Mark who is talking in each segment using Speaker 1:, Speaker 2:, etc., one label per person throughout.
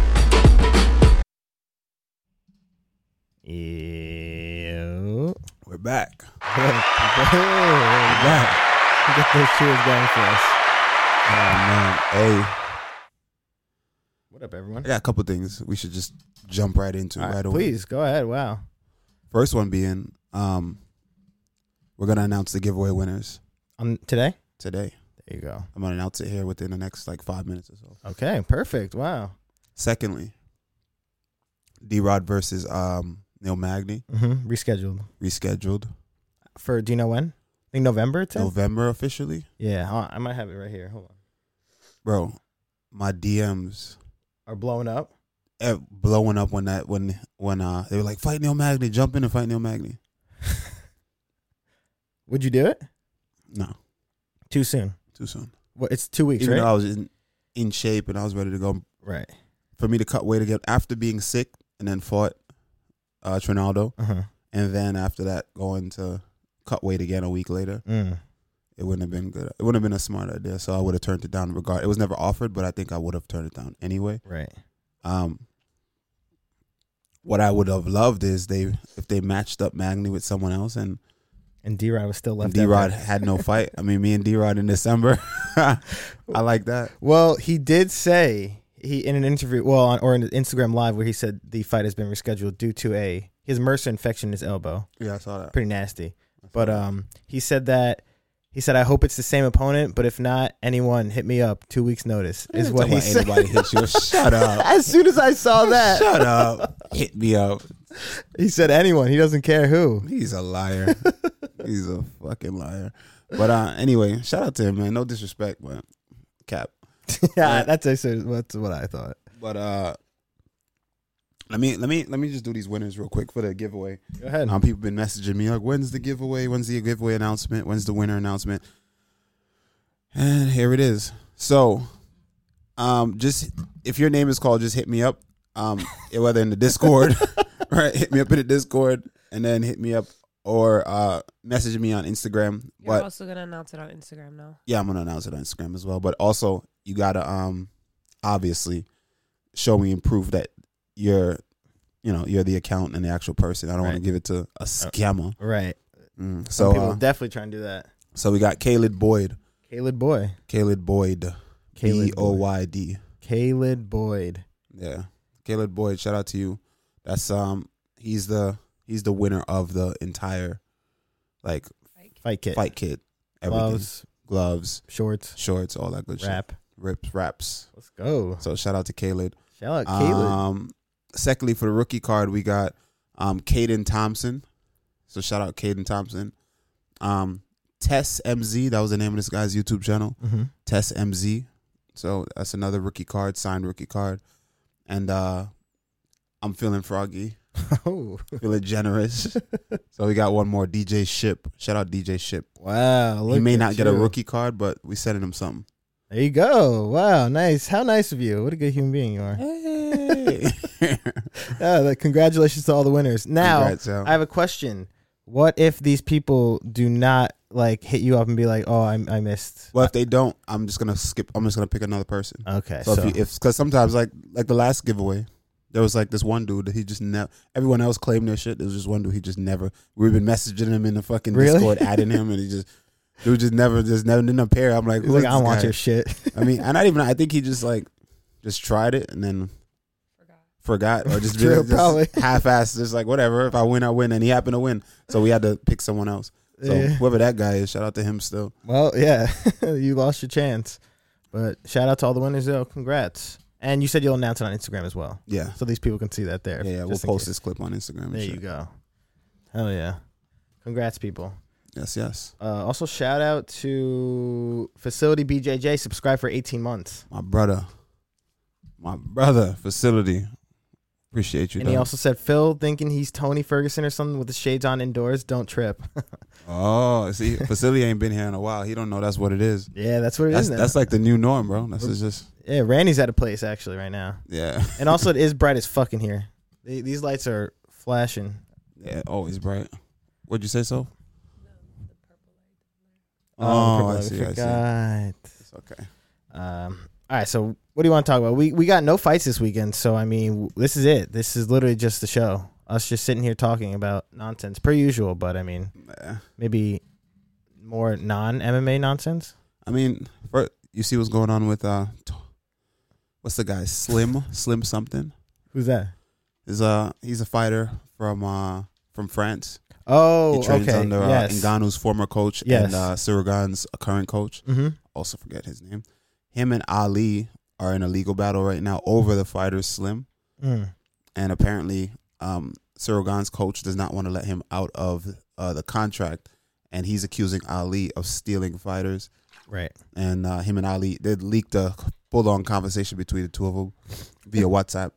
Speaker 1: back.
Speaker 2: Get
Speaker 1: Back.
Speaker 2: those cheers going for us.
Speaker 1: Oh man. Hey,
Speaker 2: What up, everyone?
Speaker 1: I got a couple things we should just jump right into
Speaker 2: All right,
Speaker 1: right away.
Speaker 2: please go ahead. Wow.
Speaker 1: First one being, um, we're gonna announce the giveaway winners
Speaker 2: On Um, today?
Speaker 1: today.
Speaker 2: There you go.
Speaker 1: I'm gonna announce it here within the next like five minutes or so.
Speaker 2: Okay, perfect. Wow.
Speaker 1: Secondly, D Rod versus um Neil Magny
Speaker 2: hmm Rescheduled
Speaker 1: rescheduled
Speaker 2: for do you know when? I think November 10th?
Speaker 1: November officially.
Speaker 2: Yeah, hold on, I might have it right here. Hold on.
Speaker 1: Bro, my DMs
Speaker 2: Are blowing up.
Speaker 1: eh, blowing up when that when when uh they were like fight Neil Magny, jump in and fight Neil Magny.
Speaker 2: Would you do it?
Speaker 1: No,
Speaker 2: Too soon.
Speaker 1: too soon.
Speaker 2: Well, it's two weeks,
Speaker 1: Even
Speaker 2: right?
Speaker 1: though I was in, in shape and I was ready to go,
Speaker 2: right.
Speaker 1: for me to cut weight again after being sick and then fought uh Trinaldo
Speaker 2: Uh huh.
Speaker 1: and then after that going to cut weight again a week later,
Speaker 2: Mm.
Speaker 1: it wouldn't have been good. It wouldn't have been a smart idea, so I would have turned it down. Regard, it was never offered, but I think I would have turned it down anyway.
Speaker 2: Right.
Speaker 1: Um, what I would have loved is they if they matched up Magny with someone else and
Speaker 2: And D Rod was still left.
Speaker 1: D
Speaker 2: out
Speaker 1: Rod
Speaker 2: there.
Speaker 1: had no fight. I mean, me and D Rod in December. I like that.
Speaker 2: Well, he did say he in an interview, well, on, or in an Instagram live, where he said the fight has been rescheduled due to a his MRSA infection in his elbow.
Speaker 1: Yeah, I saw that.
Speaker 2: Pretty nasty. But um, he said that he said I hope it's the same opponent, but if not, anyone hit me up. Two weeks notice is what he said.
Speaker 1: Anybody hit you? Shut up.
Speaker 2: As soon as I saw that,
Speaker 1: Shut up. Hit me up.
Speaker 2: he said anyone. He doesn't care who.
Speaker 1: He's a liar. He's a fucking liar. But uh, anyway, shout out to him, man. No disrespect, but cap.
Speaker 2: yeah, that's actually, that's what I thought.
Speaker 1: But uh, let me let me let me just do these winners real quick for the giveaway.
Speaker 2: Go ahead.
Speaker 1: Um, people been messaging me like, when's the giveaway? When's the giveaway announcement? When's the winner announcement? And here it is. So, um, just if your name is called, just hit me up. Um, whether in the Discord, right? Hit me up in the Discord, and then hit me up or uh, message me on Instagram.
Speaker 3: You're
Speaker 1: But
Speaker 3: also gonna announce it on Instagram now.
Speaker 1: yeah, I'm gonna announce it on Instagram as well. But also, you gotta um, obviously show me and prove that you're, you know, you're the account and the actual person. I don't want
Speaker 2: Right.
Speaker 1: to give it to a scammer.
Speaker 2: Right.
Speaker 1: Mm,
Speaker 2: Some
Speaker 1: so
Speaker 2: people
Speaker 1: uh,
Speaker 2: definitely try and do that.
Speaker 1: so we got Caleb Boyd,
Speaker 2: Caleb Boyd.
Speaker 1: Caleb Boyd,
Speaker 2: Caleb
Speaker 1: B O Y D.
Speaker 2: Caleb Boyd.
Speaker 1: Yeah, Caleb Boyd. Shout out to you. That's um he's the he's the winner of the entire like
Speaker 3: Like,
Speaker 2: Fight kit.
Speaker 1: fight kit, everything, gloves,
Speaker 2: gloves, shorts,
Speaker 1: shorts, all that good shit,
Speaker 2: wrap.
Speaker 1: rips, wraps.
Speaker 2: Let's go.
Speaker 1: So shout out to Caleb.
Speaker 2: Shout out Caleb.
Speaker 1: Um, secondly, for the rookie card, we got um Caden Thompson. So shout out Caden Thompson. Um, Tess MZ. That was the name of this guy's YouTube channel.
Speaker 2: hmm
Speaker 1: Tess MZ. So that's another rookie card, signed rookie card. And uh I'm feeling froggy,
Speaker 2: Oh,
Speaker 1: feeling generous. so we got one more DJ Ship. Shout out DJ Ship.
Speaker 2: wow.
Speaker 1: he
Speaker 2: look
Speaker 1: may
Speaker 2: at
Speaker 1: not get a
Speaker 2: you.
Speaker 1: rookie card, but we sending him something.
Speaker 2: There you go. Wow, nice. How nice of you. What a good human being you are.
Speaker 1: Hey.
Speaker 2: Oh, like, congratulations to all the winners. Now,
Speaker 1: Congrats, Al.
Speaker 2: I have a question. What if these people do not like hit you up and be like, "Oh, I, I missed."
Speaker 1: well, if they don't, I'm just gonna skip. I'm just gonna pick another person.
Speaker 2: Okay,
Speaker 1: So, if you, if because sometimes like like the last giveaway, there was like this one dude that he just never. Everyone else claimed their shit. There was just one dude he just never. We've been messaging him in the fucking
Speaker 2: Really?
Speaker 1: Discord, adding him, and he just dude just never just never didn't appear. I'm like,
Speaker 2: He's
Speaker 1: who
Speaker 2: like,
Speaker 1: is
Speaker 2: "I don't
Speaker 1: this
Speaker 2: want
Speaker 1: guy?
Speaker 2: your shit."
Speaker 1: I mean, and not even. I think he just like just tried it and then
Speaker 3: forgot.
Speaker 1: forgot or just,
Speaker 2: True,
Speaker 1: did it,
Speaker 2: probably.
Speaker 1: just half-assed. Just like whatever. If I win, I win, and he happened to win. So we had to pick someone else. So
Speaker 2: Yeah.
Speaker 1: whoever that guy is, shout out to him still.
Speaker 2: Well, yeah, you lost your chance. But shout out to all the winners, though. Congrats. And you said you'll announce it on Instagram as well,
Speaker 1: Yeah,
Speaker 2: so these people can see that there.
Speaker 1: yeah. yeah. We'll
Speaker 2: just in
Speaker 1: post
Speaker 2: case.
Speaker 1: this clip on Instagram. And
Speaker 2: There
Speaker 1: shit.
Speaker 2: you go. Hell yeah! Congrats, people.
Speaker 1: Yes, yes.
Speaker 2: Uh, also, shout out to Facility BJJ. Subscribe for 18 months.
Speaker 1: my brother, my brother, facility. Appreciate you.
Speaker 2: and he
Speaker 1: dog.
Speaker 2: also said, Phil thinking he's Tony Ferguson or something with the shades on indoors. Don't trip.
Speaker 1: oh, see, facility ain't been here in a while. He don't know that's what it is.
Speaker 2: yeah, that's what it is
Speaker 1: That's
Speaker 2: now.
Speaker 1: that's like the new norm, bro. That's is just
Speaker 2: yeah, Randy's at a place actually right now.
Speaker 1: yeah,
Speaker 2: And also, it is bright as fucking here. They, these lights are flashing.
Speaker 1: yeah. Always bright. Would you say so?
Speaker 2: Oh,
Speaker 1: Oh, I
Speaker 2: I
Speaker 1: see, I see.
Speaker 2: Um, forgot.
Speaker 1: It's okay.
Speaker 2: Um, all right, so what do you want to talk about? We we got no fights this weekend, so I mean, w- this is it. This is literally just the show. us just sitting here talking about nonsense per usual. But I mean,
Speaker 1: Eh,
Speaker 2: maybe more non MMA nonsense.
Speaker 1: I mean, for, you see what's going on with uh, t- what's the guy? Slim, Slim something
Speaker 2: Who's that?
Speaker 1: is uh he's a fighter from uh from France.
Speaker 2: Oh,
Speaker 1: he trains
Speaker 2: okay.
Speaker 1: under
Speaker 2: yes.
Speaker 1: uh, Ngannou's former coach
Speaker 2: Yes.
Speaker 1: and uh, Surugan's current coach.
Speaker 2: hmm
Speaker 1: Also forget his name. Him and Ali are in a legal battle right now over the fighter Slim,
Speaker 2: Mm.
Speaker 1: and apparently um, Surugan's coach does not want to let him out of uh, the contract, and he's accusing Ali of stealing fighters.
Speaker 2: Right.
Speaker 1: And uh, him and Ali did leaked a full-on conversation between the two of them via WhatsApp.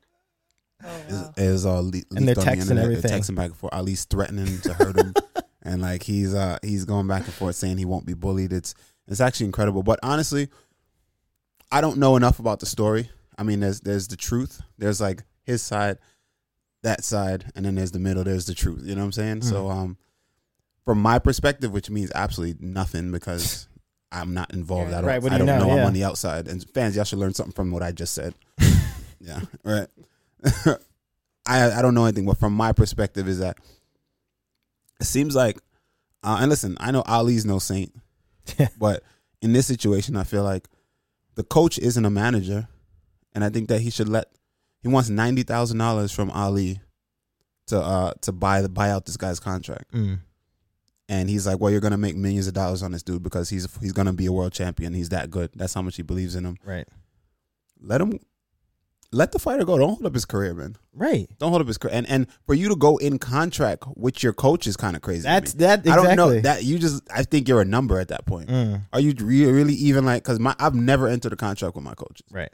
Speaker 3: Oh,
Speaker 1: Is,
Speaker 3: wow.
Speaker 1: is uh, le- leaked
Speaker 2: they're texting
Speaker 1: on the internet.
Speaker 2: everything.
Speaker 1: They're texting back and forth. Ali's threatening to hurt him. and like he's uh he's going back and forth saying he won't be bullied. It's it's actually incredible. But honestly, I don't know enough about the story. I mean, there's there's the truth. There's like his side, that side, and then there's the middle. There's the truth. You know what I'm saying? So
Speaker 2: Mm.
Speaker 1: um, from my perspective, which means absolutely nothing because. I'm not involved. I don't,
Speaker 2: Right, what do
Speaker 1: I
Speaker 2: you
Speaker 1: don't know.
Speaker 2: know?
Speaker 1: I'm
Speaker 2: Yeah.
Speaker 1: on the outside. And fans, y'all should learn something from what I just said. yeah. Right. I I don't know anything, but from my perspective is that it seems like uh, and listen, I know Ali's no saint, but in this situation, I feel like the coach isn't a manager, and I think that he should let. He wants ninety thousand dollars from Ali to uh to buy the buy out this guy's contract,
Speaker 2: Mm.
Speaker 1: and he's like, "Well, you're gonna make millions of dollars on this dude because he's he's gonna be a world champion. He's that good. That's how much he believes in him.
Speaker 2: Right.
Speaker 1: Let him, let the fighter go. Don't hold up his career, man.
Speaker 2: Right.
Speaker 1: Don't hold up his career. And and for you to go in contract with your coach is kind of crazy. to me.
Speaker 2: That's that. Exactly.
Speaker 1: I don't know that you just. I think you're a number at that point.
Speaker 2: Mm.
Speaker 1: Are you re- really even like? Because my I've never entered a contract with my coaches.
Speaker 2: Right.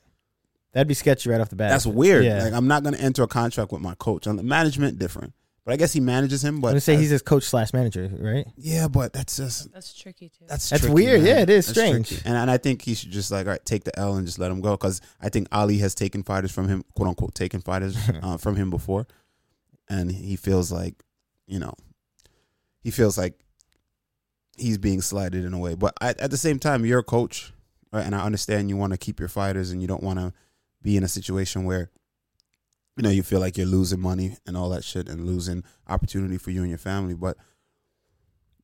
Speaker 2: That'd be sketchy right off the bat.
Speaker 1: That's weird.
Speaker 2: Yeah.
Speaker 1: Like I'm not gonna enter a contract with my coach. On the management, different. But I guess he manages him. But
Speaker 2: I'm gonna say
Speaker 1: I-
Speaker 2: he's his coach slash manager, right?
Speaker 1: yeah. But that's just
Speaker 3: That's tricky too.
Speaker 1: that's
Speaker 2: That's
Speaker 1: tricky,
Speaker 2: weird.
Speaker 1: man.
Speaker 2: Yeah, it is
Speaker 1: That's tricky.
Speaker 2: strange.
Speaker 1: And and I think he should just like all right, take the L and just let him go because I think Ali has taken fighters from him, quote unquote, taken fighters uh, from him before, and he feels like you know, he feels like he's being slighted in a way. But I, at the same time, you're a coach, right? and I understand you want to keep your fighters and you don't want to be in a situation where you know you feel like you're losing money and all that shit and losing opportunity for you and your family, but.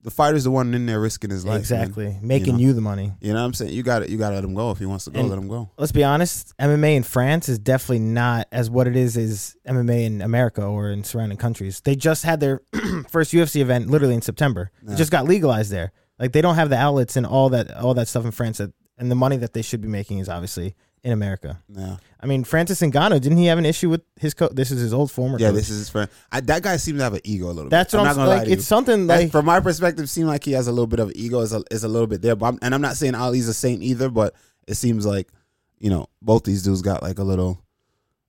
Speaker 1: The fighter's the one in there risking his life. man.
Speaker 2: exactly. Making you,
Speaker 1: know.
Speaker 2: the money.
Speaker 1: You know what I'm saying? You got to You got to let him go if he wants to go.
Speaker 2: And-
Speaker 1: let him go.
Speaker 2: Let's be honest. MMA in France is definitely not as what it is is MMA in America or in surrounding countries. They just had their first UFC event literally in September.
Speaker 1: Yeah.
Speaker 2: It just got legalized there. Like they don't have the outlets and all that all that stuff in France. That, and the money that they should be making is obviously in America.
Speaker 1: Yeah,
Speaker 2: I mean, Francis Ngannou didn't he have an issue with his coach? This is his old former.
Speaker 1: yeah.
Speaker 2: coach.
Speaker 1: This is his friend. I, that guy seems to have an ego a little.
Speaker 2: That's
Speaker 1: bit.
Speaker 2: what I'm,
Speaker 1: not gonna lie
Speaker 2: like.
Speaker 1: to you.
Speaker 2: It's something
Speaker 1: That's-
Speaker 2: like
Speaker 1: from my perspective, seemed like he has a little bit of ego. Is a, is a little bit there, but I'm, and I'm not saying Ali's a saint either. But it seems like you know both these dudes got like a little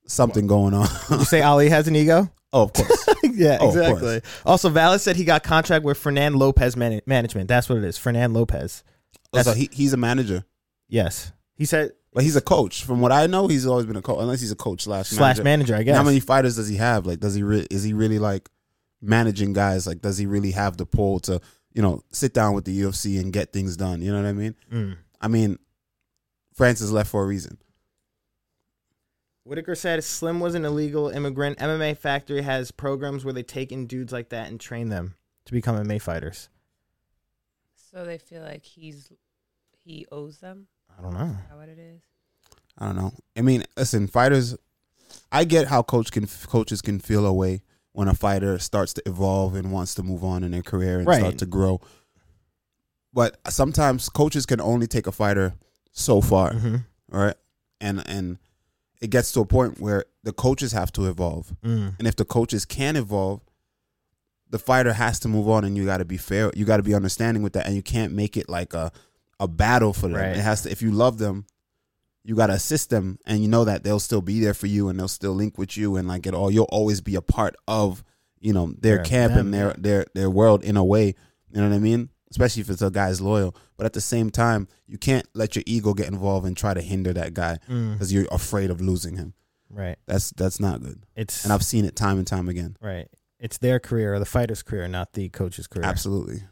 Speaker 1: something going on.
Speaker 2: you say Ali has an ego.
Speaker 1: oh, of course.
Speaker 2: yeah,
Speaker 1: Oh, of course.
Speaker 2: exactly. Also, Valles said he got contract with Fernand Lopez man- management. That's what it is. Fernand Lopez.
Speaker 1: Oh, so
Speaker 2: That's-
Speaker 1: he, he's a manager,
Speaker 2: Yes, he said
Speaker 1: but he's a coach. From what I know, he's always been a coach, unless he's a coach slash
Speaker 2: slash manager.
Speaker 1: manager.
Speaker 2: I guess.
Speaker 1: How many fighters does he have? Like, does he re- is he really like managing guys? Like, does he really have the pull to you know sit down with the UFC and get things done? You know what I mean?
Speaker 2: Mm.
Speaker 1: I mean, Francis left for a reason.
Speaker 2: Whitaker said Slim was an illegal immigrant. MMA Factory has programs where they take in dudes like that and train them to become MMA fighters.
Speaker 3: so they feel like he's he owes them.
Speaker 2: I don't know.
Speaker 3: Is that what it is?
Speaker 1: I don't know. I mean, listen, fighters. I get how coach can coaches can feel a way when a fighter starts to evolve and wants to move on in their career and
Speaker 2: Right.
Speaker 1: start to grow. But sometimes coaches can only take a fighter so far.
Speaker 2: Mm-hmm.
Speaker 1: all right and and it gets to a point where the coaches have to evolve
Speaker 2: Mm.
Speaker 1: and if the coaches can evolve the fighter has to move on and you got to be fair you got to be understanding with that and you can't make it like a a battle for them
Speaker 2: Right.
Speaker 1: it has to if you love them you got to assist them and you know that they'll still be there for you and they'll still link with you and like it all you'll always be a part of you know their
Speaker 2: Yeah,
Speaker 1: camp
Speaker 2: them,
Speaker 1: and their their their world in a way you know what i mean especially if it's a guy's loyal but at the same time you can't let your ego get involved and try to hinder that guy
Speaker 2: Mm.
Speaker 1: because you're afraid of losing him
Speaker 2: Right.
Speaker 1: that's that's not good
Speaker 2: It's
Speaker 1: and i've seen it time and time again
Speaker 2: right. It's their career or the fighter's career, not the coach's career.
Speaker 1: absolutely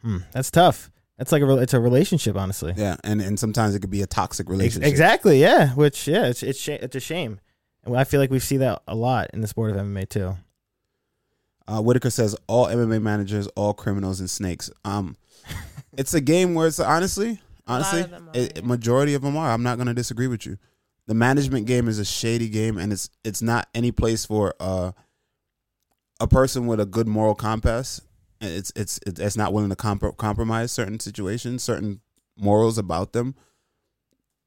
Speaker 2: Hmm. That's tough. That's like a re- it's a relationship, honestly.
Speaker 1: Yeah, and and sometimes it could be a toxic
Speaker 2: Ex-
Speaker 1: relationship.
Speaker 2: Exactly. Yeah. Which yeah, it's it's sh- it's a shame, and I feel like we see that a lot in the sport of MMA too.
Speaker 1: Uh, Whitaker says all MMA managers, all criminals and snakes. Um, it's a game where it's honestly,
Speaker 3: lot of
Speaker 1: honestly,
Speaker 3: them are,
Speaker 1: it,
Speaker 3: yeah.
Speaker 1: majority of them are. I'm not gonna disagree with you. The management game is a shady game, and it's it's not any place for uh, a person with a good moral compass. And It's it's it's not willing to comp- compromise certain situations, certain morals about them.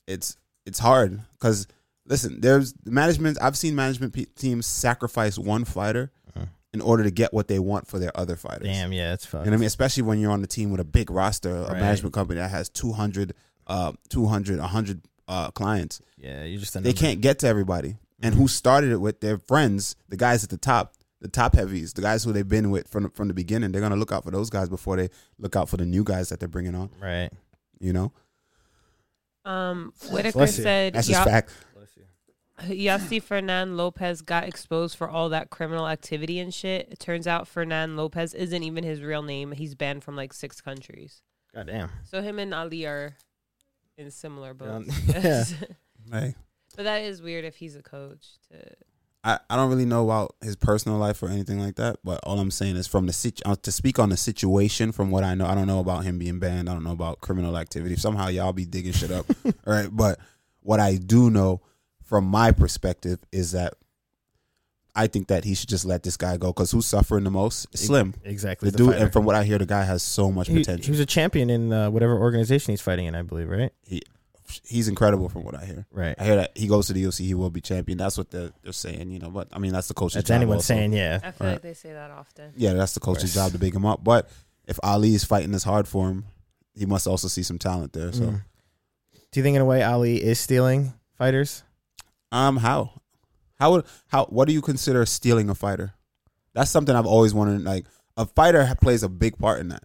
Speaker 1: It's it's hard because listen, there's management. I've seen management pe- teams sacrifice one fighter
Speaker 2: Uh-huh.
Speaker 1: in order to get what they want for their other fighters.
Speaker 2: Damn, yeah, it's fucked.
Speaker 1: You know what I mean? Especially when you're on the team with a big roster, a
Speaker 2: Right.
Speaker 1: management company that has 200, uh, 200 100 uh, clients.
Speaker 2: yeah, you're just a
Speaker 1: They
Speaker 2: number.
Speaker 1: can't get to everybody. And who
Speaker 2: Mm-hmm.
Speaker 1: started it with their friends, the guys at the top, the top heavies, the guys who they've been with from, from the beginning. They're going to look out for those guys before they look out for the new guys that they're bringing on,
Speaker 2: Right.
Speaker 1: you know?
Speaker 3: Um, Whitaker
Speaker 2: Bless you.
Speaker 3: said,
Speaker 1: That's just
Speaker 3: "Y'all-
Speaker 1: fact.
Speaker 3: Yossi Fernan Lopez got exposed for all that criminal activity and shit. It turns out Fernan Lopez isn't even his real name. He's banned from like six countries.
Speaker 2: God damn.
Speaker 3: So him and Ali are in similar boats.
Speaker 2: yeah.
Speaker 1: Hey.
Speaker 3: but that is weird if he's a coach. To
Speaker 1: I, I don't really know about his personal life or anything like that, but all I'm saying is from the situ- uh, to speak on the situation from what I know. I don't know about him being banned. I don't know about criminal activity. Somehow y'all be digging shit up, all right? But what I do know from my perspective is that I think that he should just let this guy go because who's suffering the most? It's Slim,
Speaker 2: Exactly.
Speaker 1: the dude.
Speaker 2: fighter.
Speaker 1: And from what I hear, the guy has so much
Speaker 2: he, he
Speaker 1: potential.
Speaker 2: was a champion in uh, whatever organization he's fighting in, I believe, right?
Speaker 1: He's incredible from what I hear.
Speaker 2: Right.
Speaker 1: I hear that he goes to the UFC, he will be champion. That's what they're, they're saying, you know. But I mean, that's the coach's
Speaker 2: That's
Speaker 1: job
Speaker 2: anyone
Speaker 1: also.
Speaker 2: saying, yeah.
Speaker 3: I feel
Speaker 1: Right.
Speaker 3: like they say that often.
Speaker 1: Yeah, that's the coach's
Speaker 2: Right.
Speaker 1: job to big him up. But if Ali is fighting this hard for him, he must also see some talent there. So,
Speaker 2: Mm. Do you think in a way Ali is stealing fighters?
Speaker 1: um, how, how would how what do you consider stealing a fighter? That's something I've always wanted. Like a fighter ha- plays a big part in that.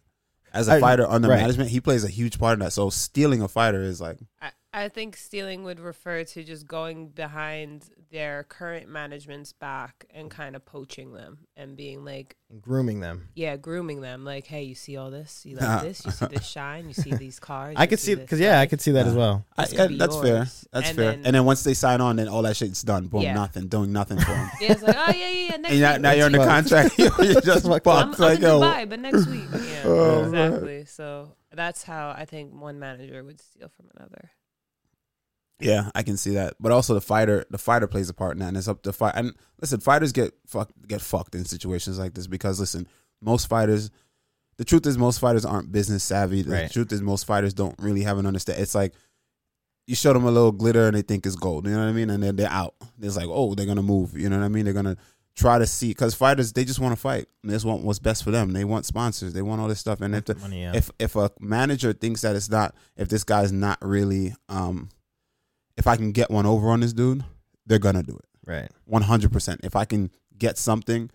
Speaker 1: As a
Speaker 2: I-
Speaker 1: fighter under
Speaker 2: right.
Speaker 1: management, he plays a huge part in that. So stealing a fighter is like
Speaker 3: I, I think stealing would refer to just going behind their current management's back and kind of poaching them and being like,
Speaker 2: Grooming them.
Speaker 3: yeah, grooming them. Like, hey, you see all this? You
Speaker 1: Nah.
Speaker 3: like this? You see this shine? You see these cars?
Speaker 2: I
Speaker 3: You
Speaker 2: could see,
Speaker 3: this
Speaker 2: because, yeah, I
Speaker 3: stuff?"
Speaker 2: could see that as well.
Speaker 1: I,
Speaker 3: This
Speaker 1: yeah,
Speaker 3: could be
Speaker 1: that's fair.
Speaker 3: yours.
Speaker 1: That's
Speaker 3: And
Speaker 1: fair.
Speaker 3: then-
Speaker 1: and then once they sign on, then all that shit's done. Boom,
Speaker 3: Yeah.
Speaker 1: nothing, doing nothing for him.
Speaker 3: Yeah, it's like, oh yeah, yeah, yeah. Next
Speaker 1: and now,
Speaker 3: week.
Speaker 1: now you're under
Speaker 2: Fuck.
Speaker 1: contract. you're just
Speaker 2: Fuck.
Speaker 1: fucked.
Speaker 3: I'm, I'm
Speaker 1: Like,
Speaker 3: in
Speaker 1: yo,
Speaker 3: Dubai, but next week. Yeah,
Speaker 1: Oh, man.
Speaker 3: exactly. So that's how I think one manager would steal from another.
Speaker 1: Yeah, I can see that. But also the fighter, the fighter plays a part in that, and it's up to fight. And listen, fighters get fucked, get fucked in situations like this because listen, most fighters. The truth is, most fighters aren't business savvy. The
Speaker 2: Right.
Speaker 1: truth is, most fighters don't really have an understand. It's like you show them a little glitter and they think it's gold. You know what I mean? And then they're out. It's like, oh, they're gonna move. You know what I mean? They're gonna try to see because fighters they just want to fight. They just want what's best for them. They want sponsors. They want all this stuff. And if the,
Speaker 2: Money, yeah.
Speaker 1: if if a manager thinks that it's not if this guy's not really um if I can get one over on this dude, they're gonna do it.
Speaker 2: right.
Speaker 1: One hundred percent. If I can get something,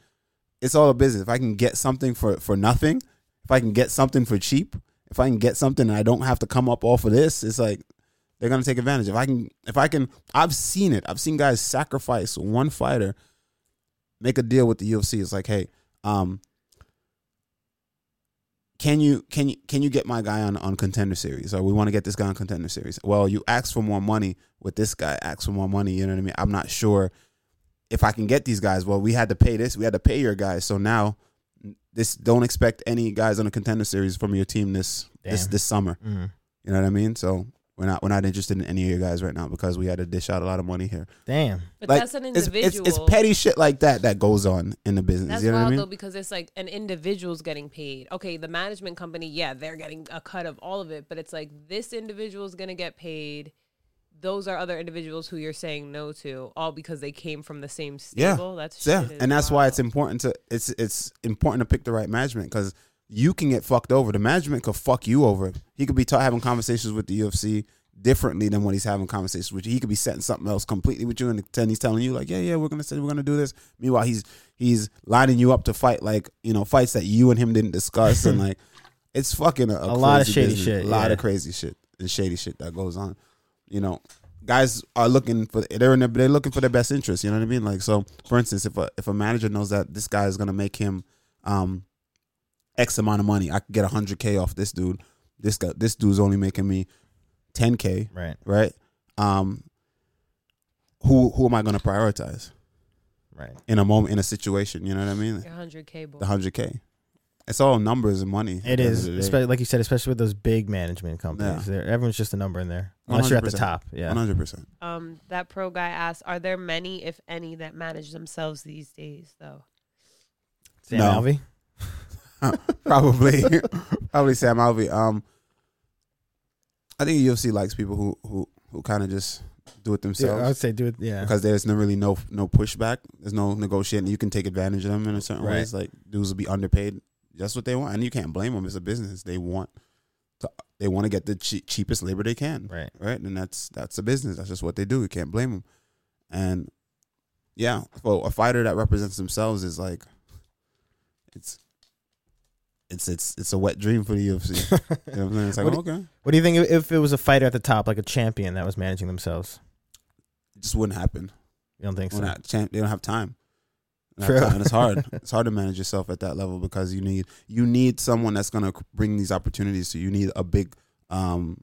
Speaker 1: it's all a business. If I can get something for for nothing, if I can get something for cheap, if I can get something and I don't have to come up off of this, it's like they're gonna take advantage. If I can if I can I've seen it. I've seen guys sacrifice one fighter, make a deal with the UFC. It's like, hey, um, can you can you can you get my guy on on contender series or we want to get this guy on contender series well you asked for more money with this guy asked for more money you know what i mean i'm not sure if i can get these guys well we had to pay this we had to pay your guys so now this don't expect any guys on a contender series from your team this this
Speaker 2: Damn.
Speaker 1: this summer
Speaker 2: Mm.
Speaker 1: you know what i mean so we're not we're not interested in any of your guys right now because we had to dish out a lot of money here
Speaker 2: Damn.
Speaker 3: But
Speaker 1: Like,
Speaker 3: that's an
Speaker 1: it's,
Speaker 3: individual.
Speaker 1: it's it's petty shit like that that goes on in the business
Speaker 3: That's
Speaker 1: you know
Speaker 3: wild
Speaker 1: what i
Speaker 3: though
Speaker 1: mean
Speaker 3: because it's like an individual's getting paid. Okay, the management company, yeah, they're getting a cut of all of it, but it's like this individual's gonna get paid. Those are other individuals who you're saying no to, all because they came from the same
Speaker 1: Yeah.
Speaker 3: stable. That's
Speaker 1: yeah,
Speaker 3: shit is
Speaker 1: and that's why
Speaker 3: wild.
Speaker 1: it's important to it's it's important to pick the right management because you can get fucked over. The management could fuck you over. He could be ta- having conversations with the UFC differently than what he's having conversations with you. He could be setting something else completely with you, and then he's telling you like, yeah, yeah, we're gonna say we're gonna do this. Meanwhile, he's he's lining you up to fight like you know fights that you and him didn't discuss, and like it's fucking a, a
Speaker 2: A lot of
Speaker 1: crazy
Speaker 2: shady
Speaker 1: business.
Speaker 2: shit,
Speaker 1: a lot
Speaker 2: yeah.
Speaker 1: of crazy shit and shady shit that goes on. You know, guys are looking for they're in their, they're looking for their best interest. You know what I mean? Like so, for instance, if a if a manager knows that this guy is gonna make him um X amount of money, I could get hundred k off this dude. This guy, this dude's only making me ten k,
Speaker 2: Right.
Speaker 1: right? Um, who who am I gonna prioritize?
Speaker 2: Right.
Speaker 1: in a moment in a situation. You know what I mean?
Speaker 3: Your 100K boy.
Speaker 1: The hundred k. It's all numbers and money.
Speaker 2: It
Speaker 1: at the end
Speaker 2: is,
Speaker 1: of the day.
Speaker 2: espe- like you said, especially with those big management companies. They're- Everyone's just a number in there, unless you are at the
Speaker 1: 100%.
Speaker 2: top. Yeah.
Speaker 1: 100%.
Speaker 3: Um, that pro guy asked, "Are there many, if any, that manage themselves these days?" Though
Speaker 2: Sam
Speaker 1: No.
Speaker 2: Alvey?
Speaker 1: Probably. probably Sam Alvey. Um I think UFC likes people who who who kind of just do
Speaker 2: Yeah, I would
Speaker 1: it themselves
Speaker 2: say do it. Yeah.
Speaker 1: because there's no really no no pushback. There's no negotiating. You can take advantage of them in a certain
Speaker 2: Right.
Speaker 1: ways. Like dudes will be underpaid. That's what they want, and you can't blame them. It's a business. They want to they want to get the chea- cheapest labor they can.
Speaker 2: Right.
Speaker 1: right? And that's that's a business. That's just what they do. You can't blame them. And yeah, for a fighter that represents themselves is like it's it's it's it's a wet dream for the UFC. you know what I'm saying? It's like
Speaker 2: What
Speaker 1: okay,
Speaker 2: What do you think if- if it was a fighter at the top, like a champion that was managing themselves?
Speaker 1: it just wouldn't happen.
Speaker 2: You don't think so?
Speaker 1: We're not champ- they don't have time. They don't
Speaker 2: True.
Speaker 1: have time. And it's hard. it's hard to manage yourself at that level because you need you need someone that's gonna bring these opportunities. So you need a big um,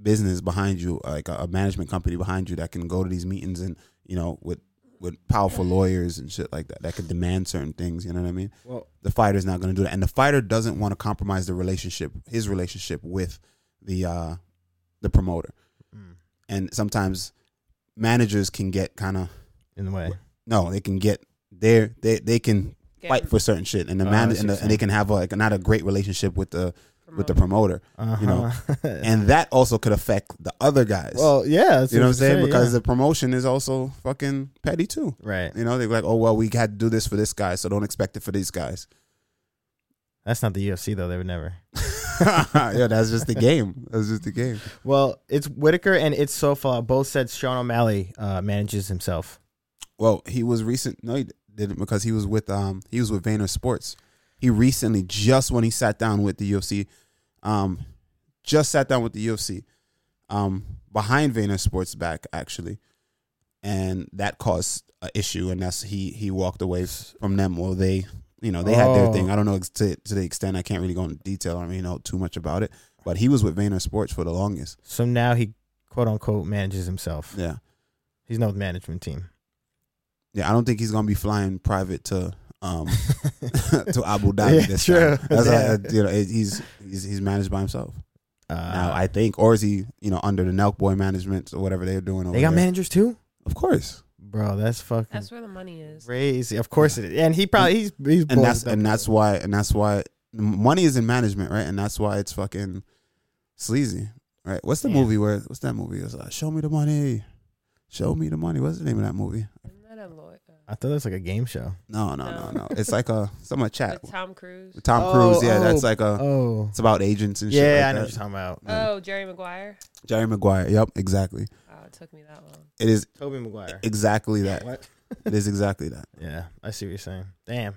Speaker 1: business behind you, like a, a management company behind you that can go to these meetings and you know with with powerful lawyers and shit like that that can demand certain things. You know what I mean?
Speaker 2: Well-
Speaker 1: the fighter's not gonna do that, and the fighter doesn't want to compromise the relationship, his relationship with the uh, the promoter.
Speaker 2: Mm.
Speaker 1: And sometimes managers can get kind of
Speaker 2: In the way.
Speaker 1: no, they can get their they they can
Speaker 3: Get
Speaker 1: fight for certain shit, and the
Speaker 2: Oh, I
Speaker 1: man
Speaker 2: see
Speaker 1: and,
Speaker 2: what
Speaker 1: the,
Speaker 2: you're
Speaker 1: and they can have a, like not a great relationship with the with the
Speaker 3: promote.
Speaker 1: promoter,
Speaker 2: Uh-huh.
Speaker 1: you know, and that also could affect the other guys.
Speaker 2: well, yeah. that's
Speaker 1: you know what I'm
Speaker 2: you
Speaker 1: saying?
Speaker 2: say,
Speaker 1: because
Speaker 2: yeah.
Speaker 1: the promotion is also fucking petty too.
Speaker 2: right.
Speaker 1: You know, they're like, oh well, we had to do this for this guy, so don't expect it for these guys.
Speaker 2: That's not the UFC though. They would never.
Speaker 1: yeah, that's just the game. That's just the game.
Speaker 2: Well, it's Whitaker and it's Sofa. Both said Sean O'Malley uh, manages himself.
Speaker 1: Well, he was recent. No, he didn't because he was with um he was with Vayner Sports. He recently, just when he sat down with the UFC, um, just sat down with the UFC, um, behind Vayner Sports back actually, and that caused an issue, and that's he he walked away from them. Well, they you know they had their
Speaker 2: Oh.
Speaker 1: thing. I don't know ex- to to the extent I can't really go into detail. I don't really know too much about it, but he was with Vayner Sports for the longest.
Speaker 2: So now he quote unquote manages himself.
Speaker 1: Yeah,
Speaker 2: He's no management team.
Speaker 1: yeah. I don't think he's gonna be flying private to um
Speaker 2: Uh,
Speaker 1: to Abu Dhabi.
Speaker 2: Yeah,
Speaker 1: this
Speaker 2: true.
Speaker 1: time. That's
Speaker 2: Yeah.
Speaker 1: how- you know, it- he's, he's he's managed by himself
Speaker 2: uh,
Speaker 1: now, I think, or is he you know under the Nelk Boy management or whatever they're doing? Over
Speaker 2: they got
Speaker 1: there.
Speaker 2: managers too,
Speaker 1: of course,
Speaker 2: bro. That's fucking
Speaker 3: That's where the money is.
Speaker 2: crazy. Of course it is. And he probably he's he's
Speaker 1: and
Speaker 2: balls
Speaker 1: that's
Speaker 2: up.
Speaker 1: and that's why and that's why money is in management, right? And that's why it's fucking sleazy, right? What's the
Speaker 2: Yeah.
Speaker 1: movie where? What's that movie? It's like, Show me the money. Show me the money. What's the name of that movie?
Speaker 3: Isn't that a uh, lawyer?
Speaker 2: I thought it was like a game show.
Speaker 1: No, no, no, no.
Speaker 3: No.
Speaker 1: It's like a some a chat
Speaker 3: With Tom
Speaker 1: Uh,
Speaker 3: Cruise.
Speaker 1: with Tom
Speaker 2: Oh,
Speaker 1: Cruise. Yeah, that's
Speaker 2: oh,
Speaker 1: like a.
Speaker 2: Oh,
Speaker 1: It's about agents and shit.
Speaker 2: yeah,
Speaker 1: like
Speaker 2: I know
Speaker 1: that.
Speaker 2: what you're talking about.
Speaker 1: Yeah.
Speaker 3: Oh, Jerry Maguire.
Speaker 1: Jerry Maguire. Yep, exactly.
Speaker 3: Oh, it took me that long.
Speaker 1: It is
Speaker 2: Toby Maguire.
Speaker 1: exactly that.
Speaker 2: What?
Speaker 1: It is exactly that.
Speaker 2: Yeah, I see what you're saying. Damn.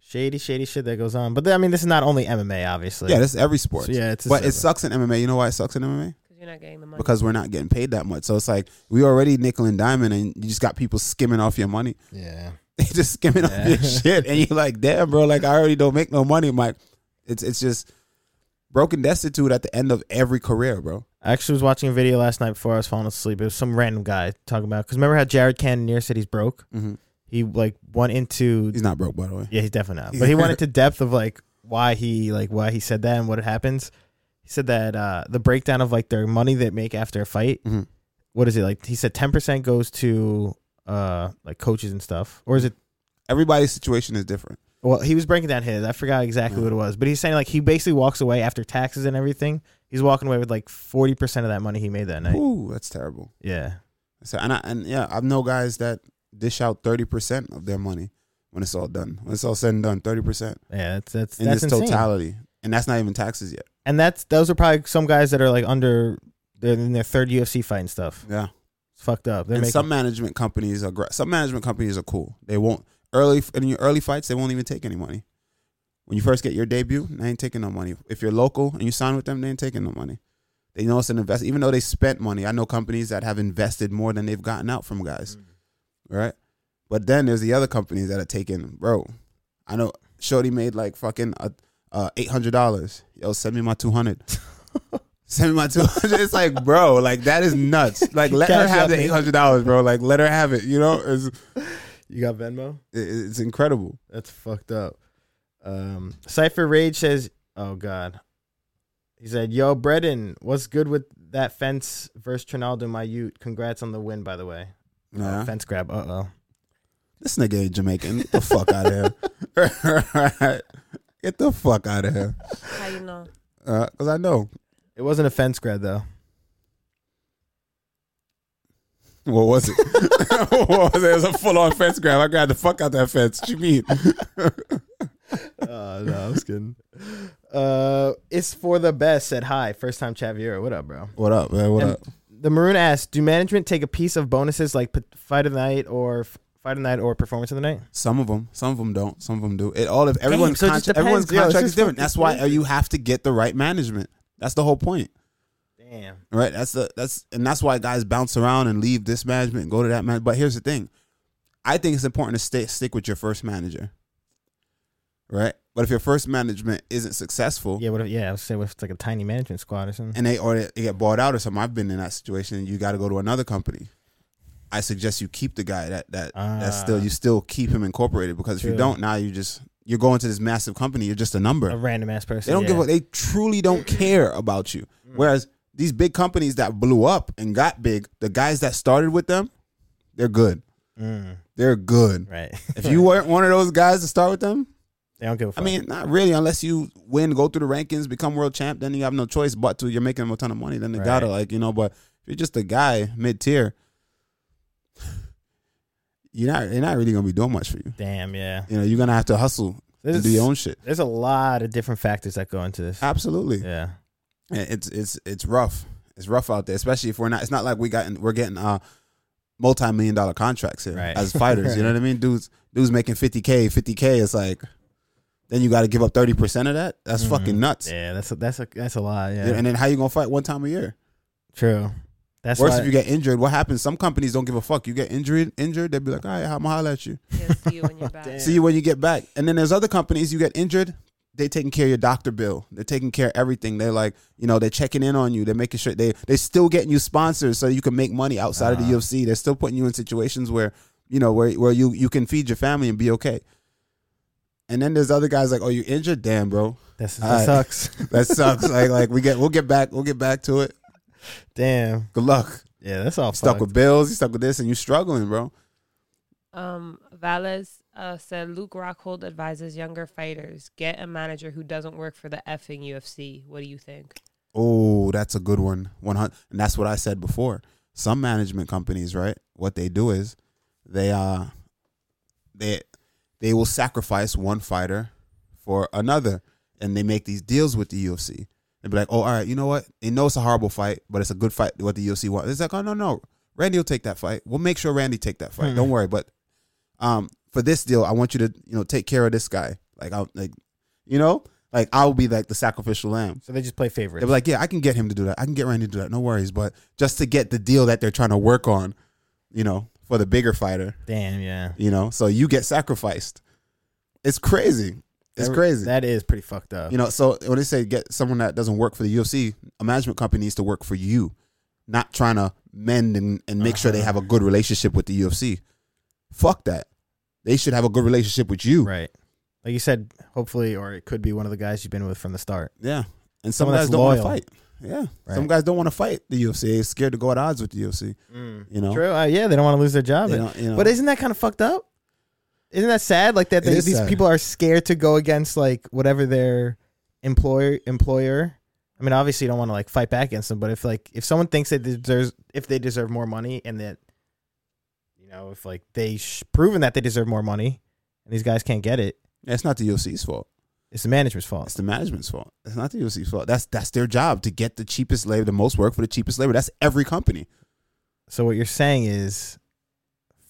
Speaker 2: Shady, shady shit that goes on. But then, I mean, this is not only MMA, obviously.
Speaker 1: yeah, this is every sport.
Speaker 2: So, yeah, it's a
Speaker 1: but it
Speaker 2: separate-
Speaker 1: sucks in MMA. You know why it sucks in MMA?
Speaker 3: Because you're not getting the money.
Speaker 1: Because we're not getting paid that much. So it's like we already nickel and diamond, and you just got people skimming off your money.
Speaker 2: yeah.
Speaker 1: They just skimming off
Speaker 2: Yeah.
Speaker 1: your shit, and you're like, damn, bro, like I already don't make no money. I'm like, it's it's just broken destitute at the end of every career, bro.
Speaker 2: I actually was watching a video last night before I was falling asleep. It was some random guy talking about because remember how Jared Cannonier said he's broke?
Speaker 1: Mm-hmm.
Speaker 2: He like went into
Speaker 1: He's not broke, by the way.
Speaker 2: yeah, he's definitely not. But he went into depth of like why he like why he said that and what happens. He said that uh the breakdown of like their money they make after a fight.
Speaker 1: Mhm.
Speaker 2: What is it like? He said ten percent goes to uh like coaches and stuff, or is it
Speaker 1: Everybody's situation is different.
Speaker 2: Well, he was breaking down his. I forgot exactly what it was, but he's saying like he basically walks away after taxes and everything. He's walking away with like forty percent of that money he made that night.
Speaker 1: Ooh, that's terrible.
Speaker 2: Yeah,
Speaker 1: So and I, and yeah, I've know guys that dish out thirty percent of their money when it's all done. When it's all said and done, thirty percent
Speaker 2: yeah, that's that's
Speaker 1: in
Speaker 2: that's
Speaker 1: this
Speaker 2: insane.
Speaker 1: totality, and that's not even taxes yet.
Speaker 2: And that's those are probably some guys that are like under they're in their third UFC fight and stuff.
Speaker 1: Yeah.
Speaker 2: It's fucked up. They're
Speaker 1: and
Speaker 2: making
Speaker 1: some management companies are gra- some management companies are cool. They won't early in your early fights. They won't even take any money. When you first get your debut, they ain't taking no money. If you're local and you sign with them, they ain't taking no money. They know it's an invest. Even though they spent money, I know companies that have invested more than they've gotten out from
Speaker 2: Mm.
Speaker 1: guys, right? But then there's the other companies that are taking, bro. I know Shorty made like fucking uh, uh, eight hundred dollars. Yo, send me my two hundred. Send me my two hundred. It's like, bro, like that is nuts. Like let her
Speaker 2: Cash
Speaker 1: have
Speaker 2: App
Speaker 1: the
Speaker 2: me.
Speaker 1: eight hundred dollars, bro. Like let her have it. You know, it's,
Speaker 2: You got Venmo?
Speaker 1: It- It's incredible.
Speaker 2: That's fucked up. Um, Cypher Rage says, oh, God. He said, yo, Bredden, what's good with that fence versus Trinaldo, my Ute? Congrats on the win, by the way. Oh,
Speaker 1: Nah,
Speaker 2: Fence grab, uh-oh.
Speaker 1: this nigga ain't Jamaican. Get the fuck out of here. Get the fuck out of here.
Speaker 3: How you know?
Speaker 1: Uh, Cause I know.
Speaker 2: It wasn't a fence grab, though.
Speaker 1: What was it? what was it? It was a full on fence grab. I grabbed the fuck out that fence. What you mean? Oh,
Speaker 2: uh, no, I was kidding. Uh, it's for the best. Said hi, first time chat viewer. What up, bro?
Speaker 1: What up, man? What
Speaker 2: And
Speaker 1: up?
Speaker 2: The maroon asked, "Do management take a piece of bonuses like p- fight of the night or f- fight of the night or performance of the night?"
Speaker 1: Some of them, some of them don't. Some of them do. It all. If everyone's
Speaker 2: so it
Speaker 1: con-
Speaker 2: just depends,
Speaker 1: everyone's
Speaker 2: yo. It's
Speaker 1: contract is
Speaker 2: just
Speaker 1: different.
Speaker 2: fucking
Speaker 1: That's why
Speaker 2: crazy.
Speaker 1: you have to get the right management. That's the whole point,
Speaker 2: Damn.
Speaker 1: right? That's the that's and that's why guys bounce around and leave this management and go to that man. But here's the thing, I think it's important to stay stick with your first manager, right? But if your first management isn't successful,
Speaker 2: Yeah. What? If, yeah. I would say what if it's like a tiny management squad or something.
Speaker 1: and they or they get bought out or something. I've been in that situation. You got to go to another company. I suggest you keep the guy that that that's
Speaker 2: Ah.
Speaker 1: still you still keep him incorporated because if
Speaker 2: True.
Speaker 1: you don't now you just you're going to this massive company. You're just a number.
Speaker 2: a random ass person.
Speaker 1: They don't
Speaker 2: yeah. Mm.
Speaker 1: give. A, they truly don't care about you. Whereas these big companies that blew up and got big, the guys that started with them, they're good.
Speaker 2: Mm,
Speaker 1: They're good.
Speaker 2: right.
Speaker 1: If you weren't one of those guys to start with them,
Speaker 2: they don't give a fuck.
Speaker 1: I mean, not really. Unless you win, go through the rankings, become world champ, then you have no choice but to. You're making them a ton of money, then they
Speaker 2: Right.
Speaker 1: gotta like you know. But if you're just a guy mid tier, you're not you're not really gonna be doing much for you.
Speaker 2: damn. Yeah.
Speaker 1: You know, you're gonna have to hustle
Speaker 2: There's,
Speaker 1: and do your own shit.
Speaker 2: there's a lot of different factors that go into
Speaker 1: Ah.
Speaker 2: this.
Speaker 1: Absolutely,
Speaker 2: Yeah.
Speaker 1: And it's it's it's rough. It's rough out there, especially if we're not. It's not like we got we're getting uh multi million dollar contracts here
Speaker 2: Right.
Speaker 1: as fighters. You know what I mean? Dudes dudes making fifty k, fifty k. It's like then you got to give up thirty percent of that. That's
Speaker 2: Mhm.
Speaker 1: fucking nuts.
Speaker 2: Yeah. That's a, that's a that's a lot. Yeah.
Speaker 1: Yeah, And then how you gonna fight one time a year?
Speaker 2: True. That's
Speaker 1: Worse
Speaker 2: why-
Speaker 1: if you get injured. What happens? Some companies don't give a fuck. You get injured, injured, they'll be like, all right, I'm gonna holler at you.
Speaker 3: Yeah, see you when you're back.
Speaker 2: Damn.
Speaker 1: See you when you get back. And then there's other companies you get injured, they taking care of your doctor bill. They're taking care of everything. They're like, you know, they're checking in on you. They're making sure they they still getting you sponsors so you can make money outside of the
Speaker 2: Uh-huh.
Speaker 1: UFC. They're still putting you in situations where, you know, where where you you can feed your family and be okay. And then there's other guys like, oh, you injured? Damn, bro,
Speaker 2: That's,
Speaker 1: All
Speaker 2: that
Speaker 1: right.
Speaker 2: sucks.
Speaker 1: that sucks. like, like we get, we'll get back, we'll get back to it.
Speaker 2: Damn.
Speaker 1: Good luck.
Speaker 2: Yeah, that's all
Speaker 1: stuck
Speaker 2: fucked.
Speaker 1: with bills, you stuck with this, and you struggling, bro.
Speaker 3: Um, Valles uh, said Luke Rockhold advises younger fighters get a manager who doesn't work for the effing UFC. What do you think?
Speaker 1: Oh, that's a good one. One hundred, and that's what I said before. Some management companies, right? What they do is they uh they they will sacrifice one fighter for another, and they make these deals with the UFC. They'll be like, oh, all right, you know what? They know it's a horrible fight, but it's a good fight. What the UFC wants? It's like, oh no, no, Randy will take that fight. We'll make sure Randy take that fight.
Speaker 2: Hmm.
Speaker 1: Don't worry, but um, for this deal, I want you to you know take care of this guy. Like I'll like, you know, like I'll be like the sacrificial lamb.
Speaker 2: So they just play favorites.
Speaker 1: They were like, yeah, I can get him to do that. I can get Randy to do that. No worries. But just to get the deal that they're trying to work on, you know, for the bigger fighter,
Speaker 2: Damn, yeah.
Speaker 1: you know, so you get sacrificed. It's crazy. It's
Speaker 2: That-
Speaker 1: crazy.
Speaker 2: That is pretty fucked up.
Speaker 1: you know, so when they say get someone that doesn't work for the UFC, a management company needs to work for you, not trying to mend and, and make sure they
Speaker 2: Uh-huh.
Speaker 1: have a good relationship with the UFC. Fuck that. They should have a good relationship with you.
Speaker 2: right. Like you said, hopefully, or it could be one of the guys you've been with from the start.
Speaker 1: Yeah. And some
Speaker 2: Someone
Speaker 1: guys
Speaker 2: that's
Speaker 1: don't want to
Speaker 2: loyal.
Speaker 1: fight. Yeah. Some
Speaker 2: Right.
Speaker 1: guys don't want to fight the UFC. They're scared to go at odds with the UFC. You know?
Speaker 2: True. Uh, yeah, they don't want to lose their job.
Speaker 1: They don't- you know.
Speaker 2: But isn't that kind of fucked up? Isn't that sad? Like that
Speaker 1: It
Speaker 2: they,
Speaker 1: is
Speaker 2: these
Speaker 1: sad.
Speaker 2: people are scared to go against like whatever their employer employer. I mean, obviously, you don't want to like fight back against them. But if like if someone thinks that they deserve if they deserve more money and that you know if like they sh- proven that they deserve more money and these guys can't get it,
Speaker 1: Yeah, It's not the UFC's fault.
Speaker 2: it's the management's
Speaker 1: It's
Speaker 2: fault.
Speaker 1: the management's fault. It's not the UFC's fault. That's that's their job to get the cheapest labor, the most work for the cheapest labor. That's every company.
Speaker 2: So what you're saying is,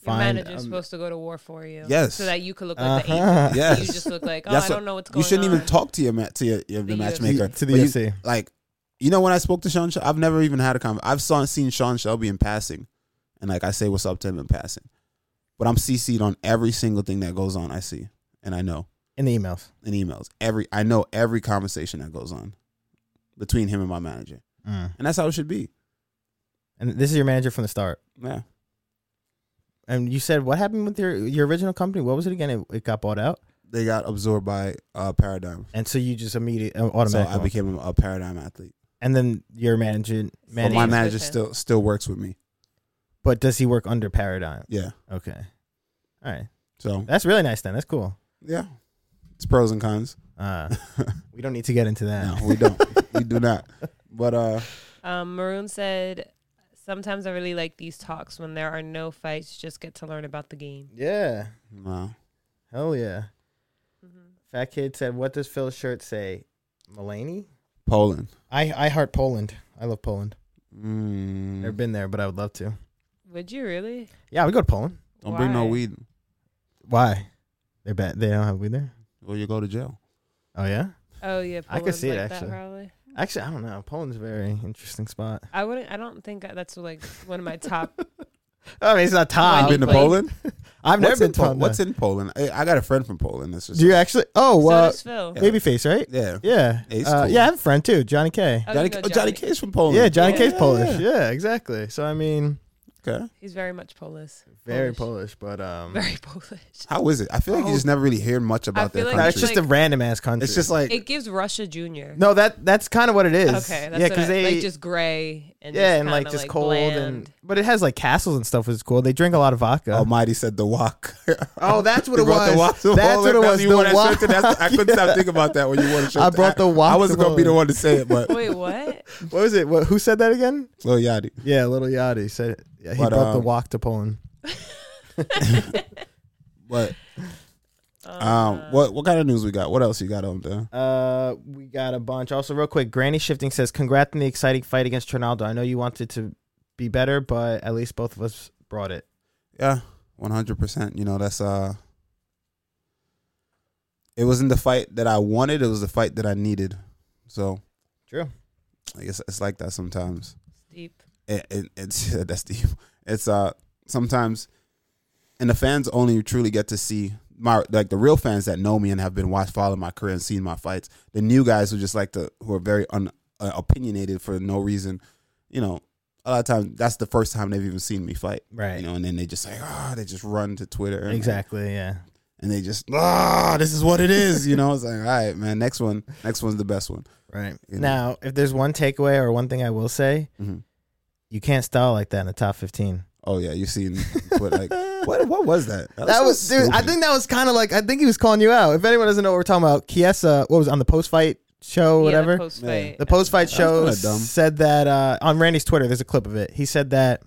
Speaker 3: Your
Speaker 2: find
Speaker 3: manager's
Speaker 2: um,
Speaker 3: supposed to go to war for you.
Speaker 1: Yes.
Speaker 3: So that you could look like the
Speaker 2: Uh-huh.
Speaker 3: ape.
Speaker 1: Yes.
Speaker 3: You just look like, oh,
Speaker 1: That's
Speaker 3: I
Speaker 1: what-
Speaker 3: don't know what's going
Speaker 1: You
Speaker 3: on.
Speaker 1: shouldn't even talk to your ma- to your, your the,
Speaker 3: The
Speaker 1: matchmaker
Speaker 2: UFC. To the
Speaker 1: But you-
Speaker 2: UFC.
Speaker 1: like, you know when I spoke to Sean, Shel- I've never even had a conversation. I've saw, seen Sean Shelby in passing, and like I say what's up to him in passing, but I'm CC'd on every single thing that goes on. I see and I know
Speaker 2: in the emails.
Speaker 1: in emails every I know every conversation that goes on between him and my manager,
Speaker 2: Mm.
Speaker 1: and that's how it should be.
Speaker 2: And this is your manager from the start.
Speaker 1: Yeah.
Speaker 2: And you said what happened with your your original company? What was it again? It, it got bought out,
Speaker 1: They got absorbed by uh, Paradigm.
Speaker 2: and so you just immediately
Speaker 1: So
Speaker 2: automatically.
Speaker 1: I became a Paradigm athlete.
Speaker 2: and then your manager,
Speaker 1: But my
Speaker 3: Managed
Speaker 2: manager,
Speaker 3: man-
Speaker 1: manager
Speaker 3: with him.
Speaker 1: still still works with me.
Speaker 2: but does he work under Paradigm?
Speaker 1: Yeah.
Speaker 2: Okay, all right,
Speaker 1: So
Speaker 2: that's really nice. Then that's cool.
Speaker 1: yeah, it's pros and cons.
Speaker 2: Uh, we don't need to get into that.
Speaker 1: No, we don't. we do not. But uh,
Speaker 3: Um, Maroon said, "Sometimes I really like these talks when there are no fights. Just get to learn about the game."
Speaker 2: Yeah,
Speaker 1: no.
Speaker 2: hell yeah.
Speaker 3: Mhm.
Speaker 1: Mm-hmm.
Speaker 2: Fat kid said, "What does Phil's shirt say?" Mulaney.
Speaker 1: Poland.
Speaker 2: I I heart Poland. I love Poland. Never
Speaker 1: Mm,
Speaker 2: been there, but I would love to.
Speaker 3: Would you really?
Speaker 2: Yeah, we go to Poland.
Speaker 1: don't bring no
Speaker 3: Why?
Speaker 1: weed,
Speaker 2: Why? They're bad. They don't have weed there.
Speaker 1: or you go to jail.
Speaker 2: Oh yeah.
Speaker 3: Oh yeah,
Speaker 2: I could
Speaker 3: Poland's
Speaker 2: see it,
Speaker 3: like that,
Speaker 2: actually.
Speaker 3: probably.
Speaker 2: Actually, I don't know. Poland's a very interesting spot.
Speaker 3: I wouldn't. I don't think that's like one of my top.
Speaker 2: I mean, it's not top.
Speaker 1: You
Speaker 3: I've
Speaker 1: been to
Speaker 3: played-
Speaker 1: Poland?
Speaker 2: I've never
Speaker 1: what's
Speaker 2: been
Speaker 1: in
Speaker 2: to
Speaker 1: Poland.
Speaker 2: Poland.
Speaker 1: What's in Poland? I, I got a friend from Poland. That's just
Speaker 2: Do you actually? Oh,
Speaker 3: so
Speaker 2: uh,
Speaker 3: does Phil.
Speaker 2: Babyface, right?
Speaker 1: yeah.
Speaker 2: Yeah.
Speaker 1: Yeah, he's
Speaker 2: Uh,
Speaker 1: cool.
Speaker 2: Yeah, I have a friend too, Johnny K.
Speaker 3: Oh, you
Speaker 1: Johnny,
Speaker 3: know
Speaker 1: oh, Johnny Cage from Poland.
Speaker 2: Yeah, Johnny K's
Speaker 1: Yeah.
Speaker 2: Polish. Yeah, exactly. So I mean,
Speaker 1: Okay.
Speaker 3: He's very much Polish.
Speaker 2: very Polish, but um,
Speaker 3: Very Polish.
Speaker 1: How is it? I feel like you just never really hear much about
Speaker 3: feel
Speaker 1: that
Speaker 3: like
Speaker 2: no,
Speaker 1: country.
Speaker 2: it's just
Speaker 3: Like-
Speaker 2: a random ass country.
Speaker 1: it's just like
Speaker 3: It gives Russia Junior.
Speaker 2: no, that that's kind of what it is.
Speaker 3: Okay, that's
Speaker 2: yeah,
Speaker 3: what I,
Speaker 2: they
Speaker 3: like just gray and
Speaker 2: yeah,
Speaker 3: just
Speaker 2: and like
Speaker 3: kinda,
Speaker 2: just cold and
Speaker 3: bland.
Speaker 2: but it has like castles and stuff. Is cool. They drink a lot of vodka.
Speaker 1: Almighty said the walk.
Speaker 2: Oh, that's what
Speaker 1: Oh, You
Speaker 2: it
Speaker 1: brought the walk
Speaker 2: was.
Speaker 1: to
Speaker 2: That's what
Speaker 1: Poland?
Speaker 2: it was.
Speaker 1: You
Speaker 2: The
Speaker 1: wore that
Speaker 2: walk.
Speaker 1: shirt to- that's- I couldn't stop thinking about that when you wore the shirt.
Speaker 2: I
Speaker 1: to-
Speaker 2: brought the walk
Speaker 1: I wasn't
Speaker 2: to
Speaker 1: gonna be the
Speaker 2: Poland.
Speaker 1: one to say it, but
Speaker 3: Wait, what?
Speaker 2: What was it? What, who said that again?
Speaker 1: Lil Yachty.
Speaker 2: Yeah, little Yachty said it. Yeah, he
Speaker 1: But,
Speaker 2: brought the
Speaker 1: um,
Speaker 2: walk to Poland.
Speaker 1: But
Speaker 3: Oh,
Speaker 1: um, what what kind of news we got? What else you got on there?
Speaker 2: Uh, we got a bunch. Also, real quick, Granny Shifting says, "Congrats on the exciting fight against Trinaldo. I know you wanted to be better, but at least both of us brought it."
Speaker 1: Yeah, one hundred percent. You know, that's uh, it wasn't the fight that I wanted. It was the fight that I needed. So
Speaker 2: True.
Speaker 1: I guess it's like that sometimes.
Speaker 3: Deep.
Speaker 1: it, it, it's that's deep. It's uh sometimes, and the fans only truly get to see my like the real fans that know me and have been watch following my career and seen my fights. The new guys who just like to who are very un, uh, opinionated for no reason, you know. A lot of times, that's the first time they've even seen me fight,
Speaker 2: Right.
Speaker 1: You know, and then they just like, ah, they just run to Twitter, and,
Speaker 2: Exactly. Yeah.
Speaker 1: and they just, ah, this is what it is, you know. It's like, all right, man, next one, next one's the best one.
Speaker 2: Right.
Speaker 1: You know.
Speaker 2: Now, if there's one takeaway or one thing I will say,
Speaker 1: Mhm.
Speaker 2: you can't style like that in the top fifteen.
Speaker 1: Oh yeah, you've seen, but like, what, what was that?
Speaker 2: That was,
Speaker 1: so
Speaker 2: dude. I
Speaker 1: stupid.
Speaker 2: think that was kind of like I think he was calling you out. If anyone doesn't know what we're talking about, Kiesa, what was it, on the post fight show, whatever.
Speaker 3: Yeah, the post fight.
Speaker 2: the post fight
Speaker 1: That was
Speaker 2: show
Speaker 1: kinda dumb.
Speaker 2: said that uh, on Randy's Twitter. There's a clip of it. He said that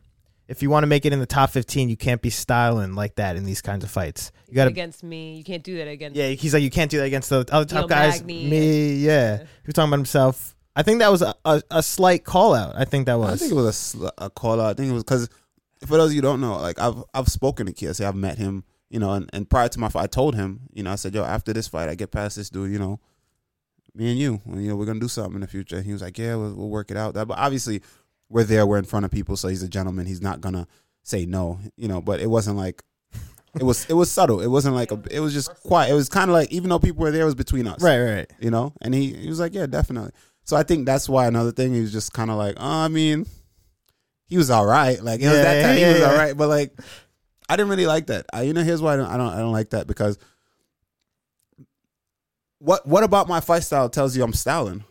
Speaker 2: if you want to make it in the top 15, you can't be styling like that in these kinds of fights. You got to.
Speaker 3: against me. You can't do that against.
Speaker 2: Yeah, he's like you can't do that against the other top
Speaker 3: Neil
Speaker 2: guys.
Speaker 3: Magny.
Speaker 2: Me, yeah. He was talking about himself. I think that was a, a, a slight call out. I think that was.
Speaker 1: I think it was a, sl- a call out. I think it was because for those of you who don't know, like I've I've spoken to Kiss, I've met him, you know, and, and prior to my fight, I told him, you know, I said, yo, after this fight, I get past this dude, you know, me and you, and, you know, we're gonna do something in the future. And he was like, yeah, we'll, we'll work it out. That, but obviously, we're there, we're in front of people, so he's a gentleman. He's not gonna say no, you know. But it wasn't like. It was it was subtle. It wasn't like a. It was just quiet. It was kind of like even though people were there, it was between us
Speaker 2: right, right, right.
Speaker 1: you know and he, he was like yeah definitely so i think that's why another thing he was just kind of like oh, i mean he was all right like it was
Speaker 2: Yeah,
Speaker 1: that time he
Speaker 2: yeah,
Speaker 1: was
Speaker 2: yeah.
Speaker 1: all right but like i didn't really like that I, you know here's why I don't, I don't i don't like that because what what about my fight style tells you i'm styling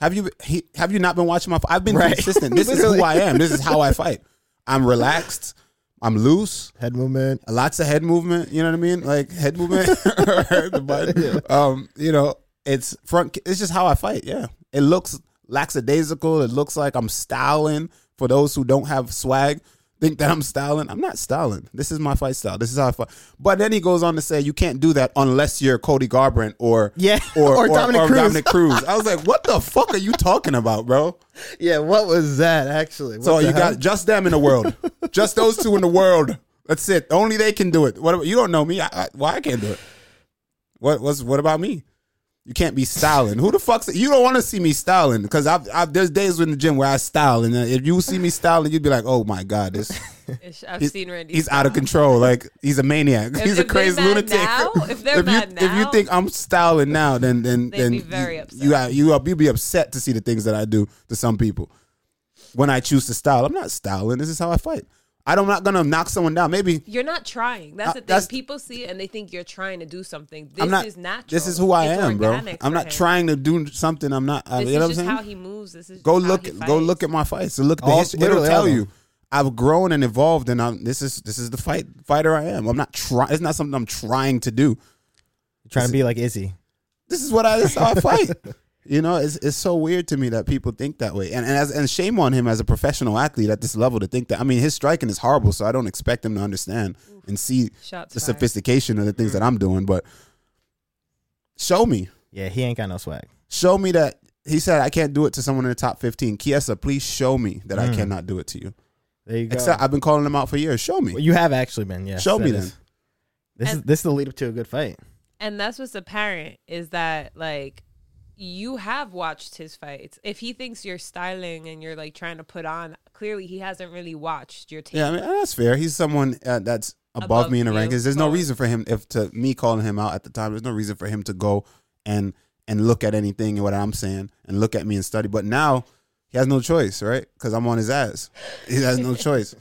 Speaker 1: have you he, have you not been watching my fight? i've been
Speaker 2: Right.
Speaker 1: consistent this is
Speaker 2: Literally.
Speaker 1: who i am this is how i fight i'm relaxed i'm loose
Speaker 2: Head movement.
Speaker 1: lots of head movement. You know what I mean? Like head movement, the button. Um, you know, it's front. It's just how I fight. Yeah, it looks lackadaisical. It looks like I'm styling. For those who don't have swag, think that I'm styling. I'm not styling. This is my fight style. This is how I fight. But then he goes on to say, you can't do that unless you're Cody Garbrandt or
Speaker 2: Yeah,
Speaker 1: or,
Speaker 2: or
Speaker 1: or,
Speaker 2: Dominic
Speaker 1: or
Speaker 2: Cruz.
Speaker 1: Dominic Cruz. I was like, what the fuck are you talking about, bro?
Speaker 2: Yeah, what was that actually? What
Speaker 1: So
Speaker 2: the
Speaker 1: you
Speaker 2: hell?
Speaker 1: got just them in the world, just those two in the world. That's it. Only they can do it. What about, you don't know me? I, I, why I can't do it? What what's what about me? You can't be styling. Who the fuck's you don't want to see me styling because I've, I've there's days in the gym where I style and uh, if you see me styling, you'd be like, oh my god, this
Speaker 3: Ish. I've
Speaker 1: he's-
Speaker 3: seen Randy.
Speaker 1: he's out of control. Like he's a maniac.
Speaker 3: If-
Speaker 1: he's a
Speaker 3: if they're
Speaker 1: crazy
Speaker 3: mad
Speaker 1: lunatic.
Speaker 3: now- if they're
Speaker 1: you,
Speaker 3: mad
Speaker 1: if you
Speaker 3: now-
Speaker 1: think I'm styling now, then then
Speaker 3: They'd
Speaker 1: then
Speaker 3: be very
Speaker 1: you,
Speaker 3: upset.
Speaker 1: you are- you are- you'd be upset to see the things that I do to some people. When I choose to style, I'm not styling. This is how I fight. I'm not gonna knock someone down. Maybe
Speaker 3: You're not trying. That's
Speaker 1: Uh,
Speaker 3: the thing.
Speaker 1: that's-
Speaker 3: People see it and they think you're trying to do something. This
Speaker 1: I'm not.
Speaker 3: is natural.
Speaker 1: This is who I
Speaker 3: It's
Speaker 1: am, bro.
Speaker 3: organic
Speaker 1: I'm
Speaker 3: for
Speaker 1: not
Speaker 3: him.
Speaker 1: trying to do something. I'm not. I-
Speaker 3: This
Speaker 1: you know
Speaker 3: is
Speaker 1: what I'm
Speaker 3: just
Speaker 1: saying?
Speaker 3: how he moves. This is
Speaker 1: go
Speaker 3: just
Speaker 1: look
Speaker 3: How he
Speaker 1: at go
Speaker 3: fights.
Speaker 1: look at my fights and look at the
Speaker 2: All-
Speaker 1: history. It'll
Speaker 2: literally all
Speaker 1: tell
Speaker 2: of
Speaker 1: you.
Speaker 2: them.
Speaker 1: I've grown and evolved, and I'm this is this is the fight fighter I am. I'm not trying. It's not something I'm trying to do.
Speaker 2: trying to be like Izzy.
Speaker 1: This is what I this is how I fight. You know, it's it's so weird to me that people think that way, and and as, and shame on him as a professional athlete at this level to think that. I mean, his striking is horrible, so I don't expect him to understand and see
Speaker 3: Shots
Speaker 1: the
Speaker 3: fired. Mm.
Speaker 1: sophistication of the things that I'm doing. But show me,
Speaker 2: Yeah, he ain't got no swag.
Speaker 1: show me that he said I can't do it to someone in the top 15. Kiesa, please show me that
Speaker 2: Mm.
Speaker 1: I cannot do it to you.
Speaker 2: There you go.
Speaker 1: Except I've been calling him out for years. Show me.
Speaker 2: well, you have actually been. Yeah.
Speaker 1: Show me then.
Speaker 2: This is
Speaker 3: And-
Speaker 2: this is the lead up to a good fight.
Speaker 3: and that's what's apparent is that like you have watched his fights. If he thinks you're styling and you're like trying to put on, clearly he hasn't really watched your tape.
Speaker 1: Yeah, I mean eh, that's fair. He's someone uh, that's above,
Speaker 3: Above
Speaker 1: me in the
Speaker 3: you,
Speaker 1: rankings. There's no
Speaker 3: forward.
Speaker 1: reason for him if to me calling him out at the time. There's no reason for him to go and and look at anything and what I'm saying and look at me and study. But now he has no choice, right? Because I'm on his ass. He has no choice.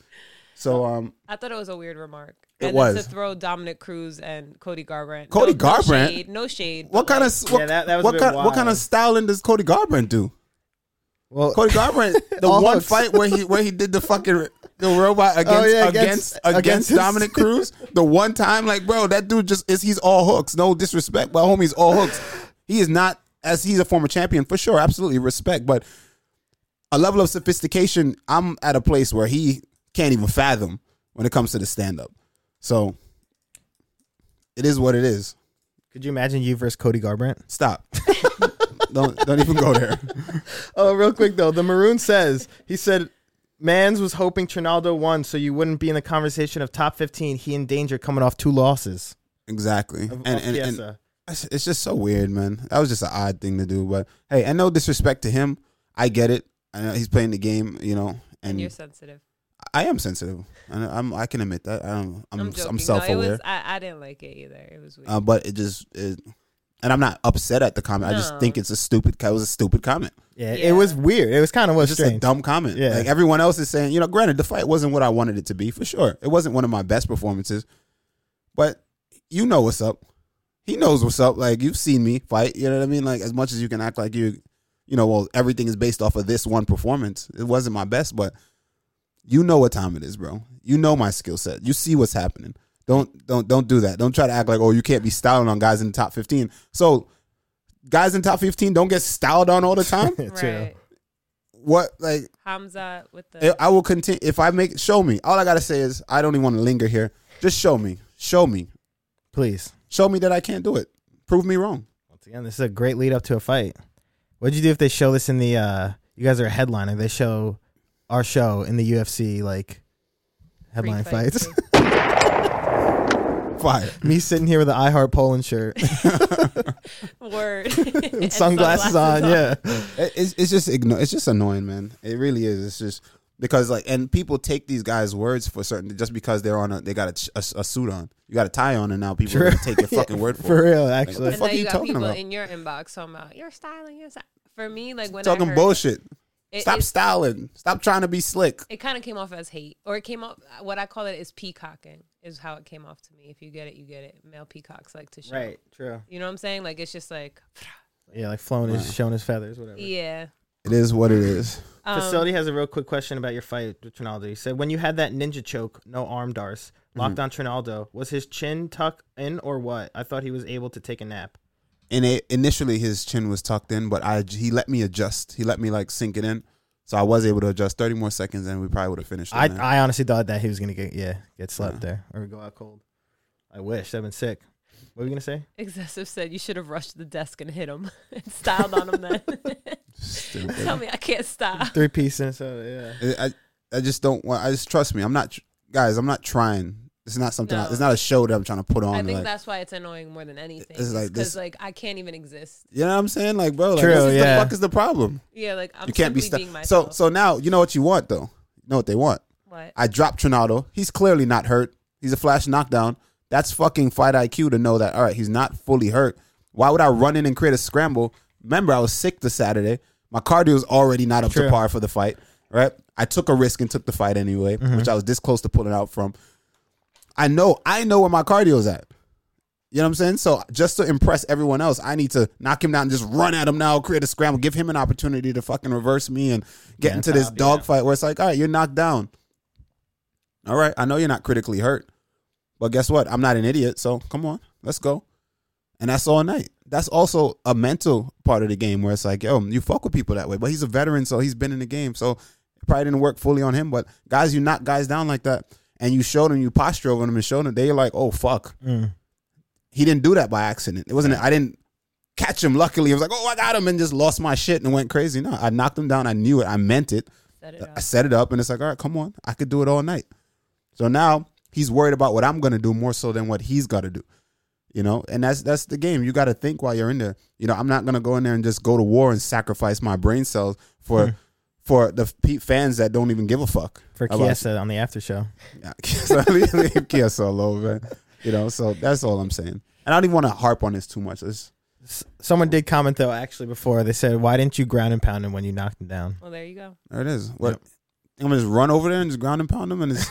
Speaker 1: So um,
Speaker 3: I thought it was a weird remark.
Speaker 1: It
Speaker 3: and
Speaker 1: was.
Speaker 3: then to throw Dominic Cruz and Cody Garbrandt.
Speaker 1: Cody
Speaker 3: no,
Speaker 1: Garbrandt?
Speaker 3: No shade. No shade
Speaker 1: what
Speaker 3: but,
Speaker 1: kind
Speaker 3: like,
Speaker 1: of what,
Speaker 2: Yeah, that- that was a
Speaker 1: what
Speaker 2: bit
Speaker 1: kind what kind of
Speaker 2: wild.
Speaker 1: styling does Cody Garbrandt do?
Speaker 2: Well,
Speaker 1: Cody Garbrandt, the
Speaker 2: All
Speaker 1: one
Speaker 2: hooks. Oh,
Speaker 1: fight where he where he did the fucking the robot against
Speaker 2: yeah,
Speaker 1: against
Speaker 2: against-
Speaker 1: against,
Speaker 2: against his-
Speaker 1: Dominic Cruz, the one time like bro, that dude just is he's all hooks. No disrespect, but homie's all hooks. He is not as he's a former champion for sure, absolutely respect, but a level of sophistication I'm at a place where he can't even fathom when it comes to the stand up. So it is what it is.
Speaker 2: could you imagine you versus Cody Garbrandt?
Speaker 1: Stop. don't don't even go there.
Speaker 2: Oh, real quick though, the maroon says he said Mans was hoping Trinaldo won so you wouldn't be in the conversation of top fifteen. He in danger coming off two losses.
Speaker 1: Exactly.
Speaker 2: Of, of
Speaker 1: and, and, and
Speaker 2: Chiesa.
Speaker 1: It's it's just so weird, man. That was just an odd thing to do, but hey, and no disrespect to him, I get it. I know he's playing the game, you know,
Speaker 3: And
Speaker 1: and,
Speaker 3: you're sensitive.
Speaker 1: I am sensitive. I know, I'm I can admit that. I don't, I'm
Speaker 3: I'm,
Speaker 1: I'm,
Speaker 3: joking.
Speaker 1: self
Speaker 3: No, it
Speaker 1: aware,
Speaker 3: was, I, I didn't like it either. It was weird.
Speaker 1: uh, but it just, it, and I'm not upset at the comment. I just
Speaker 3: No.
Speaker 1: think it's a stupid. co- It was a stupid comment.
Speaker 2: Yeah,
Speaker 3: Yeah.
Speaker 2: it was weird. It was kind of was
Speaker 1: It's just a
Speaker 2: strange.
Speaker 1: dumb comment.
Speaker 2: Yeah.
Speaker 1: Like everyone else is saying, you know, granted the fight wasn't what I wanted it to be for sure. It wasn't one of my best performances, but you know what's up. He knows what's up. Like you've seen me fight. You know what I mean? Like as much as you can act like you, you know, well everything is based off of this one performance. It wasn't my best, but you know what time it is, bro. You know my skill set. You see what's happening. Don't don't don't do that. Don't try to act like oh you can't be styling on guys in the top fifteen. So guys in top fifteen don't get styled on all the time.
Speaker 2: True.
Speaker 3: right.
Speaker 1: what like
Speaker 3: Hamza with the.
Speaker 1: I I will continue if I make show me. All I gotta say is I don't even want to linger here. Just show me, show me,
Speaker 2: Please,
Speaker 1: show me that I can't do it. Prove me wrong.
Speaker 2: once again, this is a great lead up to a fight. What'd you do if they show this in the? uh You guys are a headliner. They show our show in the UFC like
Speaker 3: free
Speaker 2: headline
Speaker 3: fight.
Speaker 2: fights.
Speaker 1: Fire.
Speaker 2: Me sitting here with an I Heart Poland shirt,
Speaker 3: Word.
Speaker 2: and
Speaker 3: And
Speaker 2: sunglasses, on, Yeah,
Speaker 1: It- it's it's just igno- It's just annoying, man. It really is. It's just because like and people take these guys' words for certain just because they're on a they got a, ch- a, a suit on. You got a tie on, and now people are gonna take your
Speaker 2: Yeah,
Speaker 1: fucking word for,
Speaker 2: for
Speaker 1: it.
Speaker 2: real.
Speaker 1: Like, what
Speaker 2: Actually,
Speaker 1: the
Speaker 3: And
Speaker 1: fuck
Speaker 3: then
Speaker 1: are you
Speaker 3: you got
Speaker 1: talking
Speaker 3: people
Speaker 1: about?
Speaker 3: in your inbox talking about you're styling. You're styling. For me, like when I
Speaker 1: talking
Speaker 3: heard,
Speaker 1: bullshit.
Speaker 3: it-
Speaker 1: Stop
Speaker 3: it-
Speaker 1: styling. Stop trying to be slick.
Speaker 3: It kind of came off as hate, or it came off. What I call it is peacocking. Is how it came off to me. If you get it, you get it. Male peacocks like to show.
Speaker 2: right, true.
Speaker 3: You know what I'm saying? Like it's just like,
Speaker 2: Yeah, like flowing his, showing his feathers, whatever.
Speaker 3: yeah.
Speaker 1: It is what it is.
Speaker 3: Um,
Speaker 2: Facility has a real quick question about your fight with Trinaldo. He said, when you had that ninja choke, no arm darce, locked on Trinaldo, was his chin tucked in or what? I thought he was able to take a nap.
Speaker 1: and it, initially his chin was tucked in, but I he let me adjust. He let me like sink it in, so I was able to adjust. Thirty more seconds, and we probably would have finished.
Speaker 2: I,
Speaker 1: it, man.
Speaker 2: I honestly thought that he was going to get, yeah, get slept there or go out cold. I wish. That'd been sick. What were you going to say?
Speaker 3: Excessive said you should have rushed to the desk and hit him and styled on him then.
Speaker 1: Stupid.
Speaker 3: Tell me I can't stop.
Speaker 2: Three piece and so, yeah.
Speaker 1: I I just don't want. I just trust me. I'm not tr- guys. I'm not trying. It's not something. I,
Speaker 3: No.
Speaker 1: it's not a show that I'm trying to put on.
Speaker 3: I think
Speaker 1: like,
Speaker 3: that's why it's annoying more than anything.
Speaker 1: It's like this-
Speaker 3: because like I can't even exist.
Speaker 1: you know what I'm saying? Like, bro, like,
Speaker 2: True,
Speaker 1: what
Speaker 2: yeah.
Speaker 1: the fuck is the problem?
Speaker 3: Yeah, like I'm
Speaker 1: you can't be
Speaker 3: simply being
Speaker 1: stuck. So
Speaker 3: myself.
Speaker 1: so now you know what you want though. You know what they want.
Speaker 3: what?
Speaker 1: I dropped Trinado. He's clearly not hurt. He's a flash knockdown. That's fucking fight IQ to know that, all right, he's not fully hurt. Why would I run in and create a scramble? Remember, I was sick this Saturday. My cardio is already not up
Speaker 2: True.
Speaker 1: to par for the fight, right? I took a risk and took the fight anyway, which I was this close to pulling out from. I know, I know where my cardio's at. You know what I'm saying? So just to impress everyone else, I need to knock him down, and just run at him now, create a scramble, give him an opportunity to fucking reverse me and get into this dogfight where it's like, all right, you're knocked down. All right, I know you're not critically hurt, but guess what? I'm not an idiot, so come on, let's go. And that's all night. That's also a mental part of the game where it's like, yo, you fuck with people that way. But he's a veteran, so he's been in the game, so it probably didn't work fully on him. But guys, you knock guys down like that, and you showed them, you posture over them, and showed them, they're like, oh fuck, he didn't do that by accident. It wasn't. I didn't catch him. Luckily, it was like, oh, I got him, and just lost my shit and went crazy. No, I knocked him down. I knew it. I meant it.
Speaker 3: Set it
Speaker 1: I
Speaker 3: up.
Speaker 1: set it up, and it's like, all right, come on, I could do it all night. So now he's worried about what I'm gonna do more so than what he's gotta do. You know, and that's that's the game. You gotta think while you're in there. You know, I'm not gonna go in there and just go to war and sacrifice my brain cells for for the f- fans that don't even give a fuck
Speaker 2: for
Speaker 1: about-
Speaker 2: Kiesa on the after show.
Speaker 1: yeah, so leave, leave Kia solo, man. You know, so that's all I'm saying. And I don't even want to harp on this too much. It's,
Speaker 2: Someone did comment though, actually, before they said, "Why didn't you ground and pound him when you knocked him down?"
Speaker 3: Well, there you go.
Speaker 1: there it is. What I'm gonna just run over there and just ground and pound them, and it's,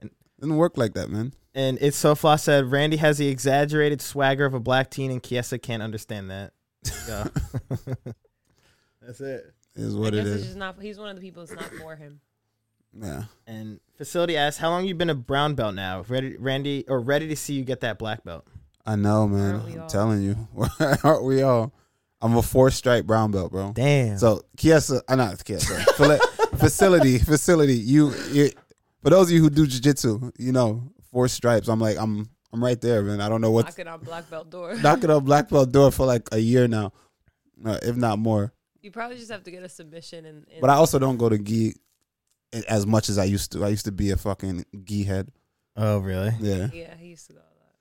Speaker 1: it doesn't work like that, man.
Speaker 2: And it's so Fla said, "Randy has the exaggerated swagger of a black teen, and Kiesa can't understand that." Yeah. That's it.
Speaker 1: It Is
Speaker 3: I
Speaker 1: what
Speaker 3: guess
Speaker 1: it
Speaker 3: it's
Speaker 1: is.
Speaker 3: just not. He's one of the people that's not for him.
Speaker 1: Yeah.
Speaker 2: And facility asks, "How long you been a brown belt now? Ready, Randy, or ready to see you get that black belt?"
Speaker 1: I know,
Speaker 3: Aren't we
Speaker 1: man. I'm
Speaker 3: all?
Speaker 1: telling you, aren't we all? I'm a four stripe brown belt, bro.
Speaker 2: Damn.
Speaker 1: So Kiesa, uh, not Kiesa, Fili- facility, facility. You, you, for those of you who do jujitsu, you know four stripes. I'm like, I'm, I'm right there, man. I don't know what
Speaker 3: Knock it on black belt door.
Speaker 1: knocking on black belt door for like a year now, uh, if not more.
Speaker 3: You probably just have to get a submission and. and
Speaker 1: But I also don't go to gi as much as I used to. I used to be a fucking gi head.
Speaker 2: oh, really?
Speaker 1: Yeah,
Speaker 3: yeah, he used to go. a lot.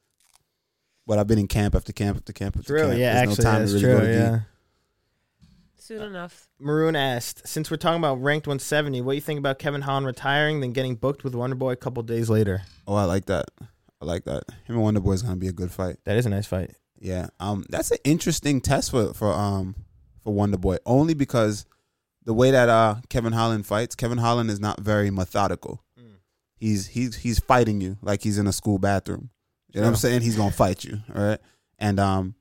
Speaker 1: but I've been in camp after camp after camp after
Speaker 2: True.
Speaker 1: camp.
Speaker 2: Yeah,
Speaker 1: There's
Speaker 2: actually, that's
Speaker 1: go
Speaker 2: true.
Speaker 1: to gi.
Speaker 2: Yeah.
Speaker 3: Soon enough,
Speaker 2: Maroon asked, "Since we're talking about ranked 170, what do you think about Kevin Hahn retiring, then getting booked with Wonderboy a couple days later?"
Speaker 1: Oh, I like that. I like that. Him and Wonder Boy's gonna be a good fight.
Speaker 2: That is a nice fight.
Speaker 1: Yeah. Um that's an interesting test for for um for Wonder Boy. Only because the way that uh Kevin Holland fights, Kevin Holland is not very methodical. He's he's he's fighting you like he's in a school bathroom. You know what I'm
Speaker 2: True.
Speaker 1: saying? He's gonna fight you. All right. And um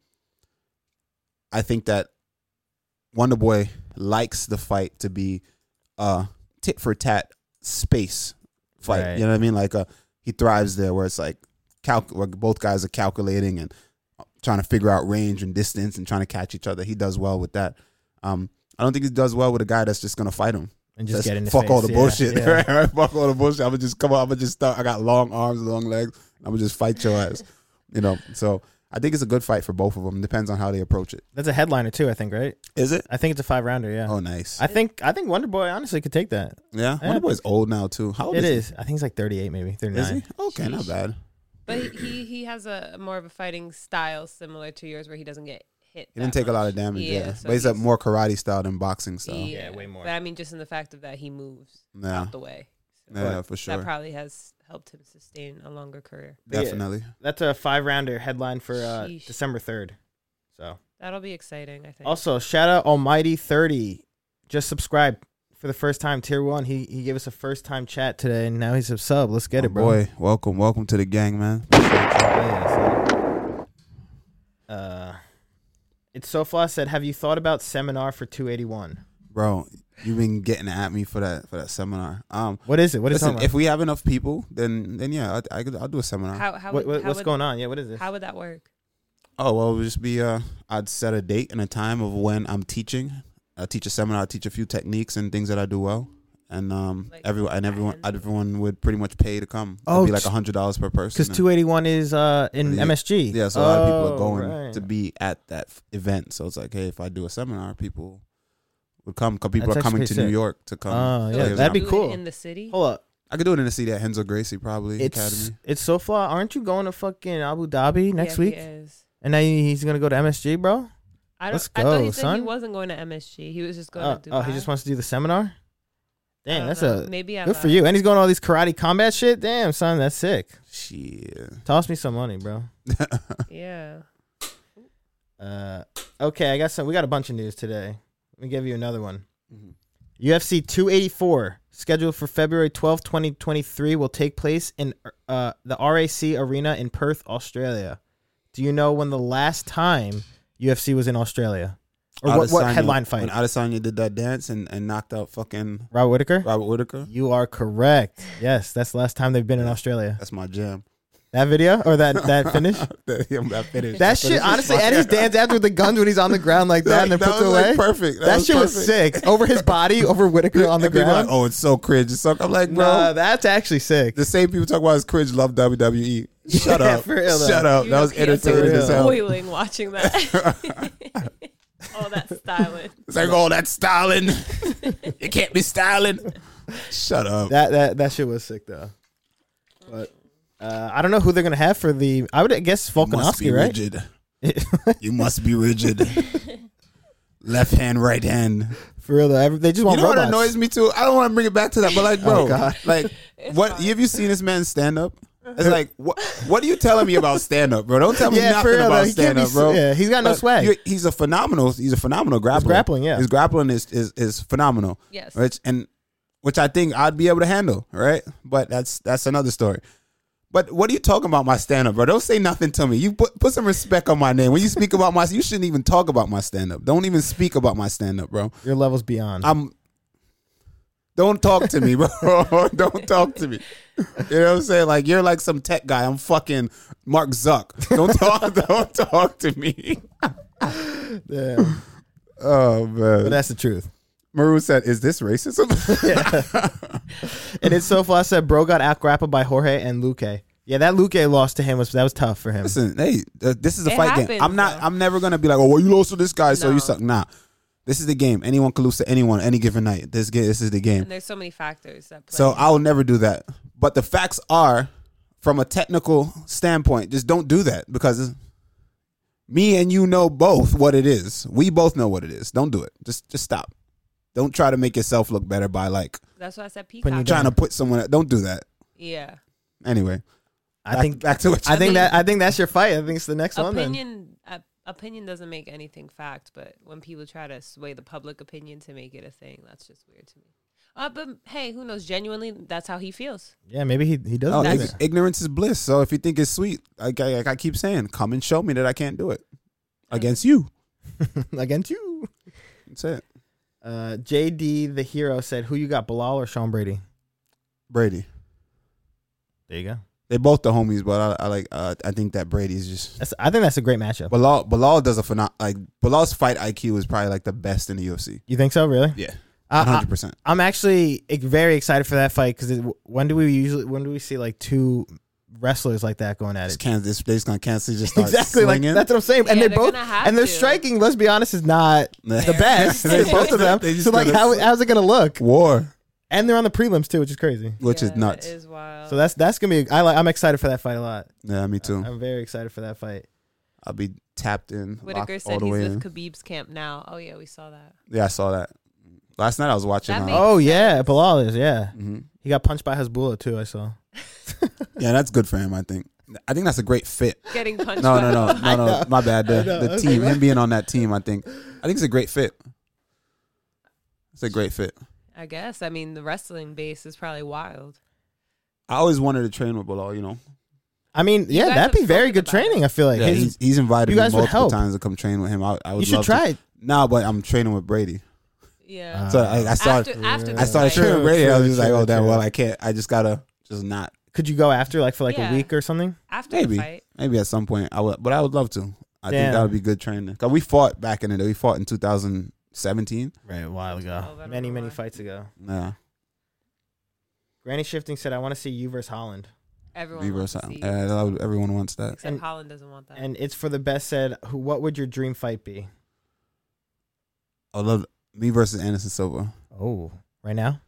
Speaker 1: I think that Wonder Boy likes the fight to be uh tit for tat space fight.
Speaker 2: Right.
Speaker 1: You know what I mean? Like uh he thrives there where it's like calc where both guys are calculating and uh, trying to figure out range and distance and trying to catch each other. He does well with that. Um, I don't think he does well with a guy that's just gonna fight him.
Speaker 2: And just
Speaker 1: That's-
Speaker 2: get in his
Speaker 1: fuck all
Speaker 2: face.
Speaker 1: the
Speaker 2: Yeah,
Speaker 1: bullshit.
Speaker 2: yeah.
Speaker 1: Right, right? Fuck all the bullshit. I'm gonna just come on. I'm gonna just start. I got long arms, long legs. I'm gonna just fight your ass. You know. So I think it's a good fight for both of them. Depends on how they approach it.
Speaker 2: That's a headliner too, I think, right?
Speaker 1: Is it?
Speaker 2: I think it's a five rounder, yeah.
Speaker 1: Oh, nice.
Speaker 2: I think I think Wonder Boy honestly could take that.
Speaker 1: yeah.
Speaker 2: I-
Speaker 1: Wonder Boy's old now too. How old
Speaker 2: It
Speaker 1: is,
Speaker 2: is. I think it's like 38 maybe,
Speaker 1: he? Is
Speaker 2: 39.
Speaker 1: he? Okay, not bad.
Speaker 3: but he, he he has a more of a fighting style similar to yours, where he doesn't get hit.
Speaker 1: He didn't
Speaker 3: that
Speaker 1: take a lot of
Speaker 3: much.
Speaker 1: damage. Yeah,
Speaker 3: Yeah, so
Speaker 1: but he's a
Speaker 3: he's-
Speaker 1: more karate style than boxing style.
Speaker 2: Yeah,
Speaker 1: Yeah,
Speaker 2: way more.
Speaker 3: But I mean, just in the fact of that he moves
Speaker 1: yeah,
Speaker 3: out the way. So
Speaker 1: for sure.
Speaker 3: That probably has helped him sustain a longer career.
Speaker 2: Yeah.
Speaker 1: Definitely.
Speaker 2: That's a five rounder headline for uh,
Speaker 3: Sheesh.
Speaker 2: December 3rd. So,
Speaker 3: That'll be exciting, I think.
Speaker 2: also shout out Almighty 30 just subscribed for the first time tier 1. He he gave us a first time chat today and now he's a sub. Let's get
Speaker 1: Oh,
Speaker 2: it, bro.
Speaker 1: Boy, welcome, welcome to the gang, man.
Speaker 2: Yeah, so- Uh it's Sofla said, "Have you thought about seminar for 281?
Speaker 1: Bro, you've been getting at me for that for that seminar. Um,
Speaker 2: What is it? What is it?
Speaker 1: listen,
Speaker 2: talking
Speaker 1: if we have enough people, then then yeah, I, I could, I'll do a seminar.
Speaker 3: how how,
Speaker 2: about? What-
Speaker 3: would,
Speaker 2: what-
Speaker 3: how
Speaker 2: what's
Speaker 3: would,
Speaker 2: going on? Yeah, what is this?
Speaker 3: How would that work?
Speaker 1: oh well, it would just be uh, I'd set a date and a time of when I'm teaching. I teach a seminar. I teach a few techniques and things that I do well, and um,
Speaker 3: Like
Speaker 1: everyone and everyone
Speaker 3: hand-
Speaker 1: everyone would pretty much pay to come.
Speaker 2: Oh,
Speaker 1: It'd be like
Speaker 2: t-
Speaker 1: a hundred dollars per person.
Speaker 2: Because
Speaker 1: and-
Speaker 2: 281 is uh in
Speaker 1: Yeah.
Speaker 2: MSG.
Speaker 1: Yeah, so a lot of people
Speaker 2: Oh,
Speaker 1: are going
Speaker 2: right.
Speaker 1: to be at that f- event. So it's like, hey, if I do a seminar, people would come. 'Cause People
Speaker 2: That's
Speaker 1: are coming to
Speaker 2: actually
Speaker 1: New
Speaker 2: sick.
Speaker 1: York to come.
Speaker 2: Oh,
Speaker 3: So
Speaker 2: yeah,
Speaker 3: would
Speaker 1: there's
Speaker 2: that'd
Speaker 1: an
Speaker 2: be
Speaker 3: you do it
Speaker 2: cool.
Speaker 3: In the city?
Speaker 2: Hold up,
Speaker 1: I could do it in the city at Hensel Gracie, probably
Speaker 2: it's
Speaker 1: Academy.
Speaker 2: it's so far. Aren't you going to fucking Abu Dhabi next
Speaker 3: Yeah, he
Speaker 2: week?
Speaker 3: is.
Speaker 2: And now he's gonna go to MSG, bro.
Speaker 3: I don't,
Speaker 2: Let's
Speaker 3: I thought
Speaker 2: go,
Speaker 3: he said he
Speaker 2: son.
Speaker 3: wasn't going to MSG. He was just going
Speaker 2: Oh,
Speaker 3: to Dubai.
Speaker 2: oh, he just wants to do the seminar.
Speaker 3: I
Speaker 2: Damn,
Speaker 3: don't
Speaker 2: that's
Speaker 3: know.
Speaker 2: a
Speaker 3: maybe I
Speaker 2: good for
Speaker 3: lied.
Speaker 2: you. And he's going to all these karate combat shit. Damn, son, that's sick.
Speaker 1: Shit.
Speaker 2: Toss me some money, bro.
Speaker 3: Yeah.
Speaker 1: Mm-hmm.
Speaker 2: Uh, okay, I got some. We got a bunch of news today. Let me give you another one. UFC 284, scheduled for February 12, 2023, will take place in uh, the RAC Arena in Perth, Australia. Do you know when the last time UFC was in Australia? Or what, what
Speaker 1: Adesanya-
Speaker 2: headline fight?
Speaker 1: When Adesanya did that dance and, and knocked out fucking
Speaker 2: Robert Whitaker?
Speaker 1: Robert Whitaker.
Speaker 2: You are correct. Yes, that's the last time they've been in Australia.
Speaker 1: That's my jam.
Speaker 2: That video or that, that finish?
Speaker 1: that, yeah, that finish.
Speaker 2: That shit,
Speaker 1: finish was
Speaker 2: honestly,
Speaker 1: fire.
Speaker 2: Eddie's dance after with the guns when he's on the ground like that, and then
Speaker 1: That
Speaker 2: puts it
Speaker 1: was, like,
Speaker 2: away.
Speaker 1: perfect. That
Speaker 2: That,
Speaker 1: was
Speaker 2: shit was
Speaker 1: perfect.
Speaker 2: sick. Over his body, over Whitaker on the
Speaker 1: And people are
Speaker 2: ground.
Speaker 1: Like, oh, it's so cringe. It's so, I'm like, bro.
Speaker 2: Nah, that's actually sick.
Speaker 1: the same people talk about as cringe love WWE. Shut
Speaker 2: Yeah,
Speaker 1: up.
Speaker 2: for real, though.
Speaker 1: Shut up.
Speaker 3: You
Speaker 1: Oh, That was
Speaker 3: know kids are
Speaker 1: entertaining as hell.
Speaker 3: Spoiling watching that. All that styling.
Speaker 1: It's like, oh, that's styling. you can't be styling. Shut up.
Speaker 2: That that that shit was sick though. But uh, I don't know who they're gonna have for the. I would guess
Speaker 1: must be
Speaker 2: Volkanovski, right?
Speaker 1: rigid. You must be rigid. Left hand, right hand.
Speaker 2: for real though, every- they just
Speaker 1: You
Speaker 2: want
Speaker 1: know
Speaker 2: robots.
Speaker 1: what annoys me too? I don't want to bring it back to that, but like, bro,
Speaker 2: Oh, God.
Speaker 1: like, what? Have you seen this man stand up? It's like, what? What are you telling me about stand up, bro? Don't tell me
Speaker 2: Yeah, for
Speaker 1: nothing
Speaker 2: real though,
Speaker 1: about
Speaker 2: he can't
Speaker 1: stand
Speaker 2: be.
Speaker 1: up, bro.
Speaker 2: Yeah, he's got no
Speaker 1: But
Speaker 2: swag.
Speaker 1: you- He's a phenomenal. He's a phenomenal grappler.
Speaker 2: grappling, yeah.
Speaker 1: His grappling is is, is phenomenal.
Speaker 3: Yes.
Speaker 1: Which and which I think I'd be able to handle, right? But that's that's another story. But what are you talking about my stand up, bro? Don't say nothing to me. You put put some respect on my name. When you speak about my, you shouldn't even talk about my stand up. Don't even speak about my stand up, bro.
Speaker 2: Your levels beyond.
Speaker 1: I'm. Don't talk to me, bro. don't talk to me. You know what I'm saying? Like you're like some tech guy. I'm fucking Mark Zuck. Don't talk. don't talk to me.
Speaker 2: Yeah,
Speaker 1: Oh
Speaker 2: but
Speaker 1: man.
Speaker 2: that's the truth.
Speaker 1: Maru said, "Is this racism?"
Speaker 2: And it's so far said, bro got outgrappled by Jorge and Luque. Yeah, that Luque loss to him was that was tough for him.
Speaker 1: Listen, hey, uh, this is a
Speaker 3: It
Speaker 1: fight game.
Speaker 3: happens,
Speaker 1: I'm not.
Speaker 3: though.
Speaker 1: I'm never gonna be like, "Oh, well, you lost to this guy, so
Speaker 3: No.
Speaker 1: you suck." Nah. This is the game. Anyone can lose to anyone any given night. This game. This is the game.
Speaker 3: And there's so many factors that play.
Speaker 1: So I will never do that. But the facts are, from a technical standpoint, just don't do that because me and you know both what it is. We both know what it is. Don't do it. Just just stop. Don't try to make yourself look better by like
Speaker 3: That's why I said
Speaker 2: When you
Speaker 3: peacock.
Speaker 1: trying to put someone. Don't do that.
Speaker 3: yeah.
Speaker 1: Anyway,
Speaker 2: I
Speaker 1: back-
Speaker 2: think
Speaker 1: back to what you-
Speaker 2: I think that I think that's your fight. I think it's the next one. Then
Speaker 3: Opinion op- opinion doesn't make anything fact, but when people try to sway the public opinion to make it a thing, that's just weird to me. Uh, but hey, who knows? Genuinely, that's how he feels.
Speaker 2: yeah, maybe he he does.
Speaker 1: No,
Speaker 2: not
Speaker 1: oh, ig- ignorance is bliss. So if you think it's sweet, like I, like I keep saying, come and show me that I can't do it against you.
Speaker 2: against you.
Speaker 1: That's it,
Speaker 2: Uh, JD the hero said, "Who you got, Bilal or Sean Brady?"
Speaker 1: Brady.
Speaker 2: There you go.
Speaker 1: They both the homies, but I, I like. Uh, I think that Brady's just
Speaker 2: That's, I think that's a great matchup.
Speaker 1: Bilal, Bilal does a phenom- like Bilal's fight IQ is probably like the best in the UFC.
Speaker 2: You think so? Really?
Speaker 1: Yeah,
Speaker 2: I,
Speaker 1: hundred percent.
Speaker 2: I, am actually eh, very excited for that fight because when do we usually when do we see like two wrestlers like that going at
Speaker 1: Just
Speaker 2: it?
Speaker 1: can this they just gonna cancel just start
Speaker 2: Exactly. Like
Speaker 1: slinging.
Speaker 2: that's what I'm saying. and
Speaker 3: Yeah,
Speaker 2: they're,
Speaker 3: they're
Speaker 2: both
Speaker 3: gonna have
Speaker 2: and they're
Speaker 3: to.
Speaker 2: striking. Let's be honest, is not the best.
Speaker 1: They
Speaker 2: both
Speaker 1: just-
Speaker 2: of them.
Speaker 1: they just
Speaker 2: So like,
Speaker 1: gonna-
Speaker 2: how, how's it gonna look?
Speaker 1: war,
Speaker 2: And they're on the prelims too, which is crazy.
Speaker 1: which
Speaker 3: Yeah,
Speaker 1: is nuts.
Speaker 3: It is wild.
Speaker 2: So that's that's gonna be. I like. I'm excited for that fight a lot.
Speaker 1: yeah, me too.
Speaker 2: I'm very excited for that fight.
Speaker 1: I'll be tapped in locked
Speaker 3: Whitaker
Speaker 1: all
Speaker 3: said
Speaker 1: the
Speaker 3: he's
Speaker 1: way
Speaker 3: with
Speaker 1: in.
Speaker 3: Khabib's camp now. Oh yeah, we saw that.
Speaker 1: yeah, I saw that last night. I was watching.
Speaker 3: That
Speaker 1: uh,
Speaker 3: makes-
Speaker 2: Oh yeah, Bilal is yeah.
Speaker 1: mhm.
Speaker 2: He got punched by Hezbollah too. I saw.
Speaker 1: Yeah, that's good for him. I think. I think that's a great fit.
Speaker 3: Getting punched.
Speaker 1: No,
Speaker 3: by
Speaker 1: no, no, no, no. My bad. The,
Speaker 2: know.
Speaker 1: the team, him being on that team, I think, I think it's a great fit. It's a great fit.
Speaker 3: I guess. I mean, the wrestling base is probably wild.
Speaker 1: I always wanted to train with Bilal. You know,
Speaker 2: I mean, yeah,
Speaker 3: guys
Speaker 2: that'd
Speaker 3: have
Speaker 2: be very
Speaker 3: spoken
Speaker 2: good
Speaker 3: about it.
Speaker 2: training. I feel like
Speaker 1: yeah,
Speaker 2: His-
Speaker 1: he's, he's invited
Speaker 2: you
Speaker 1: me
Speaker 2: guys would
Speaker 1: multiple
Speaker 2: help.
Speaker 1: times to come train with him. I, I would
Speaker 2: you should
Speaker 1: love
Speaker 2: try
Speaker 1: To.
Speaker 2: it.
Speaker 1: No, but I'm training with Brady.
Speaker 3: Yeah.
Speaker 2: Uh,
Speaker 1: So I, I started,
Speaker 3: after after
Speaker 1: I
Speaker 3: the
Speaker 1: started
Speaker 3: fight.
Speaker 2: True,
Speaker 1: training with Brady. I was
Speaker 2: true,
Speaker 1: just like,
Speaker 2: true,
Speaker 1: oh, damn.
Speaker 2: true.
Speaker 1: Well, I can't. I just gotta just not.
Speaker 2: Could you go after like for like
Speaker 3: Yeah.
Speaker 2: a week or something?
Speaker 3: After
Speaker 1: Maybe,
Speaker 3: the fight.
Speaker 1: maybe at some point. I would, but I would love to. I think
Speaker 2: Damn.
Speaker 1: that would be good training. Cause we fought back in the day. We fought in 2017.
Speaker 2: Right, a while
Speaker 3: ago. Oh, I don't
Speaker 2: many
Speaker 3: know
Speaker 2: many
Speaker 3: why.
Speaker 2: fights ago.
Speaker 1: Yeah,
Speaker 2: Granny Shifting said, "I want to see you versus Holland,
Speaker 3: Everyone.
Speaker 1: we were
Speaker 3: wants to
Speaker 1: something.
Speaker 3: see
Speaker 1: Yeah, that would- everyone wants that.
Speaker 3: Except
Speaker 2: And-
Speaker 3: Holland doesn't want that.
Speaker 2: and it's for the best." Said, "Who? What would your dream fight be?"
Speaker 1: I would love me versus Anderson Silva.
Speaker 2: Oh, right now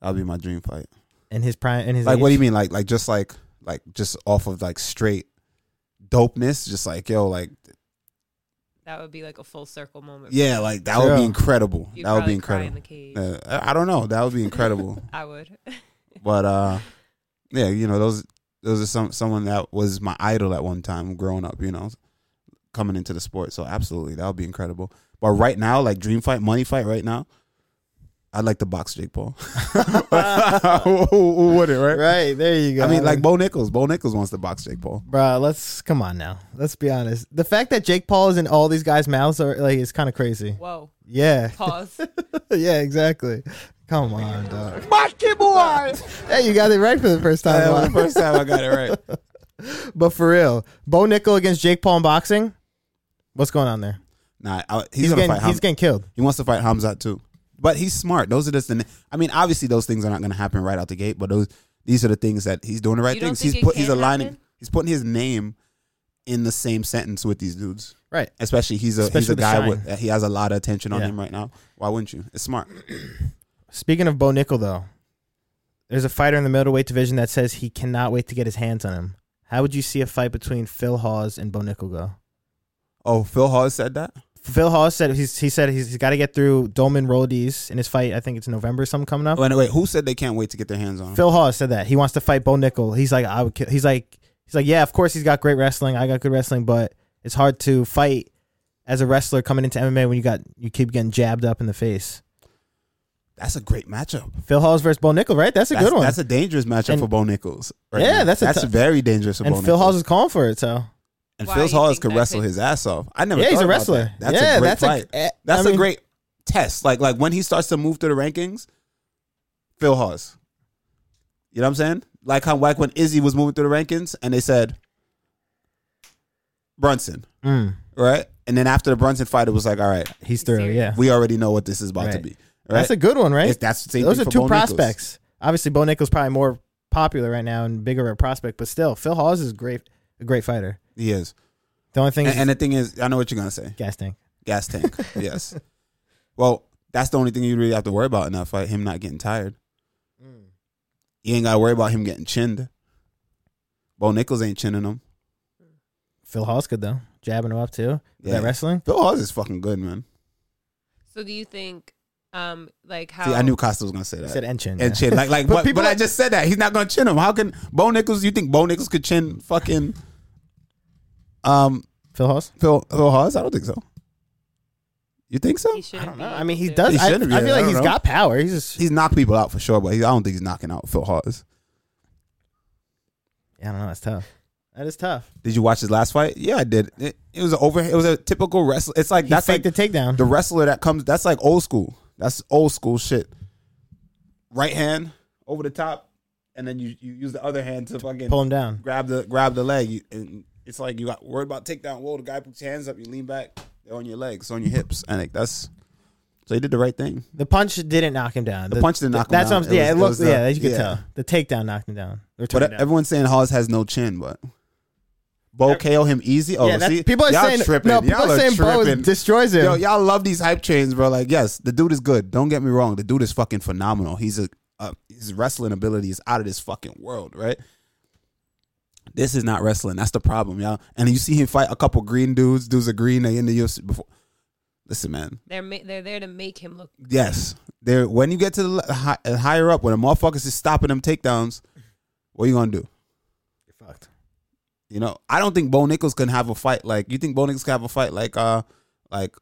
Speaker 1: That would be my dream fight.
Speaker 2: in his prime, in his
Speaker 1: like what do you
Speaker 2: age?
Speaker 1: mean like like just like like just off of like straight dopeness just like yo like
Speaker 3: that would be like a full circle moment.
Speaker 1: yeah like that would be
Speaker 2: Yeah.
Speaker 1: incredible
Speaker 3: You'd
Speaker 1: that would be
Speaker 3: probably cry in
Speaker 1: incredible
Speaker 3: the cage.
Speaker 1: Uh, I, I don't know that would be incredible
Speaker 3: I would.
Speaker 1: but uh yeah you know those those are some someone that was my idol at one time growing up you know coming into the sport so absolutely that would be incredible but right now like dream fight money fight right now I'd like to box Jake Paul. who, who- who wouldn't, right?
Speaker 2: Right there you go.
Speaker 1: I mean, like Bo Nichols. Bo Nichols wants to box Jake Paul.
Speaker 2: Bruh, let's come on now. Let's be honest. The fact that Jake Paul is in all these guys' mouths are like it's kind of crazy.
Speaker 3: Whoa.
Speaker 2: Yeah,
Speaker 3: Pause.
Speaker 2: yeah, exactly. Come on, dog.
Speaker 1: Monkey boy.
Speaker 2: Hey, you got it right for the first time.
Speaker 1: the
Speaker 2: Lon.
Speaker 1: first time I got it right.
Speaker 2: but for real, Bo Nickel against Jake Paul in boxing. What's going on there?
Speaker 1: Nah, I, he's,
Speaker 2: He's
Speaker 1: gonna
Speaker 2: getting
Speaker 1: fight. Ham-
Speaker 2: he's getting killed.
Speaker 1: he wants to fight Hamzat too, but he's smart. Those are just the. I mean, obviously those things are not going to happen right out the gate, but those these are the things that he's doing the right
Speaker 3: You don't
Speaker 1: things.
Speaker 3: think
Speaker 1: He's
Speaker 3: it
Speaker 1: put he's
Speaker 3: can
Speaker 1: aligning.
Speaker 3: happen?
Speaker 1: He's putting his name in the same sentence with these dudes.
Speaker 2: Right.
Speaker 1: Especially he's a he's
Speaker 2: Especially
Speaker 1: a
Speaker 2: the
Speaker 1: guy
Speaker 2: shine.
Speaker 1: with he has a lot of attention on
Speaker 2: Yeah.
Speaker 1: him right now. Why wouldn't you? It's smart.
Speaker 2: Speaking of Bo Nickel, though, there's a fighter in the middleweight division that says he cannot wait to get his hands on him. How would you see a fight between Phil Hawes and Bo Nickel go?
Speaker 1: Oh, Phil Hall said that.
Speaker 2: Phil Hawes said he's he said he's, he's got to get through Dolman Roldies in his fight. I think it's November, or something coming up.
Speaker 1: Oh, and wait, who said they can't wait to get their hands on him?
Speaker 2: Phil Hawes said that he wants to fight Bo Nickel. He's like, I would kill. He's like, he's like, yeah, of course he's got great wrestling. I got good wrestling, but it's hard to fight as a wrestler coming into MMA when you got you keep getting jabbed up in the face.
Speaker 1: That's a great matchup.
Speaker 2: Phil Hawes versus Bo Nickel, right? That's a
Speaker 1: That's,
Speaker 2: good one.
Speaker 1: that's a dangerous matchup
Speaker 2: And-
Speaker 1: for Bo Nichols.
Speaker 2: Yeah, that's a
Speaker 1: that's
Speaker 2: tou-
Speaker 1: very dangerous for
Speaker 2: and
Speaker 1: Bo
Speaker 2: Phil
Speaker 1: Nichols.
Speaker 2: Hawes is calling for it, so
Speaker 1: and
Speaker 3: Why
Speaker 1: Phil
Speaker 3: you think
Speaker 1: Hawes could
Speaker 3: that
Speaker 1: wrestle
Speaker 3: could-
Speaker 1: his ass off. I never.
Speaker 2: yeah, he's
Speaker 1: thought
Speaker 2: a
Speaker 1: about
Speaker 2: wrestler.
Speaker 1: that. That's
Speaker 2: yeah,
Speaker 1: a great
Speaker 2: that's
Speaker 1: fight.
Speaker 2: a eh,
Speaker 1: that's
Speaker 2: I
Speaker 1: a
Speaker 2: mean,
Speaker 1: great test. Like like when he starts to move to the rankings, Phil Hawes. You know what I'm saying? Like how like when Izzy was moving through the rankings and they said Brunson,
Speaker 2: Mm,
Speaker 1: right? And then after the Brunson fight, it was like, all right,
Speaker 2: he's through. Yeah,
Speaker 1: we already know what this is about to
Speaker 2: Right.
Speaker 1: be. Right?
Speaker 2: that's a good one, right?
Speaker 1: It's- that's the same
Speaker 2: Those
Speaker 1: thing
Speaker 2: are
Speaker 1: for
Speaker 2: two
Speaker 1: Bo Nichols.
Speaker 2: prospects. Obviously, Bo Nickel's probably more popular right now and bigger of a prospect, but still, Phil Hawes is great, a great fighter.
Speaker 1: He is.
Speaker 2: The only thing
Speaker 1: And,
Speaker 2: is
Speaker 1: and the thing is, I know what you're gonna say.
Speaker 2: gas tank.
Speaker 1: Gas tank. yes. Well, that's the only thing you really have to worry about in that fight. Him not getting tired. Mm. You ain't gotta worry about him getting chinned. Bo Nichols ain't chinning him.
Speaker 2: Phil Hall's good though, jabbing him up too. Is
Speaker 1: Yeah.
Speaker 2: That wrestling.
Speaker 1: Phil Hawes is fucking good, man.
Speaker 3: So do you think, um, like how
Speaker 1: See, I knew Costa was gonna say that.
Speaker 2: He said Enchin.
Speaker 1: and chin, like, like,
Speaker 2: But
Speaker 1: but, but,
Speaker 2: people-
Speaker 1: I just said that he's not gonna chin him. How can Bo Nichols? You think Bo Nichols could chin fucking um
Speaker 2: Phil Hawes.
Speaker 1: Phil Phil Hawes? I don't think so. You think so?
Speaker 3: he shouldn't? be
Speaker 2: I mean, he
Speaker 3: able to?
Speaker 2: does.
Speaker 1: He
Speaker 2: I, I
Speaker 1: shouldn't be,
Speaker 2: feel
Speaker 1: I
Speaker 2: like
Speaker 1: don't
Speaker 2: he's
Speaker 1: know.
Speaker 2: got power. He's just.
Speaker 1: He's knocked people out for sure, but he, I don't think he's knocking out Phil Hawes.
Speaker 2: I don't know. That's tough. That is tough.
Speaker 1: Did you watch his last fight? Yeah, I did. It, it was an over. It was a typical wrestler. It's like
Speaker 2: He
Speaker 1: that's like
Speaker 2: faked the takedown.
Speaker 1: the wrestler that comes that's like old school that's old school shit right hand over the top and then you, you use the other hand to fucking
Speaker 2: pull him down.
Speaker 1: grab the grab the leg you, and it's like you got worried about takedown whoa the guy puts your hands up you lean back they're on your legs on your hips and like that's so he did the right thing
Speaker 2: The punch didn't knock him down. The,
Speaker 1: punch didn't knock him
Speaker 2: that's
Speaker 1: down.
Speaker 2: What I'm,
Speaker 1: It
Speaker 2: yeah,
Speaker 1: was-
Speaker 2: it
Speaker 1: it
Speaker 2: looked.
Speaker 1: was the-
Speaker 2: yeah, as you can
Speaker 1: yeah.
Speaker 2: tell, the takedown knocked him down. Or turned
Speaker 1: but
Speaker 2: him down.
Speaker 1: everyone's saying Hawes has no chin but Bo KO him easy. Oh,
Speaker 2: yeah, that's-
Speaker 1: see,
Speaker 2: people are
Speaker 1: y'all
Speaker 2: saying
Speaker 1: tripping.
Speaker 2: no. People
Speaker 1: y'all
Speaker 2: are saying
Speaker 1: tripping.
Speaker 2: Bo destroys him.
Speaker 1: Yo, y'all love these hype chains, bro. Like, yes, the dude is good. Don't get me wrong. The dude is fucking phenomenal. He's a uh, his wrestling ability is out of this fucking world, right? This is not wrestling. That's the problem, y'all. And you see him fight a couple green dudes. Dudes are green. They in the UFC before. Listen, man.
Speaker 3: They're ma- they're there to make him look.
Speaker 1: Yes, there. When you get to the le- hi- uh, higher up, when the motherfuckers is stopping them takedowns, what you gonna do?
Speaker 2: You're fucked.
Speaker 1: You know, I don't think Bo Nichols can have a fight like you think Bo Nichols can have a fight like uh like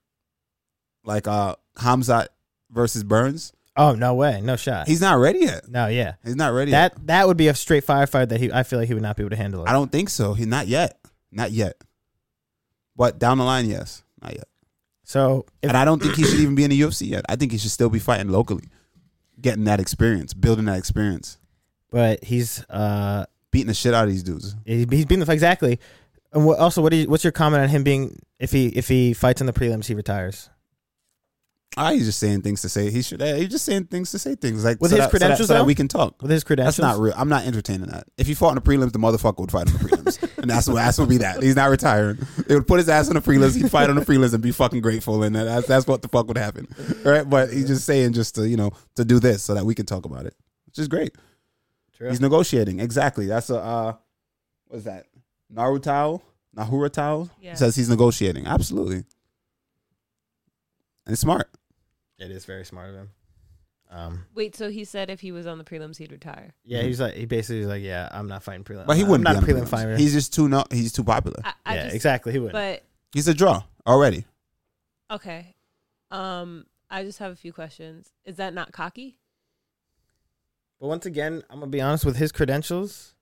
Speaker 1: like uh Hamzat versus Burns.
Speaker 2: Oh no way, no shot.
Speaker 1: He's not ready yet.
Speaker 2: no, yeah.
Speaker 1: He's not ready yet.
Speaker 2: That that would be a straight firefight that he. I feel like he would not be able to handle it.
Speaker 1: I don't think so. He not yet. Not yet. But down the line, yes. Not yet.
Speaker 2: so if
Speaker 1: and I don't think he should even be in the UFC yet. I think he should still be fighting locally. Getting that experience, building that experience,
Speaker 2: but he's uh
Speaker 1: beating the shit out of these dudes.
Speaker 2: he- he's being the exactly. And what, also, what do you, what's your comment on him being if he if he fights in the prelims he retires
Speaker 1: Ah, he's just saying things to say. He should. eh, He's just saying things to say things like
Speaker 2: With
Speaker 1: so
Speaker 2: his
Speaker 1: that- so that-
Speaker 2: credentials,
Speaker 1: so that
Speaker 2: though?
Speaker 1: we can talk.
Speaker 2: with his credentials?
Speaker 1: That's not real. I'm not entertaining that. If he fought in the prelims, the motherfucker would fight in the prelims, and that's what that's would be that. He's not retiring. They would put his ass in the prelims. He'd fight on the prelims and be fucking grateful, and that- that's that's what the fuck would happen, right? But he's just saying just to you know to do this so that we can talk about it, which is great.
Speaker 2: True.
Speaker 1: He's negotiating exactly. That's a uh, what's that? Naruto, Naruto
Speaker 3: Yeah.
Speaker 1: says he's negotiating. Absolutely, and it's smart.
Speaker 2: It is very smart of him. Um,
Speaker 3: Wait, so he said if he was on the prelims, he'd retire.
Speaker 2: yeah, he's like he basically was like, yeah, I'm not fighting prelim.
Speaker 1: But he wouldn't
Speaker 2: Uh, I'm not
Speaker 1: be
Speaker 2: a
Speaker 1: on
Speaker 2: prelim
Speaker 1: the prelims.
Speaker 2: fighter.
Speaker 1: He's just too no. He's too popular.
Speaker 3: I, I
Speaker 2: yeah,
Speaker 3: just,
Speaker 2: exactly. He wouldn't.
Speaker 3: But
Speaker 1: He's a draw already.
Speaker 3: okay, um, I just have a few questions. Is that not cocky?
Speaker 2: But once again, I'm gonna be honest with his credentials,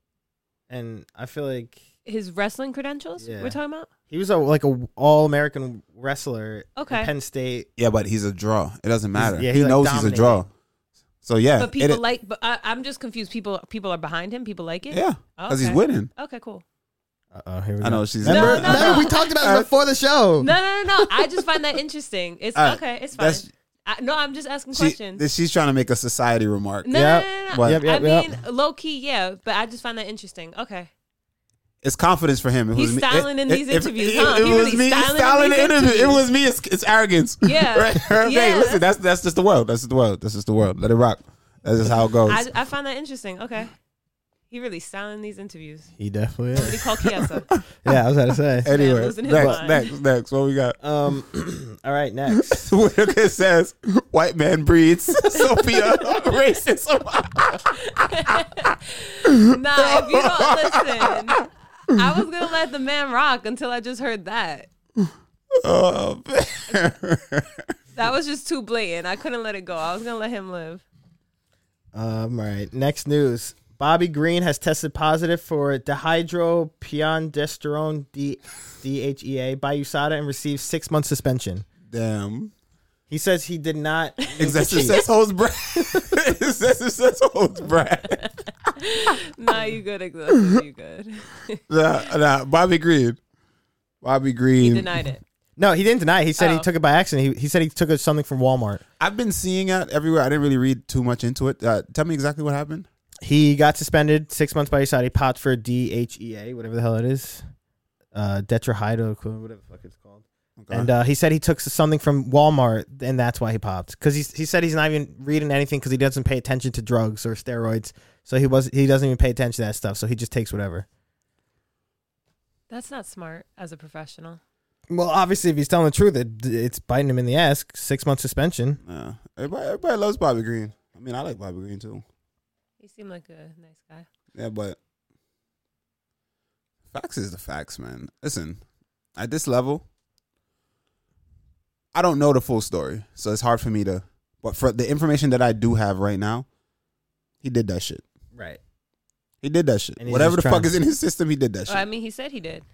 Speaker 2: and I feel like
Speaker 3: His wrestling credentials
Speaker 2: Yeah.
Speaker 3: we're talking about?
Speaker 2: he was a, like a all American wrestler. at
Speaker 3: Okay.
Speaker 2: Penn State.
Speaker 1: Yeah, but he's a draw. It doesn't matter.
Speaker 2: yeah,
Speaker 1: he
Speaker 2: he, like,
Speaker 1: knows he's a
Speaker 2: dominated.
Speaker 1: draw. So yeah,
Speaker 3: But
Speaker 1: it-
Speaker 3: people
Speaker 1: it-
Speaker 3: like but I, I'm just confused. People people are behind him, people like it?
Speaker 1: yeah, because he's
Speaker 3: Okay.
Speaker 1: winning.
Speaker 3: Okay, cool.
Speaker 2: Uh oh, here we
Speaker 1: I know she's.
Speaker 2: Remember,
Speaker 3: No, no,
Speaker 2: remember
Speaker 3: no.
Speaker 2: we talked about it before the show.
Speaker 3: No, no, no, no. I just find that interesting. It's
Speaker 1: All right.
Speaker 3: okay, it's fine.
Speaker 1: Ah, That's-
Speaker 3: I, no, I'm just asking
Speaker 1: She,
Speaker 3: questions.
Speaker 1: this- she's trying to make a society remark.
Speaker 3: no,
Speaker 2: Yep.
Speaker 3: no, no, no,
Speaker 1: What?
Speaker 2: Yep, yep,
Speaker 3: I
Speaker 2: yep.
Speaker 3: mean, low key, yeah, but I just find that interesting. Okay.
Speaker 1: It's confidence for him. It
Speaker 3: He's
Speaker 1: was me-
Speaker 3: styling in these interviews,
Speaker 1: It,
Speaker 3: huh?
Speaker 1: it
Speaker 3: He
Speaker 1: was
Speaker 3: really
Speaker 1: me
Speaker 3: styling in
Speaker 1: styling
Speaker 3: these
Speaker 1: the interview. It
Speaker 3: interviews.
Speaker 1: was me. It's, it's arrogance.
Speaker 3: Yeah.
Speaker 1: right. Her
Speaker 3: Yeah,
Speaker 1: face. Listen, that's that's just the world. That's just the world. That's just the world. Let it rock. That's just how it goes.
Speaker 3: I, I find that interesting. Okay. He really styling these interviews.
Speaker 2: He definitely
Speaker 3: What do
Speaker 2: is.
Speaker 3: you call Kiesa?
Speaker 2: Yeah, I was about to say.
Speaker 1: anyway, next,
Speaker 3: losing his mind.
Speaker 1: next, next. What we got?
Speaker 2: Um, all right, next.
Speaker 1: Whitaker says, "White man breeds." Sophia, racism.
Speaker 3: nah, if you don't listen, I was gonna let the man rock until I just heard that.
Speaker 1: Oh, man.
Speaker 3: That was just too blatant. I couldn't let it go. I was gonna let him live.
Speaker 2: Um, all right, next news. Bobby Green has tested positive for dehydropyrandesterone D- DHEA by USADA and received six months suspension.
Speaker 1: Damn.
Speaker 2: He says he did not. make the
Speaker 1: Excessive
Speaker 2: cheat.
Speaker 1: sex holds breath. Excessive sex holds breath.
Speaker 3: Nah, you good, exactly. You good.
Speaker 1: Nah, nah, Bobby Green. Bobby Green.
Speaker 3: Denied it.
Speaker 2: No, he didn't deny. It. He said he
Speaker 3: Oh.
Speaker 2: took it by accident. He, he said he took it something from Walmart.
Speaker 1: I've been seeing it everywhere. I didn't really read too much into it. Uh, tell me exactly what happened.
Speaker 2: He got suspended six months by USADA. He popped for DHEA, whatever the hell it is, uh, tetrahydroquine, whatever the fuck it's called.
Speaker 1: Okay.
Speaker 2: And uh, he said he took something from Walmart, and that's why he popped. Because he he said he's not even reading anything because he doesn't pay attention to drugs or steroids. So he was he doesn't even pay attention to that stuff. So he just takes whatever.
Speaker 3: That's not smart as a professional.
Speaker 2: Well, obviously, if he's telling the truth, it, it's biting him in the ass. Six month suspension.
Speaker 1: Nah. everybody, everybody loves Bobby Green. I mean, I like Bobby Green too.
Speaker 3: He seemed like a nice guy.
Speaker 1: Yeah, but facts is the facts, man. Listen, at this level, I don't know the full story, so it's hard for me to. But for the information that I do have right now, he did that shit.
Speaker 2: Right.
Speaker 1: He did that shit.
Speaker 2: And he's
Speaker 1: Whatever the
Speaker 2: just
Speaker 1: fuck
Speaker 2: trying.
Speaker 1: is in his system, he did that
Speaker 3: Well, I
Speaker 1: shit.
Speaker 3: mean, he said he did.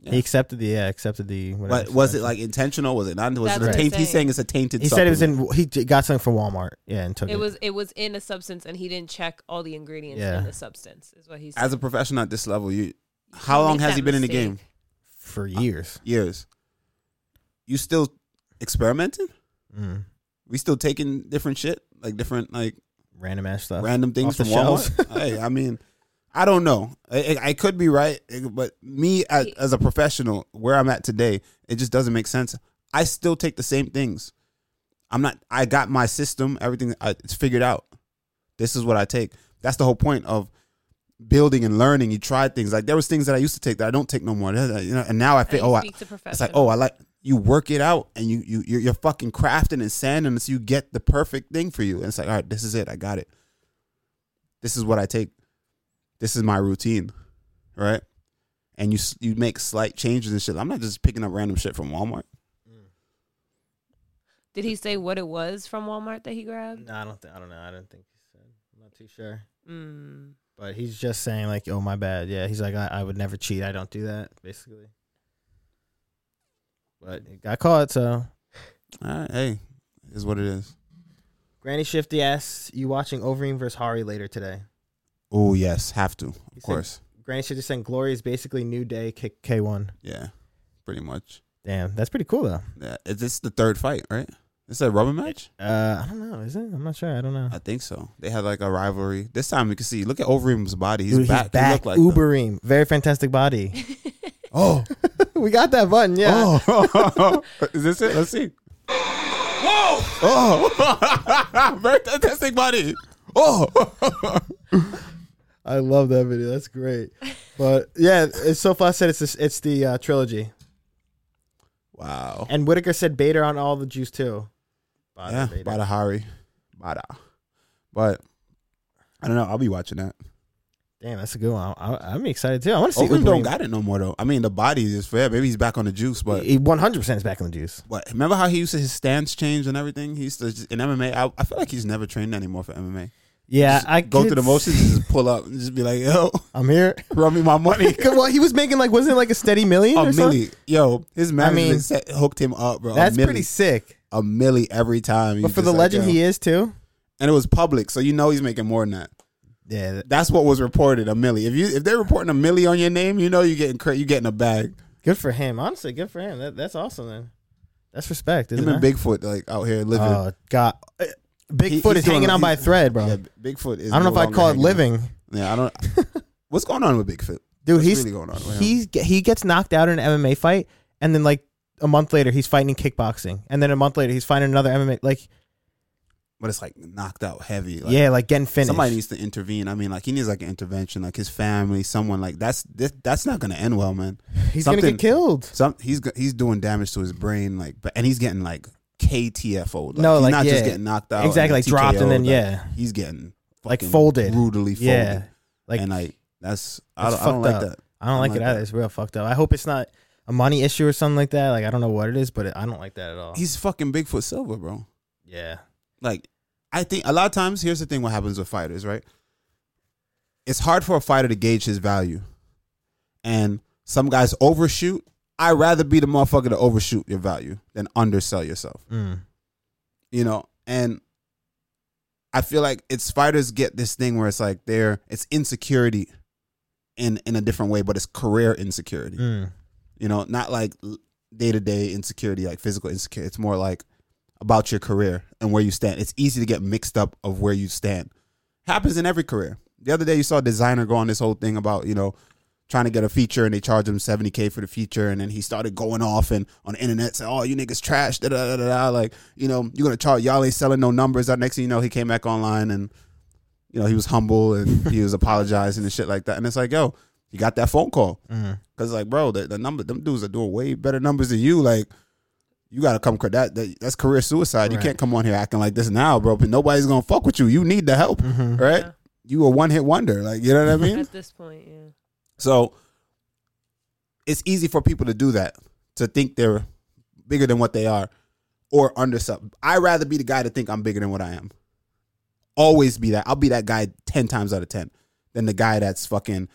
Speaker 2: He accepted the yeah, accepted the. Whatever
Speaker 1: But was it
Speaker 2: suspension.
Speaker 1: like intentional? Was it not? Was
Speaker 3: That's
Speaker 1: it a
Speaker 3: what
Speaker 1: taint?
Speaker 3: I'm
Speaker 1: He's saying it's a tainted.
Speaker 2: He said it was
Speaker 1: supplement.
Speaker 2: in. He j- got something from Walmart. Yeah, and took it.
Speaker 3: It was it was in a substance, and he didn't check all the ingredients
Speaker 2: Yeah.
Speaker 3: in the substance. Is what he said.
Speaker 1: As a professional at this level, you how
Speaker 3: You
Speaker 1: long
Speaker 3: make
Speaker 1: has
Speaker 3: that
Speaker 1: he been in the game?
Speaker 3: mistake.
Speaker 2: for years.
Speaker 1: Years. You still experimenting?
Speaker 2: Mm.
Speaker 1: We still taking different shit, like different like
Speaker 2: Random ass stuff.
Speaker 1: random things
Speaker 2: Uh, off the
Speaker 1: from Walmart. hey, I mean, I don't know. I, I- I could be right, but me as, as a professional, where I'm at today, it just doesn't make sense. I still take the same things. I'm not. I got my system. Everything I, it's figured out. This is what I take. That's the whole point of building and learning. You try things. Like there was things that I used to take that I don't take no more. You know, and now I
Speaker 3: And
Speaker 1: feel.
Speaker 3: oh,
Speaker 1: Oh, I,
Speaker 3: speak to
Speaker 1: it's like, oh,
Speaker 3: professionals.
Speaker 1: I like you work it out and you you you're, you're fucking crafting and sanding until you get the perfect thing for you. And it's like, all right, this is it. I got it. This is what I take. This is my routine, right? And you s- you make slight changes and shit. I'm not just picking up random shit from Walmart.
Speaker 3: Did he say what it was from Walmart that he grabbed?
Speaker 2: No, I don't. Th- I don't know. I don't think he said. I'm not too sure.
Speaker 3: Mm.
Speaker 2: But he's just saying like, "Oh my bad." Yeah, he's like, "I, I would never cheat. I don't do that." Basically. But he got caught, so
Speaker 1: All right, hey, is what it is.
Speaker 2: Granny Shifty asks, "You watching Overeem versus Hari later today?"
Speaker 1: Oh yes, have to
Speaker 2: He
Speaker 1: of
Speaker 2: said-
Speaker 1: course.
Speaker 2: Granny Shifty saying, "Glory is basically New Day kick K1."
Speaker 1: Yeah, pretty much.
Speaker 2: Damn, that's pretty cool though.
Speaker 1: Yeah, is this the third fight, right? Is that a rubber match?
Speaker 2: Uh, I don't know. Is it? I'm not sure. I don't know.
Speaker 1: I think so. They had like a rivalry. This time you can see. Look at Overeem's body. He's
Speaker 2: Dude,
Speaker 1: back. He look like the-
Speaker 2: Uberim, very fantastic body.
Speaker 1: Oh,
Speaker 2: we got that button. Yeah.
Speaker 1: Oh, is this it? Let's see. Whoa! Oh, very fantastic body. Oh,
Speaker 2: I love that video. That's great. But yeah, it's so far I said it's this, it's the uh, trilogy.
Speaker 1: wow.
Speaker 2: And Whitaker said Bader on all the juice too. Bada
Speaker 1: Yeah,
Speaker 2: Bader.
Speaker 1: Bada Hari, Bada. But I don't know. I'll be watching that.
Speaker 2: Damn, that's a good one. I, I, I'm excited too. I want to see
Speaker 1: Oakland don't
Speaker 2: Oakland.
Speaker 1: got it no more though. I mean, the body is just fair. Maybe he's back on the juice, but
Speaker 2: One hundred percent is back in the juice.
Speaker 1: But remember how he used to his stance change and everything? He used to just, in MMA. I, I feel like he's never trained anymore for MMA.
Speaker 2: Yeah,
Speaker 1: Just
Speaker 2: I
Speaker 1: go
Speaker 2: could
Speaker 1: through the
Speaker 2: s-
Speaker 1: motions, and just pull up, and just be like, "Yo,
Speaker 2: I'm here.
Speaker 1: run me my money."
Speaker 2: well, he was making like wasn't it like a steady million?
Speaker 1: a
Speaker 2: or something?
Speaker 1: milli, yo, his management
Speaker 2: mean,
Speaker 1: set, hooked him up, bro.
Speaker 2: That's
Speaker 1: a milli,
Speaker 2: pretty sick.
Speaker 1: a milli every time.
Speaker 2: But for the legend he is too.
Speaker 1: and it was public, so you know he's making more than that.
Speaker 2: Yeah, th-
Speaker 1: That's what was reported, a milli. If you if they're reporting a milli on your name, you know you're getting cra- you getting a bag.
Speaker 2: good for him. Honestly, good for him. That, that's awesome. Then that's respect. Isn't
Speaker 1: Him and
Speaker 2: it?
Speaker 1: Bigfoot like out here living.
Speaker 2: Oh God, Uh, Bigfoot
Speaker 1: he's
Speaker 2: is hanging
Speaker 1: doing-
Speaker 2: on by a thread, bro.
Speaker 1: yeah, Bigfoot is.
Speaker 2: I don't know
Speaker 1: no
Speaker 2: if I'd
Speaker 1: longer
Speaker 2: call it
Speaker 1: hanging out.
Speaker 2: living,
Speaker 1: Yeah, I don't. what's going on with Bigfoot?
Speaker 2: dude.
Speaker 1: What's
Speaker 2: he's
Speaker 1: really going on with him?
Speaker 2: he's he gets knocked out in an MMA fight, and then like a month later he's fighting in kickboxing, and then a month later he's fighting another MMA. Like,
Speaker 1: but it's like knocked out heavy. Like,
Speaker 2: yeah, like getting finished.
Speaker 1: somebody needs to intervene. I mean, like he needs like an intervention, like his family, someone like that's this, that's not going to end well, man.
Speaker 2: he's gonna
Speaker 1: something-
Speaker 2: get killed.
Speaker 1: Some he's go- he's doing damage to his brain, like, but and he's getting like KTFO. Like,
Speaker 2: No,
Speaker 1: he's
Speaker 2: like,
Speaker 1: not
Speaker 2: yeah.
Speaker 1: just getting knocked out,
Speaker 2: Exactly, like dropped and then
Speaker 1: TKO'd, like,
Speaker 2: yeah,
Speaker 1: he's getting
Speaker 2: Like
Speaker 1: fucking
Speaker 2: folded.
Speaker 1: brutally folded,
Speaker 2: yeah. Like
Speaker 1: and like that's I
Speaker 2: That's
Speaker 1: don't, I don't
Speaker 2: fucked
Speaker 1: like
Speaker 2: up.
Speaker 1: that.
Speaker 2: I don't like it
Speaker 1: that.
Speaker 2: either. It's real fucked up. I hope it's not a money issue or something like that. Like I don't know what it is, but it, I don't like that at all.
Speaker 1: He's fucking Bigfoot Silver, bro.
Speaker 2: yeah,
Speaker 1: like I think a lot of times here's the thing what happens with fighters, right? It's hard for a fighter to gauge his value. And some guys overshoot. I'd rather be the motherfucker to overshoot your value than undersell yourself.
Speaker 2: mm.
Speaker 1: You know? And I feel like it's fighters get this thing where it's like they're it's insecurity in in a different way, but it's career insecurity
Speaker 2: Mm.
Speaker 1: you know not like day to day insecurity like physical insecurity it's more like about your career and where you stand it's easy to get mixed up of where you stand happens in every career the other day you saw a designer go on this whole thing about you know trying to get a feature and they charge him 70k for the feature and then he started going off and on the internet saying oh you niggas trash da da da da da." like you know you're gonna charge y'all ain't selling no numbers that next thing you know he came back online and you know he was humble and he was apologizing and shit like that and it's like yo you got that phone call
Speaker 2: Mm.
Speaker 1: Cause like, bro, the, the number them dudes are doing way better numbers than you. Like, you gotta come cor- that, that that's career suicide. You
Speaker 2: Right.
Speaker 1: can't come on here acting like this now, bro. But nobody's gonna fuck with you. You need the help,
Speaker 2: Mhm.
Speaker 1: right?
Speaker 3: Yeah.
Speaker 1: You a one hit wonder. Like, you know what I mean?
Speaker 3: At this point, yeah.
Speaker 1: so it's easy for people to do that to think they're bigger than what they are or undersell. I'd rather be the guy to think I'm bigger than what I am. Always be that. I'll be that guy ten times out of ten than the guy that's fucking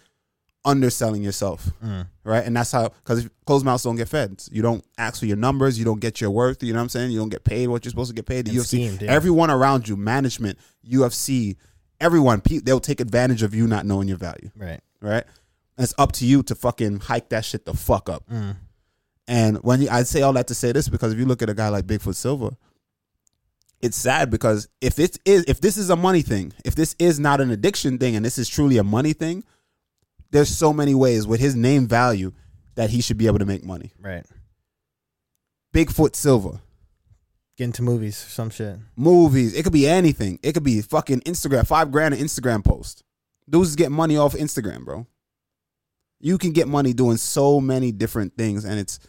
Speaker 1: underselling yourself
Speaker 2: Mm.
Speaker 1: right? And that's how because closed mouths don't get fed. You don't ask for your numbers. You don't get your worth. You know what I'm saying? You don't get paid what you're supposed to get paid. The
Speaker 2: And
Speaker 1: UFC,
Speaker 2: schemed, yeah.
Speaker 1: everyone around you, management, UFC, everyone, pe- they'll take advantage of you not knowing your value,
Speaker 2: Right.
Speaker 1: right? And it's up to you to fucking hike that shit the fuck up.
Speaker 2: Mm.
Speaker 1: And when you, I say all that to say this because if you look at a guy like Bigfoot Silver, it's sad because if it is if this is a money thing, if this is not an addiction thing and this is truly a money thing, there's so many ways with his name value that he should be able to make money.
Speaker 2: Right.
Speaker 1: Bigfoot Silver,
Speaker 2: Get into movies or some shit.
Speaker 1: movies, it could be anything. It could be fucking Instagram, 5 grand an Instagram post. Dudes get money off Instagram, bro. You can get money doing so many different things and it's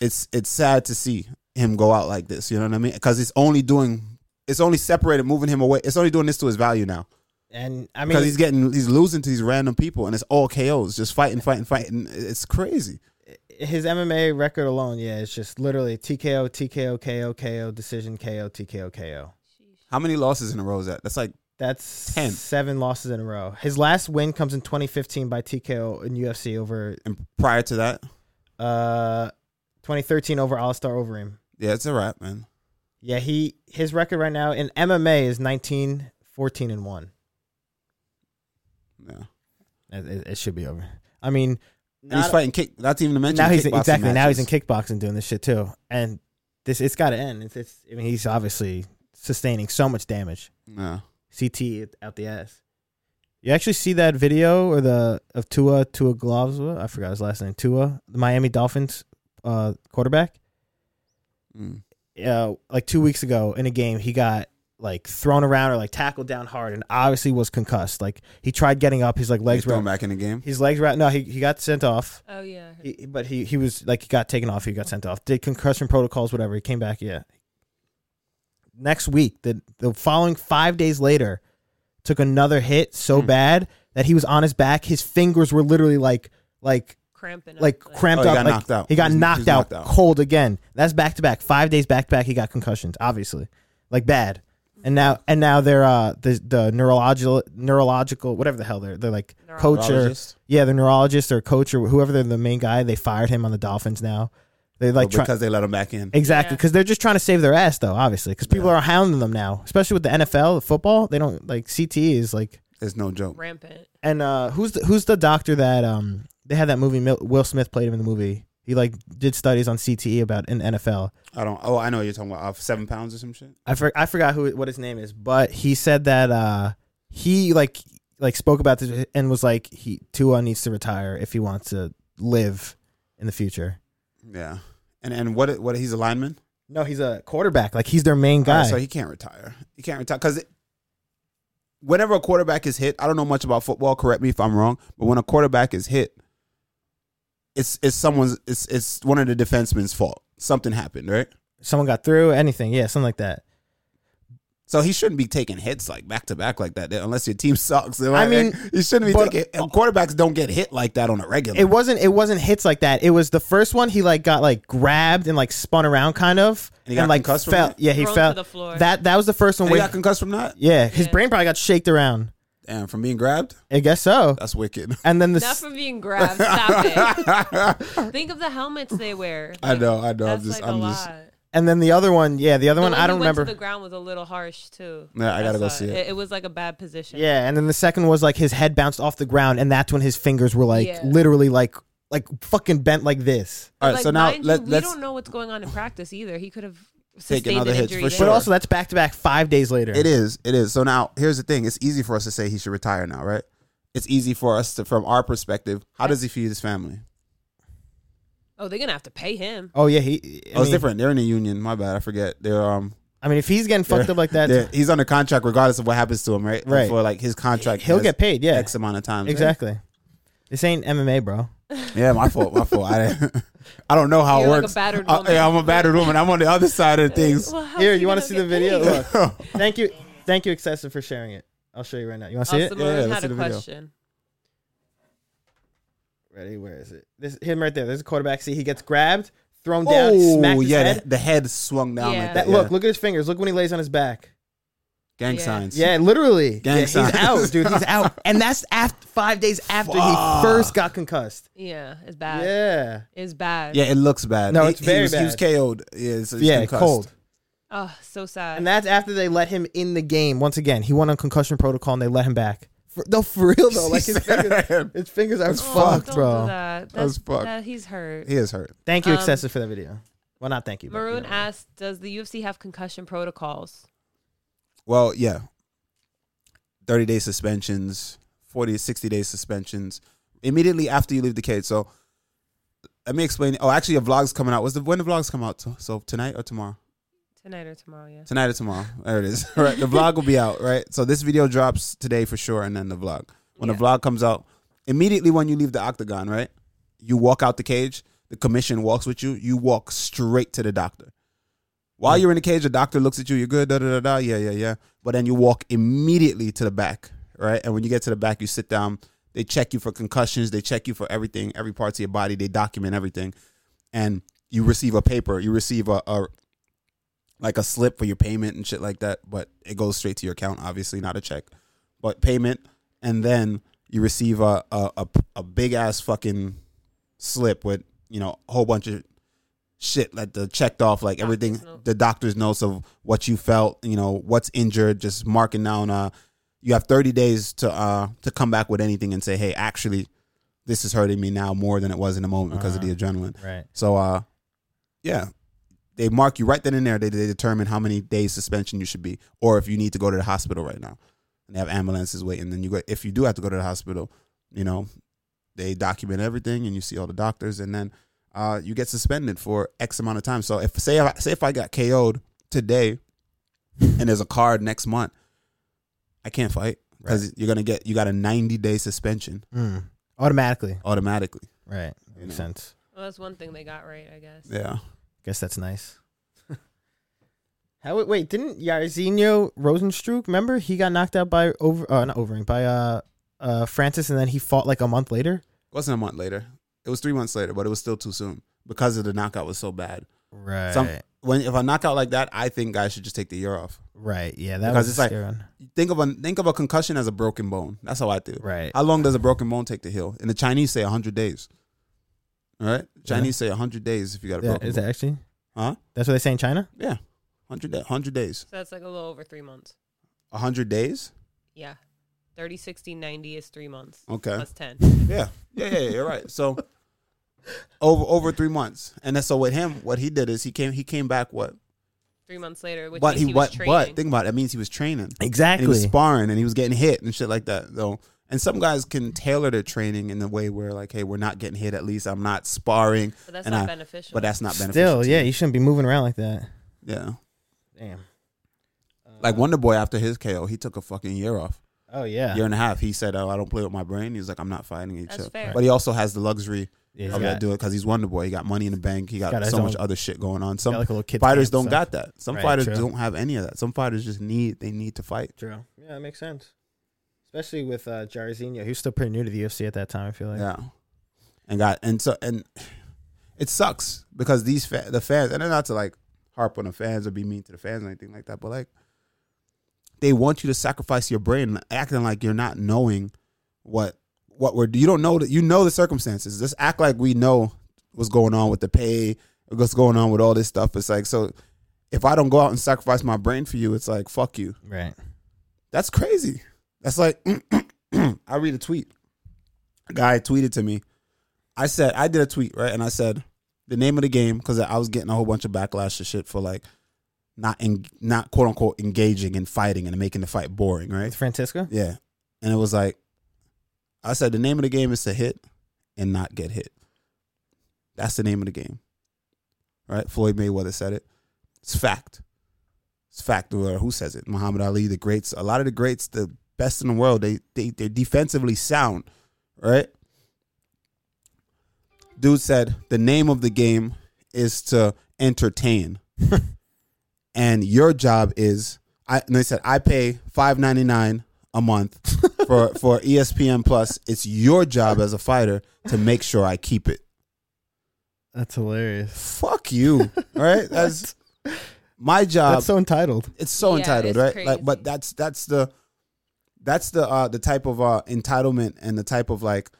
Speaker 1: it's it's sad to see him go out like this. You know what I mean? Because it's only doing, it's only separated, moving him away. It's only doing this to his value now
Speaker 2: And I mean,
Speaker 1: because he's getting, he's losing to these random people, and it's all KOs, just fighting, fighting, fighting. It's crazy.
Speaker 2: his MMA record alone, yeah, it's just literally TKO, TKO, KO, KO, decision, KO, TKO, KO.
Speaker 1: How many losses in a row is that? That's like
Speaker 2: That's
Speaker 1: 10.
Speaker 2: seven losses in a row. His last win comes in 2015 by TKO in UFC over
Speaker 1: and prior to that,
Speaker 2: uh 2013 over Alistair Overeem.
Speaker 1: yeah, it's a wrap, man.
Speaker 2: Yeah, he his record right now in MMA is 19, 14 and 1.
Speaker 1: Yeah,
Speaker 2: It, it- it should be over. I mean,
Speaker 1: and he's
Speaker 2: not-
Speaker 1: fighting kick. Not to even mention
Speaker 2: now he's
Speaker 1: kickboxing
Speaker 2: exactly now he's in
Speaker 1: matches.
Speaker 2: kickboxing doing this shit too. And this it's got to end. It's, it's I mean, he's obviously sustaining so much damage.
Speaker 1: Yeah.
Speaker 2: CT out the ass. You actually see that video or the of Tua Tua Glavzwa, I forgot his last name. Tua, the Miami Dolphins uh, quarterback.
Speaker 1: Mm.
Speaker 2: Uh, like two weeks ago in a game, he got like thrown around or like tackled down hard, and obviously was concussed. Like he tried getting up, his like legs
Speaker 1: He's
Speaker 2: were
Speaker 1: thrown back in the game.
Speaker 2: his legs were out. No, he he got sent off.
Speaker 3: Oh yeah. I heard-
Speaker 2: He, but he he was like he got taken off. He got sent off. Did concussion protocols, whatever. He came back. Yeah. Next week, the the following five days later, took another hit so bad that he was on his back. His fingers were literally like like
Speaker 3: Cramping.
Speaker 2: like
Speaker 3: up,
Speaker 2: cramped
Speaker 1: Oh, he
Speaker 2: up.
Speaker 1: got
Speaker 2: like,
Speaker 1: knocked out.
Speaker 2: He got
Speaker 1: He's-
Speaker 2: knocked,
Speaker 1: he's
Speaker 2: out,
Speaker 1: knocked out.
Speaker 2: cold again. That's back to back. Five days back to back. He got concussions, obviously, like bad. And now and now they're uh the the neurological neurological whatever the hell they're they're like coach or
Speaker 1: Neurologist?
Speaker 2: yeah the neurologist or coach or whoever they're the main guy they fired him on the Dolphins now. They like try-
Speaker 1: Oh, because they let him back in.
Speaker 2: Exactly,
Speaker 3: Yeah.
Speaker 2: because they're just trying to save their ass, though. Obviously, because people are hounding them now, especially with the NFL, football. They don't like CTE is like.
Speaker 1: It's no joke.
Speaker 3: rampant.
Speaker 2: And uh, who's the, who's the doctor that um they had that movie? Mil- Will Smith played him in the movie. He like did studies on CTE about in NFL.
Speaker 1: I don't. Oh, I know what you're talking about. Off seven pounds or some shit.
Speaker 2: I for- I forgot who what his name is, but he said that uh he like like spoke about this and was like he Tua needs to retire if he wants to live in the future.
Speaker 1: Yeah. And and what what he's a lineman.
Speaker 2: No, he's a quarterback. Like he's their main guy.
Speaker 1: Alright, so he can't retire. He can't retire because whenever a quarterback is hit, I don't know much about football. Correct me if I'm wrong, but when a quarterback is hit, it's it's someone's it's it's one of the defensemen's fault. Something happened, right?
Speaker 2: Someone got through anything, yeah, something like that.
Speaker 1: So he shouldn't be taking hits like back to back like that, unless your team sucks. Like,
Speaker 2: mean,
Speaker 1: you shouldn't be
Speaker 2: but-
Speaker 1: taking. and Quarterbacks don't get hit like that on a regular.
Speaker 2: it wasn't it wasn't hits like that. It was the first one he like got like grabbed and like spun around kind of
Speaker 1: And he got
Speaker 2: like
Speaker 1: concussed from
Speaker 2: fell.
Speaker 1: that?
Speaker 2: Yeah, he
Speaker 3: Thrown
Speaker 2: fell
Speaker 3: to the floor.
Speaker 2: That that was the first one.
Speaker 1: And he
Speaker 2: Where,
Speaker 1: got concussed from that,
Speaker 2: yeah, his
Speaker 3: Yeah.
Speaker 2: brain probably got shaked around.
Speaker 1: and from being grabbed.
Speaker 2: I guess so.
Speaker 1: That's wicked.
Speaker 2: And then the
Speaker 3: Not
Speaker 2: s-
Speaker 3: for being grabbed. Stop it. Think of the helmets they wear.
Speaker 1: I know, I know. I'm
Speaker 3: That's
Speaker 1: just,
Speaker 3: like a
Speaker 1: I'm
Speaker 3: lot.
Speaker 1: just.
Speaker 2: and then the other one. Yeah, the other
Speaker 3: The
Speaker 2: one
Speaker 3: one
Speaker 2: I
Speaker 3: he
Speaker 2: don't
Speaker 3: went
Speaker 2: remember.
Speaker 3: To the ground was a little harsh too.
Speaker 1: Yeah, I gotta go
Speaker 3: That's
Speaker 1: see
Speaker 3: why.
Speaker 1: it.
Speaker 3: it. was like a bad position.
Speaker 2: yeah, and then the second was like his head bounced off the ground, and that's when his fingers were like
Speaker 3: Yeah.
Speaker 2: literally like like fucking bent like this.
Speaker 1: All right,
Speaker 3: like,
Speaker 1: so now
Speaker 3: mind
Speaker 1: let,
Speaker 3: you,
Speaker 1: let's
Speaker 3: we don't know what's going on in practice either. He could have
Speaker 1: Taken
Speaker 3: sustained
Speaker 1: other
Speaker 3: an
Speaker 1: hits,
Speaker 3: injury.
Speaker 1: for
Speaker 3: there.
Speaker 1: sure.
Speaker 2: But also that's back to back five days later.
Speaker 1: It is. It is. So now here's the thing. It's easy for us to say he should retire now, right? It's easy for us to, from our perspective. How does he feed his family?
Speaker 3: oh, they're gonna have to pay him.
Speaker 2: Oh yeah, he. I
Speaker 1: oh, it's
Speaker 2: mean-
Speaker 1: different. They're in a union. My bad. I forget. They're um.
Speaker 2: I mean, if he's getting fucked up like
Speaker 1: they're-
Speaker 2: that,
Speaker 1: he's under contract regardless of what happens to him, right? And
Speaker 2: Right.
Speaker 1: For like his contract,
Speaker 2: he'll
Speaker 1: has
Speaker 2: get paid. Yeah,
Speaker 1: X amount of times.
Speaker 2: Exactly. This ain't MMA, bro.
Speaker 1: Yeah, my fault. My fault. I didn't. I don't know how
Speaker 3: You're
Speaker 1: it
Speaker 3: like a
Speaker 1: works.
Speaker 3: battered
Speaker 1: I-
Speaker 3: woman.
Speaker 1: yeah, I'm a battered woman. I'm on the other side of things.
Speaker 3: Well, how's
Speaker 2: Here,
Speaker 3: he
Speaker 2: you want to
Speaker 3: gonna
Speaker 2: see the
Speaker 3: get
Speaker 2: video?
Speaker 3: paid?
Speaker 2: Look, thank you, thank you, excessive for sharing it. I'll show you right now. You want to see
Speaker 3: Oh,
Speaker 2: it?
Speaker 1: Yeah,
Speaker 3: Simone
Speaker 1: let's
Speaker 3: had
Speaker 1: see
Speaker 3: a
Speaker 1: the video.
Speaker 3: question.
Speaker 2: Ready? Where is it? This him right there. There's a quarterback. See, he gets grabbed, thrown down,
Speaker 1: oh,
Speaker 2: smacked his
Speaker 1: yeah.
Speaker 2: head.
Speaker 1: The, the head swung down
Speaker 3: Yeah.
Speaker 1: like that.
Speaker 2: That-
Speaker 1: yeah.
Speaker 2: Look, look at his fingers. Look when he lays on his back.
Speaker 1: Gang
Speaker 3: Yeah.
Speaker 1: signs.
Speaker 2: Yeah, literally.
Speaker 1: Gang
Speaker 2: Yeah, he's
Speaker 1: sign.
Speaker 2: out, dude. He's out, and that's after five days after he
Speaker 1: Fuck.
Speaker 2: first got concussed.
Speaker 3: Yeah, it's bad.
Speaker 2: Yeah.
Speaker 3: It's bad.
Speaker 1: Yeah, it looks bad.
Speaker 2: No,
Speaker 1: He-
Speaker 2: it's
Speaker 1: he
Speaker 2: very
Speaker 1: was- He was
Speaker 2: bad.
Speaker 1: KO'd. Yeah, so he's
Speaker 2: Yeah,
Speaker 1: concussed.
Speaker 2: cold.
Speaker 3: Oh, so sad.
Speaker 2: And that's after they let him in the game once again. He went on concussion protocol and they let him back. For, no, for real though. Like his fingers, his fingers are
Speaker 3: oh,
Speaker 2: fucked,
Speaker 3: don't
Speaker 2: bro.
Speaker 3: Do that.
Speaker 1: That's
Speaker 3: That's,
Speaker 1: fucked.
Speaker 3: That, he's hurt.
Speaker 1: He is hurt.
Speaker 2: Thank you,
Speaker 3: Um,
Speaker 2: excessive, for that video. Well, not thank you. but, you
Speaker 3: Maroon
Speaker 2: know.
Speaker 3: asked, "Does the UFC have concussion protocols?"
Speaker 1: Well, yeah. 30 day suspensions, 40 to 60 day suspensions immediately after you leave the cage. So let me explain. Oh, actually, a vlog's coming out. Was the when the vlog's come out? So- So tonight or tomorrow?
Speaker 3: Tonight or tomorrow, yeah.
Speaker 1: Tonight or tomorrow? There it is. All right, the vlog will be out. Right. So this video drops today for sure, and then the vlog. When
Speaker 3: Yeah.
Speaker 1: the vlog comes out, immediately when you leave the octagon, right? You walk out the cage. The commission walks with you. You walk straight to the doctor. While you're in the cage, the doctor looks at you. You're good. Da da da da. Yeah yeah yeah. But then you walk immediately to the back, right? And when you get to the back, you sit down. They check you for concussions. They check you for everything, every parts of your body. They document everything, and you receive a paper. You receive a, a like a slip for your payment and shit like that. But it goes straight to your account, obviously, not a check, but payment. And then you receive a a, a, a big ass fucking slip with you know a whole bunch of shit like the checked off like everything
Speaker 3: note.
Speaker 1: the doctor's notes of what you felt you know what's injured just marking down uh you have 30 days to uh to come back with anything and say hey actually this is hurting me now more than it was in the moment because of the adrenaline
Speaker 2: Right.
Speaker 1: so uh yeah. They mark you right then and there. They, they determine how many days suspension you should be or if you need to go to the hospital right now. And they have ambulances waiting. Then you go if you do have to go to the hospital, you know, they document everything and you see all the doctors and then uh, you get suspended for X amount of time. So if say if I, say if I got KO'd today and there's a card next month, I can't fight because you're gonna get you got a 90 day suspension
Speaker 2: Mm. Automatically.
Speaker 1: automatically.
Speaker 2: Right. Makes
Speaker 1: know.
Speaker 2: sense.
Speaker 3: Well, that's one thing they got right, I guess.
Speaker 1: Yeah,
Speaker 2: Guess that's nice. How wait, wait, didn't Yarzinho Rosenstruck remember he got knocked out by over uh, not overing by uh uh uh, Francis, and then he fought like a month later.
Speaker 1: It wasn't a month later. It was three months later, but it was still too soon because of the knockout was so bad.
Speaker 2: Right.
Speaker 1: Some when if a knockout like that, I think guys should just take the year off.
Speaker 2: right. Yeah. That
Speaker 1: Because
Speaker 2: was
Speaker 1: it's
Speaker 2: a
Speaker 1: like-
Speaker 2: scary one.
Speaker 1: Think of a think of a concussion as a broken bone. That's how I do.
Speaker 2: Right.
Speaker 1: How long does a broken bone take to heal? And the Chinese say hundred days. All right, Chinese say hundred days if you got a
Speaker 2: Yeah,
Speaker 1: broken
Speaker 2: is
Speaker 1: bone.
Speaker 2: that actually?
Speaker 1: Huh?
Speaker 2: That's what they say in China.
Speaker 1: Yeah, hundred da- hundred days.
Speaker 3: So that's like a little over three months.
Speaker 1: hundred days.
Speaker 3: Yeah. 30, 60, 90 is three months.
Speaker 1: Okay.
Speaker 3: Plus 10.
Speaker 1: Yeah. Yeah, yeah, yeah, you're right. So over over three months, and then so with him, what he did is he came he came back what,
Speaker 3: Three months later, which
Speaker 1: but
Speaker 3: means
Speaker 1: he,
Speaker 3: he, was
Speaker 1: what
Speaker 3: training.
Speaker 1: but think about it, that means he was training, and he was
Speaker 2: Exactly.
Speaker 1: sparring, and he was getting hit and shit like that. So and some guys can tailor their training in the way where like, hey, we're not getting hit. At least I'm not sparring,
Speaker 3: but that's
Speaker 1: and
Speaker 3: not
Speaker 1: I-
Speaker 3: beneficial.
Speaker 1: but that's not beneficial.
Speaker 2: Still, yeah, you shouldn't be moving around like that.
Speaker 1: yeah.
Speaker 2: Damn.
Speaker 1: Like Wonder Boy after his KO, he took a fucking year off,
Speaker 2: Oh yeah.
Speaker 1: year and a half. He said, "Oh, I don't play with my brain." He was like, "I'm not fighting each
Speaker 3: That's
Speaker 1: other,"
Speaker 3: fair.
Speaker 1: but he also has the luxury
Speaker 2: Yeah, he's
Speaker 1: of that
Speaker 2: got-
Speaker 1: do it because he's Wonder Boy. He got money in the bank. He got,
Speaker 2: got his
Speaker 1: so much
Speaker 2: own-
Speaker 1: other shit going on.
Speaker 2: got
Speaker 1: Some
Speaker 2: like a little kid.
Speaker 1: fighters
Speaker 2: camp
Speaker 1: don't
Speaker 2: stuff.
Speaker 1: got that. Some
Speaker 2: Right,
Speaker 1: fighters
Speaker 2: true.
Speaker 1: don't have any of that. Some fighters just need they need to fight.
Speaker 2: True. Yeah, that makes sense. Especially with uh, Jairzinho, he was still pretty new to the UFC at that time. I feel like.
Speaker 1: yeah, and got and so and it sucks because these fa- the fans and they're not to like harp on the fans or be mean to the fans or anything like that, but like they want you to sacrifice your brain, acting like you're not knowing what what we're you don't know that you know the circumstances. Just act like we know what's going on with the pay, what's going on with all this stuff. It's like so. If I don't go out and sacrifice my brain for you, it's like fuck you.
Speaker 2: Right.
Speaker 1: That's crazy. That's like I read a tweet. A guy tweeted to me. I said I did a tweet right, and I said the name of the game because I was getting a whole bunch of backlash and shit for like not in, not quote unquote engaging and fighting and making the fight boring,
Speaker 2: With
Speaker 1: right?
Speaker 2: Francisco.
Speaker 1: Yeah, and it was like I said the name of the game is to hit and not get hit. That's the name of the game, right? Floyd Mayweather said it. It's fact. It's fact. No matter who says it? Muhammad Ali, the greats. A lot of the greats, the best in the world. They they they're defensively sound, right? Dude said the name of the game is to entertain, and your job is. I and they said I pay five ninety nine a month for for E ESPN Plus. It's your job as a fighter to make sure I keep it.
Speaker 2: That's hilarious.
Speaker 1: Fuck you, all right? That's uh, my job.
Speaker 2: That's so entitled.
Speaker 1: it's so
Speaker 3: Yeah,
Speaker 1: entitled,
Speaker 3: it's
Speaker 1: right?
Speaker 3: crazy.
Speaker 1: Like, but that's that's the that's the uh the type of uh entitlement and the type of like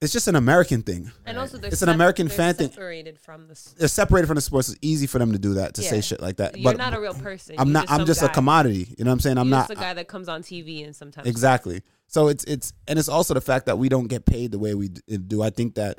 Speaker 1: it's just an American thing.
Speaker 3: and also, they're
Speaker 1: It's an American
Speaker 3: they're
Speaker 1: fan thing.
Speaker 3: separated from the. s-
Speaker 1: They're separated from the sports. It's easy for them to do that to say
Speaker 3: Yeah.
Speaker 1: shit like that.
Speaker 3: You're
Speaker 1: but
Speaker 3: not a real person.
Speaker 1: I'm
Speaker 3: You're
Speaker 1: not. I'm
Speaker 3: some
Speaker 1: just a
Speaker 3: guy.
Speaker 1: commodity. You know what I'm saying? I'm
Speaker 3: You're
Speaker 1: not.
Speaker 3: just a guy that comes on TV and sometimes.
Speaker 1: Exactly. So it's it's and it's also the fact that we don't get paid the way we d- uh, do. I think that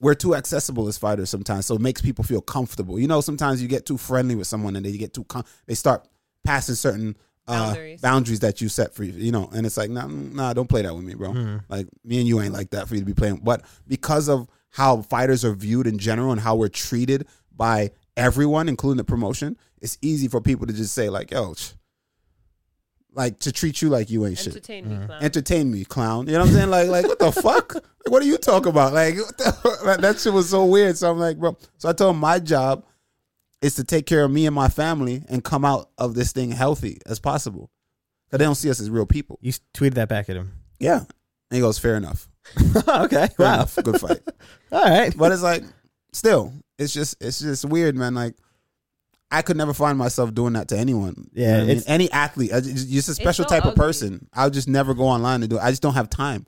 Speaker 1: we're too accessible as fighters sometimes, so it makes people feel comfortable. You know, sometimes you get too friendly with someone and they get too com- they start passing certain uh, boundaries.
Speaker 3: Boundaries.
Speaker 1: that you set for you. You know, and it's like nah, mm, nah, don't play that with me, bro. Like me and you ain't like that for you to be playing. But because of how fighters are viewed in general and how we're treated by everyone, including the promotion, it's easy for people to just say like, yo. tch, Like to treat you like you ain't shit
Speaker 3: Entertain me,
Speaker 2: Mm-hmm.
Speaker 3: clown.
Speaker 1: entertain me, clown. You know what I'm saying? Like, like what the fuck? Like, what are you talking about? Like, what the, like, that shit was so weird. So I'm like, bro. So I told him my job is to take care of me and my family and come out of this thing healthy as possible. Cause they don't see us as real people.
Speaker 2: You s- tweeted that back at him.
Speaker 1: Yeah. And he goes, fair enough.
Speaker 2: okay.
Speaker 1: Fair
Speaker 2: wow.
Speaker 1: enough. Good fight.
Speaker 2: All right.
Speaker 1: But it's like, still, it's just, it's just weird, man. Like. I could never find myself doing that to anyone. You know
Speaker 2: Yeah,
Speaker 1: what I mean?
Speaker 2: it's-
Speaker 1: any athlete. I just, just a special
Speaker 3: so
Speaker 1: type of
Speaker 3: ugly.
Speaker 1: person. I'll just never go online and do it. I just don't have time.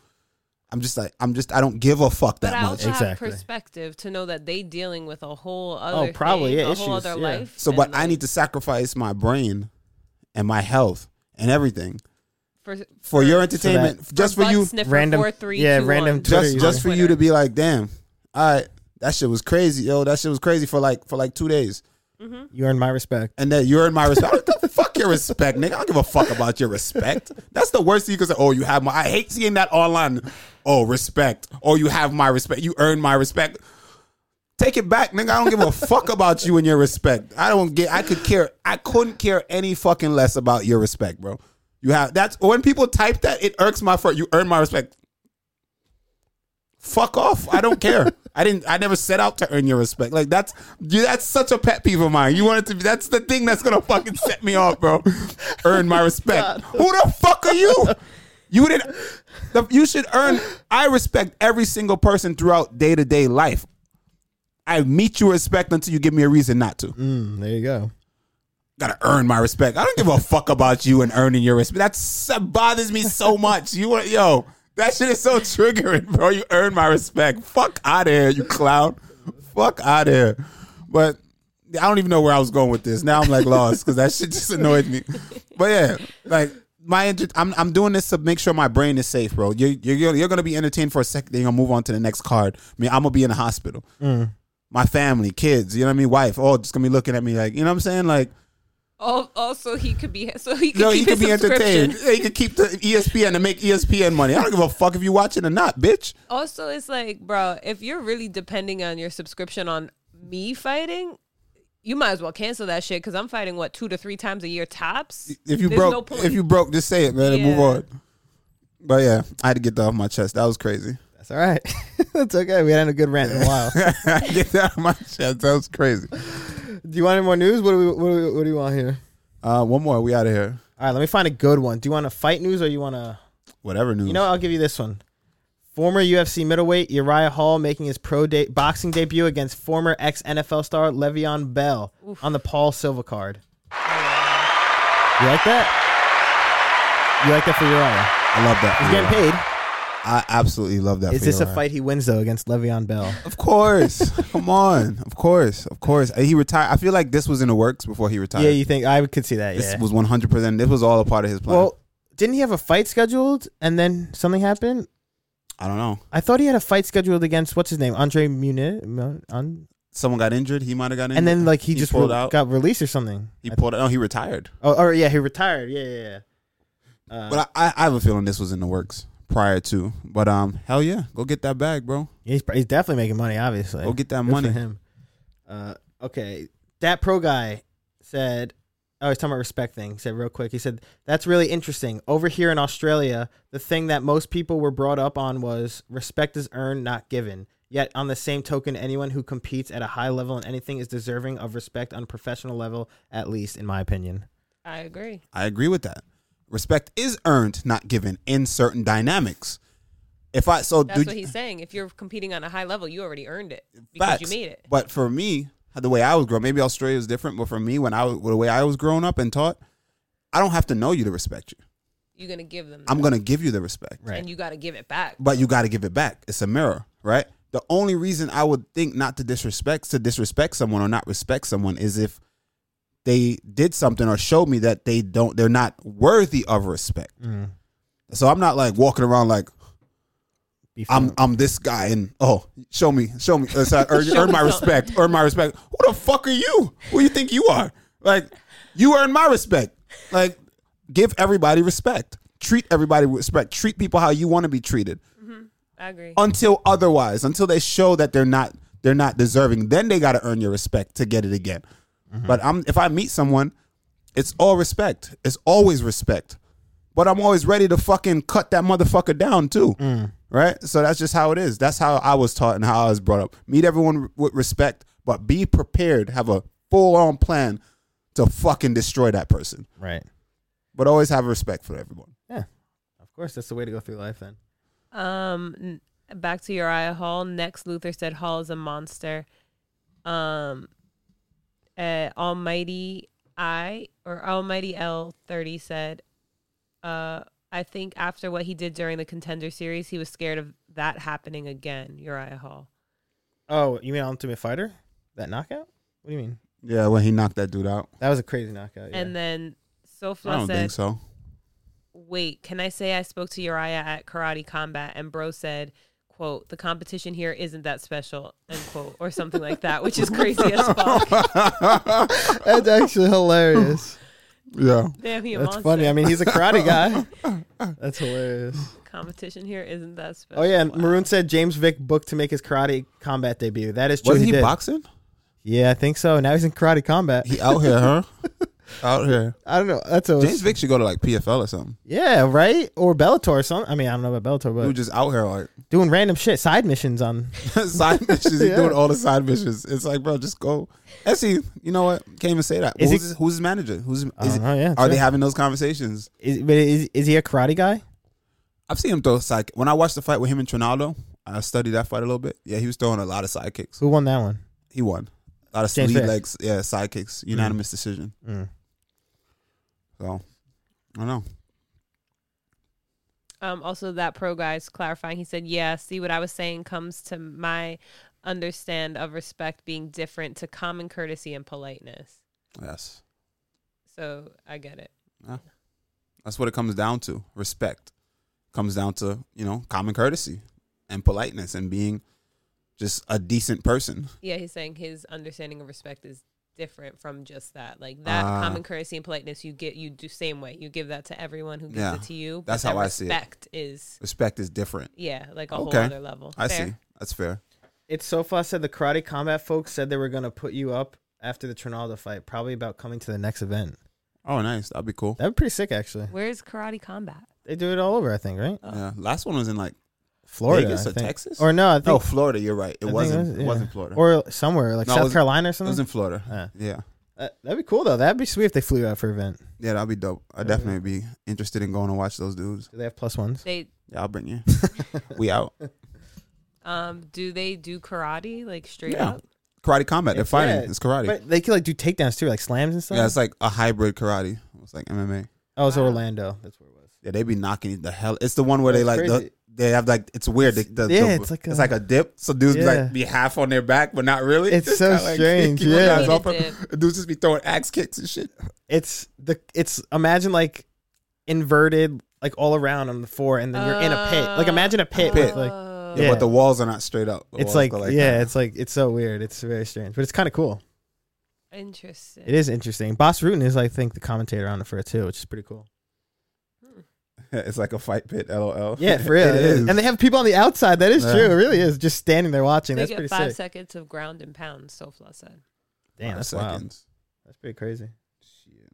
Speaker 1: I'm just like I'm just I don't give a fuck
Speaker 3: But
Speaker 1: that
Speaker 3: I
Speaker 1: much.
Speaker 3: also have
Speaker 2: Exactly. Oh,
Speaker 3: perspective to know that they dealing with a whole other
Speaker 2: probably,
Speaker 3: thing,
Speaker 2: yeah,
Speaker 3: a whole
Speaker 2: issues,
Speaker 3: other
Speaker 2: yeah.
Speaker 3: life.
Speaker 1: So, but
Speaker 3: and,
Speaker 1: I
Speaker 3: like,
Speaker 1: need to sacrifice my brain and my health and everything
Speaker 3: for,
Speaker 1: for your entertainment, just for
Speaker 3: butt
Speaker 1: you,
Speaker 3: sniffer
Speaker 2: Random-
Speaker 3: four, three,
Speaker 2: yeah,
Speaker 3: two,
Speaker 2: random
Speaker 3: one.
Speaker 2: Twitter
Speaker 1: just just for you to be like, damn, all right, that shit was crazy, yo, that shit was crazy for like for like two days,
Speaker 2: You earned my respect.
Speaker 1: and that you're in my respect. fuck your respect, nigga. I don't give a fuck about your respect. That's the worst thing you can say. Oh, you have my. I hate seeing that online. Oh, respect. Oh, you have my respect. You earned my respect. Take it back, nigga. I don't give a fuck about you and your respect. I don't get. I could care. I couldn't care any fucking less about your respect, bro. You have that's when people type that it irks my fur. You earn my respect. Fuck off. I don't care. I didn't. I never set out to earn your respect. Like that's you, that's such a pet peeve of mine. You want it to be. That's the thing that's gonna fucking set me off, bro. Earn my respect. Who the fuck are you? You didn't. the- You should earn. I respect every single person throughout day to day life. I meet your respect until you give me a reason not to.
Speaker 2: Mm, there you go.
Speaker 1: Gotta earn my respect. I don't give a fuck about you and earning your respect. That's, that bothers me so much. You want yo? That shit is so triggering, bro. You earn my respect. Fuck out of here, you clown. Fuck out of here. But I don't even know where I was going with this. Now I'm like lost because that shit just annoyed me. But yeah, like my inter- I'm I'm doing this to make sure my brain is safe, bro. You you you're, you're gonna be entertained for a second, then you're gonna move on to the next card. I mean, I'm gonna be in the hospital. My family, kids, you know what I mean, wife, all just gonna be looking at me like, you know what I'm saying, like.
Speaker 3: Al- Also, he could be so he could
Speaker 1: No,
Speaker 3: keep
Speaker 1: he could
Speaker 3: his
Speaker 1: be entertained.
Speaker 3: subscription.
Speaker 1: Yeah, He could keep the E ESPN and make ESPN money. I don't give a fuck if you watch it or not, bitch.
Speaker 3: Also, it's like, bro, if you're really depending on your subscription on me fighting, you might as well cancel that shit because I'm fighting what two to three times a year tops.
Speaker 1: If you
Speaker 3: There's no
Speaker 1: broke,
Speaker 3: point.
Speaker 1: if you broke, just say it, man, and move
Speaker 3: Yeah.
Speaker 1: on. But yeah, I had to get that off my chest. That was crazy.
Speaker 2: That's all right. That's okay. We hadn't had a good rant in a while.
Speaker 1: get that off my chest. That was crazy.
Speaker 2: do you want any more news? What do we? What do, we, what do you want here?
Speaker 1: Uh, one more. We out of here.
Speaker 2: All right, let me find a good one. Do you want a fight news or you want to?
Speaker 1: Whatever news.
Speaker 2: You know, I'll give you this one. Former UFC middleweight Uriah Hall making his pro de- boxing debut against former ex NFL star Le'Veon Bell on the Paul Silva card. You like that? You like that for Uriah?
Speaker 1: I love that.
Speaker 2: He's
Speaker 1: for
Speaker 2: getting
Speaker 1: you.
Speaker 2: paid.
Speaker 1: I absolutely love that.
Speaker 2: Is
Speaker 1: for
Speaker 2: this
Speaker 1: you,
Speaker 2: a
Speaker 1: Ryan.
Speaker 2: fight he wins though against Le'Veon Bell?
Speaker 1: Of course. Come on. Of course. Of course. He retired. I feel like this was in the works before he retired.
Speaker 2: Yeah, you think I could see that?
Speaker 1: this
Speaker 2: Yeah.
Speaker 1: was one hundred percent. This was all a part of his plan.
Speaker 2: Well, didn't he have a fight scheduled and then something happened?
Speaker 1: I don't know.
Speaker 2: I thought he had a fight scheduled against what's his name, Andre Muniz, Mun- Un-
Speaker 1: Someone got injured. He might have got injured.
Speaker 2: and then like he,
Speaker 1: He
Speaker 2: just
Speaker 1: pulled
Speaker 2: re-
Speaker 1: out.
Speaker 2: got released or something.
Speaker 1: He pulled out. No, he retired.
Speaker 2: Oh, or yeah, he retired. Yeah, yeah, Uh, yeah.
Speaker 1: But I, I, I have a feeling this was in the works prior to. But um, hell yeah, go get that bag, bro.
Speaker 2: He's he's definitely making money. Obviously,
Speaker 1: Go get that
Speaker 2: Good
Speaker 1: money.
Speaker 2: for him. Uh, okay, that pro guy said. Oh, he's talking about respect thing. He said real quick. He said that's really interesting. Over here in Australia, the thing that most people were brought up on was respect is earned, not given. Yet, on the same token, anyone who competes at a high level in anything is deserving of respect on a professional level, at least in my opinion.
Speaker 3: I agree.
Speaker 1: I agree with that. Respect is earned, not given, in certain dynamics. If I so
Speaker 3: That's
Speaker 1: do
Speaker 3: what
Speaker 1: you-
Speaker 3: he's saying. If you're competing on a high level, you already earned it because
Speaker 1: facts.
Speaker 3: you made it.
Speaker 1: But for me, the way I was growing, maybe Australia was different. But for me, when I was the way I was growing up and taught, I don't have to know you to respect you.
Speaker 3: You're gonna give them,
Speaker 1: I'm gonna give you the respect.
Speaker 2: Right.
Speaker 3: and you got to give it back.
Speaker 1: but you got to give it back. It's a mirror, right? The only reason I would think not to disrespect to disrespect someone or not respect someone is if they did something or showed me that they don't they're not worthy of respect. So I'm not like walking around like
Speaker 2: Before.
Speaker 1: I'm I'm this guy and oh show me show me uh, so I earn, earn my respect earn my respect. Who the fuck are you? Who you think you are? Like you earn my respect. Like give everybody respect. Treat everybody with respect. Treat people how you want to be treated
Speaker 3: I agree.
Speaker 1: until otherwise until they show that they're not they're not deserving then they got to earn your respect to get it again but i'm if i meet someone it's all respect it's always respect but i'm always ready to fucking cut that motherfucker down too right so that's just how it is that's how i was taught and how i was brought up meet everyone with respect but be prepared have a full-on plan to fucking destroy that person
Speaker 2: right.
Speaker 1: but always have respect for everyone
Speaker 2: Yeah. Of course, that's the way to go through life then.
Speaker 3: Um, n- back to Uriah Hall. Next, Luther said Hall is a monster. Um, uh, Almighty I or Almighty L thirty said, uh, I think after what he did during the contender series, he was scared of that happening again. Uriah Hall.
Speaker 2: Oh, you mean Ultimate Fighter? That knockout? What do you mean?
Speaker 1: yeah when he knocked that dude out
Speaker 2: That was a crazy knockout. Yeah.
Speaker 3: And then
Speaker 1: i
Speaker 3: Sofla
Speaker 1: don't
Speaker 3: said,
Speaker 1: think so
Speaker 3: wait, can I say I spoke to Uriah at Karate Combat? And Bro said, quote, the competition here isn't that special, end quote, or something like that, which is crazy as fuck.
Speaker 2: That's actually hilarious.
Speaker 1: yeah
Speaker 3: Damn, he a
Speaker 2: That's
Speaker 3: monster.
Speaker 2: funny. I mean, he's a karate guy. That's hilarious.
Speaker 3: competition here isn't that special.
Speaker 2: Oh yeah, and
Speaker 3: Wow.
Speaker 2: Maroon said James Vick booked to make his karate combat debut. That is true.
Speaker 1: was he,
Speaker 2: did.
Speaker 1: boxing
Speaker 2: Yeah, I think so. Now he's in karate combat.
Speaker 1: He out here, huh? out here.
Speaker 2: I don't know. That's a
Speaker 1: James Vick should go to like PFL or something.
Speaker 2: yeah, right? Or Bellator or something. I mean, I don't know about Bellator,
Speaker 1: He
Speaker 2: but
Speaker 1: was just out here like
Speaker 2: doing random shit, side missions on.
Speaker 1: side missions. He
Speaker 2: Yeah.
Speaker 1: doing all the side missions. It's like, bro, just go. Actually, you know what? Can't even say that.
Speaker 2: Is
Speaker 1: who's,
Speaker 2: he-
Speaker 1: his, who's his manager? Who's
Speaker 2: I
Speaker 1: is
Speaker 2: don't know, yeah,
Speaker 1: Are they
Speaker 2: sure.
Speaker 1: having those conversations?
Speaker 2: Is, but is is he a karate guy?
Speaker 1: I've seen him throw side. When I watched the fight with him and Trinaldo, I studied that fight a little bit. Yeah, he was throwing a lot of sidekicks.
Speaker 2: Who won that one?
Speaker 1: He won a lot of
Speaker 2: James
Speaker 1: lead
Speaker 2: Fair.
Speaker 1: legs. Yeah, sidekicks. Unanimous decision.
Speaker 2: Mm.
Speaker 1: So I don't know.
Speaker 3: Um, also, that pro guy's clarifying. He said, "Yeah, see what I was saying comes to my understand of respect being different to common courtesy and politeness."
Speaker 1: Yes,
Speaker 3: So I get it.
Speaker 1: that's what it comes down to. Respect comes down to you know common courtesy and politeness and being just a decent person.
Speaker 3: Yeah, he's saying his understanding of respect is different from just that. Like that
Speaker 1: Ah.
Speaker 3: common courtesy and politeness, you get you do same way. You give that to everyone who gives
Speaker 1: Yeah,
Speaker 3: it to you.
Speaker 1: that's
Speaker 3: that
Speaker 1: how I see it.
Speaker 3: Respect is
Speaker 1: Respect is different.
Speaker 3: yeah, like a
Speaker 1: Okay,
Speaker 3: whole other level.
Speaker 1: I
Speaker 3: Fair.
Speaker 1: see. That's fair.
Speaker 2: It's so far said the karate combat folks said they were gonna put you up after the Trinaldo fight, probably about coming to the next event.
Speaker 1: Oh, nice. That'd be cool.
Speaker 2: That'd be pretty sick, actually.
Speaker 3: Where's karate combat?
Speaker 2: They do it all over, I think, right?
Speaker 1: Yeah. Last one was in like
Speaker 2: Florida,
Speaker 1: Vegas
Speaker 2: I
Speaker 1: or
Speaker 2: think.
Speaker 1: Texas?
Speaker 2: or no, I think,
Speaker 1: no Florida. You're right.
Speaker 2: I
Speaker 1: It
Speaker 2: think
Speaker 1: wasn't. It,
Speaker 2: yeah.
Speaker 1: was, not Florida.
Speaker 2: or somewhere like
Speaker 1: No, it
Speaker 2: South
Speaker 1: was-
Speaker 2: Carolina or
Speaker 1: it
Speaker 2: something.
Speaker 1: was in Florida.
Speaker 2: Ah.
Speaker 1: Yeah.
Speaker 2: Uh, that'd be cool though. That'd be sweet if they flew you out for an event.
Speaker 1: Yeah, that'd be dope. I'd
Speaker 2: Yeah.
Speaker 1: definitely be interested in going to watch those dudes.
Speaker 2: Do they have plus ones?
Speaker 3: They
Speaker 1: Yeah, I'll bring you. we out.
Speaker 3: um do they do karate like straight
Speaker 1: Yeah.
Speaker 3: up?
Speaker 1: Karate combat. They're
Speaker 2: It's-
Speaker 1: fighting.
Speaker 2: yeah,
Speaker 1: It's karate.
Speaker 2: But uh, they could like do takedowns too, like slams and stuff.
Speaker 1: yeah, it's like a hybrid karate. It's like MMA.
Speaker 2: oh, it's
Speaker 3: Wow.
Speaker 2: Orlando. That's where it was.
Speaker 1: Yeah, they be knocking the hell. It's the one where they
Speaker 2: That's
Speaker 1: like the,
Speaker 2: crazy.
Speaker 1: they have like it's weird. The, the,
Speaker 2: Yeah,
Speaker 1: the-
Speaker 2: it's like
Speaker 1: it's
Speaker 2: a-
Speaker 1: like a dip. So dudes be
Speaker 2: Yeah.
Speaker 1: like be half on their back, but not really.
Speaker 2: It's
Speaker 1: Just
Speaker 2: so
Speaker 1: kinda, like,
Speaker 2: strange,
Speaker 1: keep your
Speaker 2: yeah.
Speaker 1: guys
Speaker 3: Need a
Speaker 1: off.
Speaker 3: dip.
Speaker 1: Dudes just be throwing axe kicks and shit.
Speaker 2: It's the it's imagine like inverted like all around on the floor, and then you're in a pit. Like
Speaker 3: Uh,
Speaker 2: imagine a pit.
Speaker 1: Pit.
Speaker 2: with, Like
Speaker 3: Oh.
Speaker 1: Yeah,
Speaker 2: Yeah.
Speaker 1: but the walls are not straight up. The
Speaker 2: it's
Speaker 1: walls
Speaker 2: like,
Speaker 1: go
Speaker 2: yeah,
Speaker 1: that.
Speaker 2: it's like it's so weird. It's very strange, but it's kind of cool.
Speaker 3: Interesting.
Speaker 2: It is interesting. Boss Rutan is, I think, the commentator on it for it too, which is pretty cool.
Speaker 1: it's like a fight pit. LOL.
Speaker 2: Yeah, for real,
Speaker 1: it is.
Speaker 2: And they have people on the outside. That is
Speaker 1: Yeah.
Speaker 2: true. It really is. Just standing there watching.
Speaker 3: They
Speaker 2: That's
Speaker 3: get
Speaker 2: pretty
Speaker 3: five
Speaker 2: sick.
Speaker 3: seconds of ground and pound, Sofla said.
Speaker 2: Damn,
Speaker 1: Five
Speaker 2: that's wild.
Speaker 1: seconds.
Speaker 2: That's pretty crazy.
Speaker 1: Shit.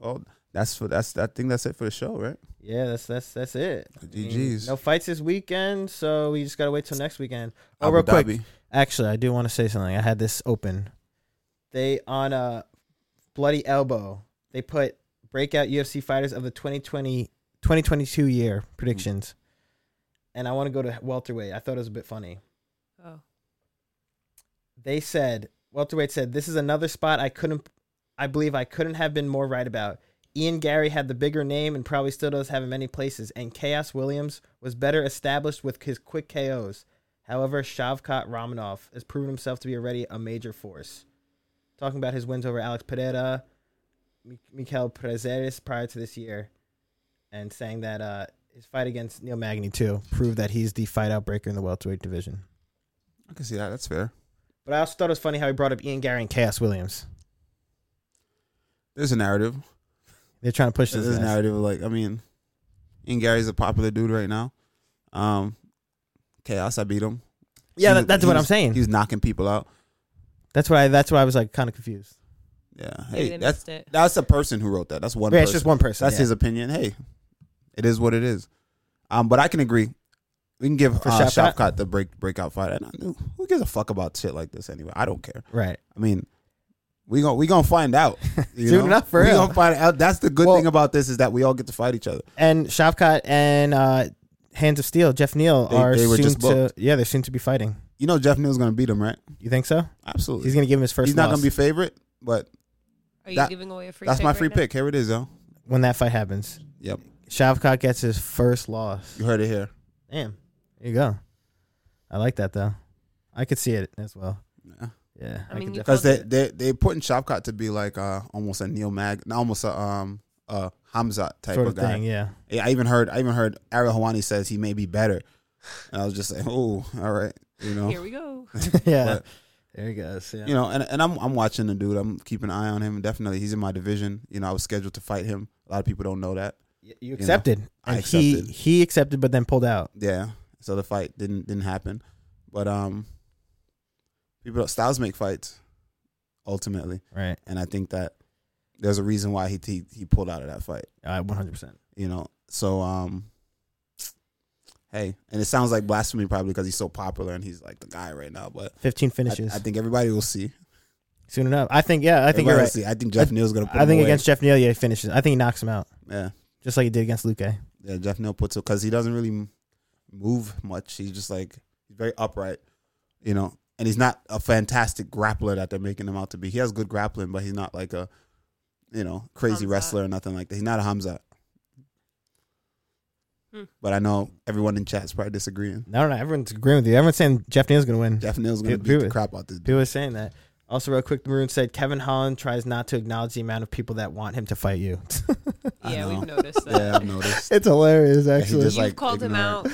Speaker 1: Oh, that's for that's I think that's it for the show, right?
Speaker 2: Yeah, that's that's that's it. I mean,
Speaker 1: GGs.
Speaker 2: no fights this weekend, so we just gotta wait till next weekend. Oh,
Speaker 1: Abu
Speaker 2: real quick.
Speaker 1: Dhabi.
Speaker 2: Actually, I do want to say something. I had this open. They on a bloody elbow. They put breakout UFC fighters of the 2020 2022 year predictions. And I want to go to welterweight. I thought it was a bit funny.
Speaker 3: Oh.
Speaker 2: They said welterweight said this is another spot I couldn't I believe I couldn't have been more right about. Ian Gary had the bigger name and probably still does have in many places, and Chaos Williams was better established with his quick KOs. However, Shavkat Romanov has proven himself to be already a major force. Talking about his wins over Alex Pereira, Mi- Mikel Prezeris prior to this year, and saying that uh, his fight against Neil Magny too proved that he's the fight outbreaker in the welterweight division.
Speaker 1: I can see that. That's fair.
Speaker 2: But I also thought it was funny how he brought up Ian Gary and Chaos Williams.
Speaker 1: There's a narrative.
Speaker 2: They're trying to push this.
Speaker 1: There's a
Speaker 2: guys.
Speaker 1: narrative. Like I mean, and Gary's a popular dude right now. Um, chaos. I beat him.
Speaker 2: Yeah,
Speaker 1: He
Speaker 2: that,
Speaker 1: was-
Speaker 2: that's
Speaker 1: he
Speaker 2: what I'm
Speaker 1: was-
Speaker 2: saying.
Speaker 1: He was knocking people out.
Speaker 2: That's why. That's why I was like kind of confused.
Speaker 1: Yeah.
Speaker 3: Maybe
Speaker 1: Hey,
Speaker 3: they
Speaker 1: that's
Speaker 3: missed it.
Speaker 1: that's a person who wrote that. That's one.
Speaker 2: yeah, it's
Speaker 1: person.
Speaker 2: just one person.
Speaker 1: that's
Speaker 2: yeah.
Speaker 1: his opinion. Hey, it is what it is. Um, but I can agree. We can give
Speaker 2: For
Speaker 1: uh,
Speaker 2: Shavkat?
Speaker 1: Shavkat the break breakout fight. And I knew, who gives a fuck about shit like this anyway? I don't care.
Speaker 2: right.
Speaker 1: I mean, we gon' we gonna find out. You
Speaker 2: Soon
Speaker 1: know?
Speaker 2: enough, for
Speaker 1: we
Speaker 2: real.
Speaker 1: gonna find out. That's the good
Speaker 2: Well-
Speaker 1: thing about this is that we all get to fight each other.
Speaker 2: And Shavkat and uh, Hands of Steel, Jeff Neal
Speaker 1: They-
Speaker 2: are
Speaker 1: they were
Speaker 2: soon
Speaker 1: just
Speaker 2: to. Yeah, they're soon to be fighting.
Speaker 1: You know, Jeff Neal's gonna beat him, right?
Speaker 2: You think so?
Speaker 1: Absolutely.
Speaker 2: He's
Speaker 1: He's,
Speaker 2: gonna give him his first.
Speaker 1: not
Speaker 2: loss
Speaker 1: gonna be favorite, but
Speaker 3: Are you
Speaker 1: That-
Speaker 3: giving away a free
Speaker 1: that's
Speaker 3: pick
Speaker 1: my
Speaker 3: right
Speaker 1: free
Speaker 3: now?
Speaker 1: pick. Here it is, yo.
Speaker 2: when that fight happens.
Speaker 1: Yep,
Speaker 2: Shavkat gets his first loss.
Speaker 1: you heard it here.
Speaker 2: Damn. There you go. I like that though. I could see it as well.
Speaker 1: Yeah.
Speaker 2: Yeah.
Speaker 3: I mean,
Speaker 2: could
Speaker 3: you-
Speaker 2: def-
Speaker 1: Because they they they putting Shopcott to be like uh almost a Neil Mag, no, almost a um a Hamza type
Speaker 2: sort
Speaker 1: of
Speaker 2: of
Speaker 1: guy.
Speaker 2: thing. Yeah.
Speaker 1: Yeah, I even heard I even heard Ariel Hawani says he may be better, and I was just like, oh, all right, you know,
Speaker 3: Here we go.
Speaker 2: yeah.
Speaker 1: But-
Speaker 2: there he goes. Yeah.
Speaker 1: you know, and and I'm I'm watching the dude. I'm keeping an eye on him. Definitely, he's in my division. You know, I was scheduled to fight him. A lot of people don't know that.
Speaker 2: You, accepted.
Speaker 1: I
Speaker 2: And he
Speaker 1: accepted.
Speaker 2: he accepted, but then pulled out.
Speaker 1: Yeah, so the fight didn't didn't happen, but um, people styles make fights, ultimately,
Speaker 2: Right.
Speaker 1: and I think that there's a reason why he he, he pulled out of that fight.
Speaker 2: Uh, 100%.
Speaker 1: You know, so um. Hey, and it sounds like blasphemy probably because he's so popular and he's like the guy right now. But
Speaker 2: 15
Speaker 1: I,
Speaker 2: finishes.
Speaker 1: I think everybody will see.
Speaker 2: soon enough. I think. Yeah. I think you're
Speaker 1: Everybody
Speaker 2: right.
Speaker 1: will see. I think Jeff Neal's gonna. Put
Speaker 2: I
Speaker 1: him
Speaker 2: think
Speaker 1: away.
Speaker 2: against Jeff Neal, yeah, he finishes. I think he knocks him out,
Speaker 1: yeah.
Speaker 2: just like he did against Luke.
Speaker 1: Yeah, Jeff Neal puts it because he doesn't really m- move much. He's just like he's very upright, you know. And he's not a fantastic grappler that they're making him out to be. He has good grappling, but he's not like a, you know, crazy
Speaker 3: Hamzat.
Speaker 1: wrestler or nothing like that. He's not a Hamzat.
Speaker 3: Hmm.
Speaker 1: But I know everyone in chat's probably disagreeing.
Speaker 2: No, no, everyone's agreeing with you. Everyone's saying Jeff Neal's gonna win.
Speaker 1: Jeff Neal's gonna
Speaker 2: Dude,
Speaker 1: beat the
Speaker 2: dude.
Speaker 1: crap out this dude.
Speaker 2: People are saying that. Also, real quick, Maroon said Kevin Holland tries not to acknowledge the amount of people that want him to fight you.
Speaker 1: I
Speaker 3: Yeah,
Speaker 1: know.
Speaker 3: we've noticed that.
Speaker 1: Yeah, I've noticed.
Speaker 2: it's hilarious,
Speaker 1: he
Speaker 2: actually.
Speaker 1: just,
Speaker 3: You've
Speaker 1: like,
Speaker 3: called him
Speaker 1: ignore
Speaker 3: out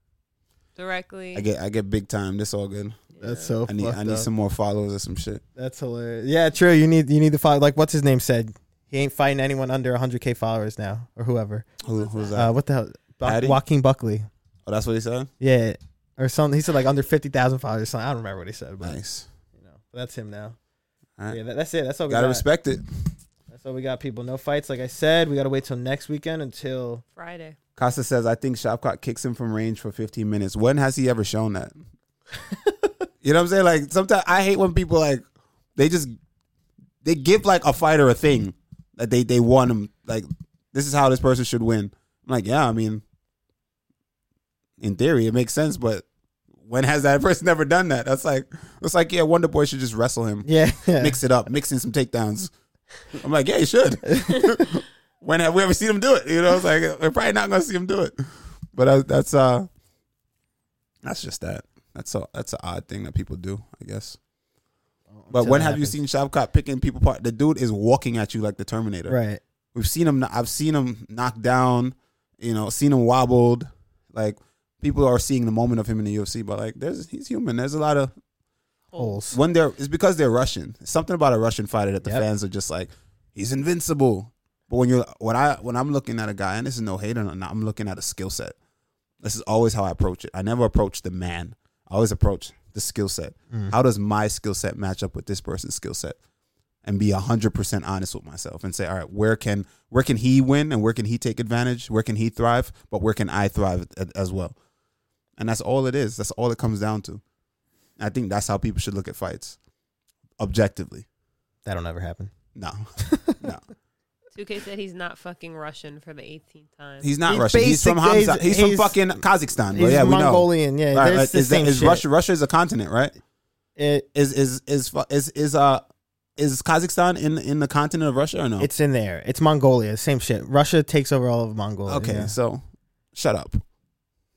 Speaker 3: directly.
Speaker 1: I get I get big time. That's all good.
Speaker 2: That's
Speaker 3: Yeah.
Speaker 2: so.
Speaker 1: I need
Speaker 2: fucked
Speaker 1: I need
Speaker 2: up.
Speaker 1: some more followers or some shit.
Speaker 2: That's hilarious. Yeah, true. You need you need to follow. Like what's his name said. He ain't fighting anyone under 100k followers now or whoever.
Speaker 1: Who, who's that?
Speaker 2: Uh, what the hell?
Speaker 1: Patty?
Speaker 2: Bu- Joaquin Buckley.
Speaker 1: oh, that's what he said.
Speaker 2: Yeah, or something. He said like under 50,000 followers. or Something. I don't remember what he said, but
Speaker 1: Nice.
Speaker 2: you know, that's him now.
Speaker 1: All right.
Speaker 2: Yeah, that, that's it. That's all we
Speaker 1: Gotta
Speaker 2: got.
Speaker 1: respect it.
Speaker 2: That's all we got, people. No fights, like I said. We gotta wait till next weekend until
Speaker 3: Friday.
Speaker 1: Costa says, I think Shopcock kicks him from range for 15 minutes. When has he ever shown that? you know what I'm saying? Like sometimes I hate when people like they just they give like a fighter a thing that they they want him like this is how this person should win. I'm like, yeah, I mean, in theory it makes sense, but when has that person ever done that? That's like it's like yeah, Wonder Boy should just wrestle him,
Speaker 2: yeah.
Speaker 1: mix it up, mix in some takedowns. I'm like, yeah, he should. when have we ever seen him do it? You know, it's like we're probably not gonna see him do it. But uh, that's uh, that's just that. That's a that's an odd thing that people do, I guess. But
Speaker 2: Until
Speaker 1: when
Speaker 2: that
Speaker 1: have
Speaker 2: happens.
Speaker 1: you seen Shabcop picking people apart? The dude is walking at you like the Terminator.
Speaker 2: Right.
Speaker 1: We've seen him. I've seen him knocked down. You know, seen him wobbled. Like people are seeing the moment of him in the UFC, but like there's he's human. There's a lot of
Speaker 2: Holes.
Speaker 1: when they're it's because they're Russian. It's something about a Russian fighter that the
Speaker 2: Yep.
Speaker 1: fans are just like, he's invincible. But when you're when I when I'm looking at a guy, and this is no hate on, I'm looking at a skill set. This is always how I approach it. I never approach the man. I always approach the skill set. How does my skill set match up with this person's skill set? And be hundred percent honest with myself and say, all right, where can where can he win and where can he take advantage? Where can he thrive? But where can I thrive a- as well? And that's all it is. That's all it comes down to. I think that's how people should look at fights, objectively.
Speaker 2: That'll never happen.
Speaker 1: No, no,
Speaker 3: 2K said he's not fucking Russian for the 18th time.
Speaker 1: he's not
Speaker 2: He's
Speaker 1: Russian. He's from
Speaker 2: basic-
Speaker 1: Hamza. He's,
Speaker 2: he's-
Speaker 1: from
Speaker 2: he's-
Speaker 1: fucking Kazakhstan. But
Speaker 2: He's
Speaker 1: yeah, we know.
Speaker 2: Mongolian. Yeah.
Speaker 1: Right,
Speaker 2: there's
Speaker 1: right.
Speaker 2: the
Speaker 1: Is, that-
Speaker 2: same
Speaker 1: is
Speaker 2: shit.
Speaker 1: Russia? Russia is a continent, right?
Speaker 2: It,
Speaker 1: Is is is fu- is is uh is Kazakhstan in in the continent of Russia or no?
Speaker 2: It's in there. It's Mongolia. Same shit. Russia takes over all of Mongolia.
Speaker 1: okay,
Speaker 2: yeah.
Speaker 1: so shut up.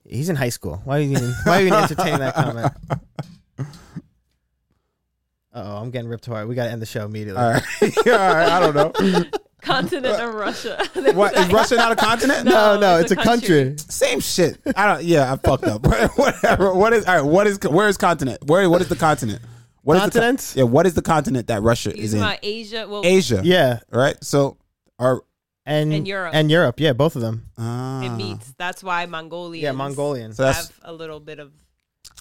Speaker 2: He's in high school. Why are you even, why are you even entertaining that comment? Uh oh, I'm getting ripped apart. We gotta end the show immediately.
Speaker 1: All right, all right. I don't know.
Speaker 3: Continent of Russia.
Speaker 1: What is Russia not a continent?
Speaker 2: No, no, it's, a country.
Speaker 1: Same shit. I don't. Yeah, I fucked up. Whatever. What is? All right. What is? Where is continent? Where? What is the continent? What is the con-
Speaker 2: Continents?
Speaker 1: yeah. What is the continent that Russia
Speaker 3: He's
Speaker 1: is in?
Speaker 3: about Asia. Well,
Speaker 1: Asia.
Speaker 2: Yeah,
Speaker 1: Right. So our
Speaker 2: and
Speaker 3: And Europe.
Speaker 2: and Europe. Yeah, both of them.
Speaker 1: ah,
Speaker 3: it meets. That's why Mongolians
Speaker 2: Yeah, Mongolian.
Speaker 1: So that's
Speaker 3: have a little bit of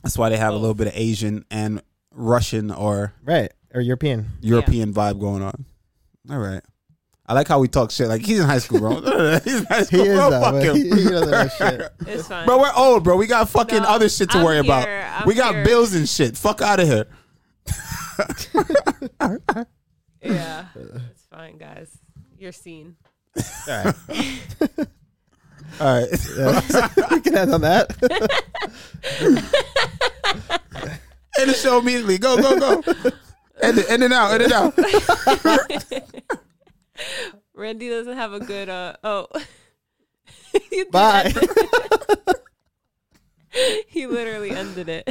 Speaker 1: that's why they have a little bit of Asian and Russian or
Speaker 2: right or European.
Speaker 1: European vibe going on. All right. I like how we talk shit. Like he's in high school, bro. he's in high
Speaker 2: He
Speaker 1: school.
Speaker 2: is
Speaker 1: bro.
Speaker 2: though,
Speaker 1: Fuck
Speaker 2: but
Speaker 1: him.
Speaker 2: he- he doesn't know shit.
Speaker 3: it's fine.
Speaker 1: Bro, we're old, bro. We got fucking
Speaker 3: No,
Speaker 1: other shit to
Speaker 3: I'm
Speaker 1: worry about.
Speaker 3: here. I'm
Speaker 1: we got
Speaker 3: here.
Speaker 1: bills and shit. Fuck out of here.
Speaker 3: yeah, it's fine, guys. You're seen.
Speaker 2: All right,
Speaker 1: All right.
Speaker 2: Yeah. we can end on that.
Speaker 1: End the show immediately. Go, go, go. End it, end it now, end it now.
Speaker 3: Randy doesn't have a good. uh Oh, You did
Speaker 2: Bye.
Speaker 3: end it. he literally ended it.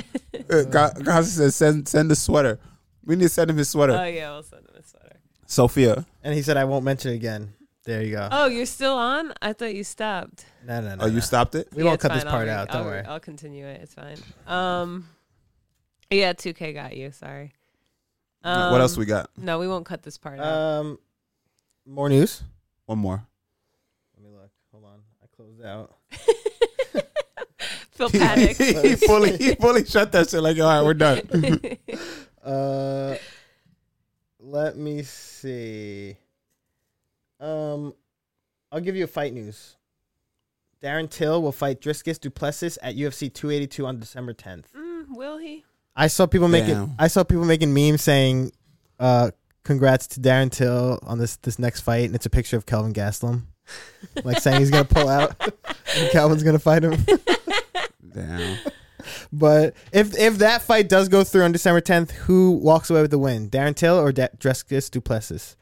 Speaker 1: Uh, Ga- Gazi says, send, send the sweater. We need to send him his sweater.
Speaker 3: oh
Speaker 2: Uh,
Speaker 3: yeah, we'll send him a sweater.
Speaker 1: Sophia.
Speaker 2: and he said, "I won't mention it again." There you go.
Speaker 3: Oh, you're still on? I thought you stopped.
Speaker 2: no, no, no.
Speaker 1: Oh, you
Speaker 2: no.
Speaker 1: stopped it?
Speaker 2: We
Speaker 3: Yeah,
Speaker 2: won't
Speaker 3: it's
Speaker 2: cut this
Speaker 3: fine.
Speaker 2: part
Speaker 3: I'll re-
Speaker 2: out. Don't
Speaker 3: I'll,
Speaker 2: worry.
Speaker 3: I'll continue it. It's fine. Um, yeah, 2K got you. Sorry.
Speaker 1: what
Speaker 3: Um,
Speaker 1: else we got?
Speaker 3: No, we won't cut this part out.
Speaker 2: Um, more news.
Speaker 1: One more.
Speaker 2: Let me look. Hold on. I closed out.
Speaker 3: Phil
Speaker 1: He,
Speaker 3: Paddock.
Speaker 1: he fully he fully shut that shit like, all right, we're done.
Speaker 2: Uh, let me see. Um, I'll give you a fight news. Darren Till will fight Driscus Duplessis at UFC 282 on December 10th.
Speaker 3: Mm, will he?
Speaker 2: I saw people making
Speaker 1: Damn.
Speaker 2: I saw people making memes saying, "Uh, congrats to Darren Till on this this next fight," and it's a picture of Kelvin Gastelum. like saying he's gonna pull out and Calvin's gonna fight him.
Speaker 1: Damn.
Speaker 2: But if if that fight does go through on December 10th, who walks away with the win? Darren Till or da- Dreskis Duplessis?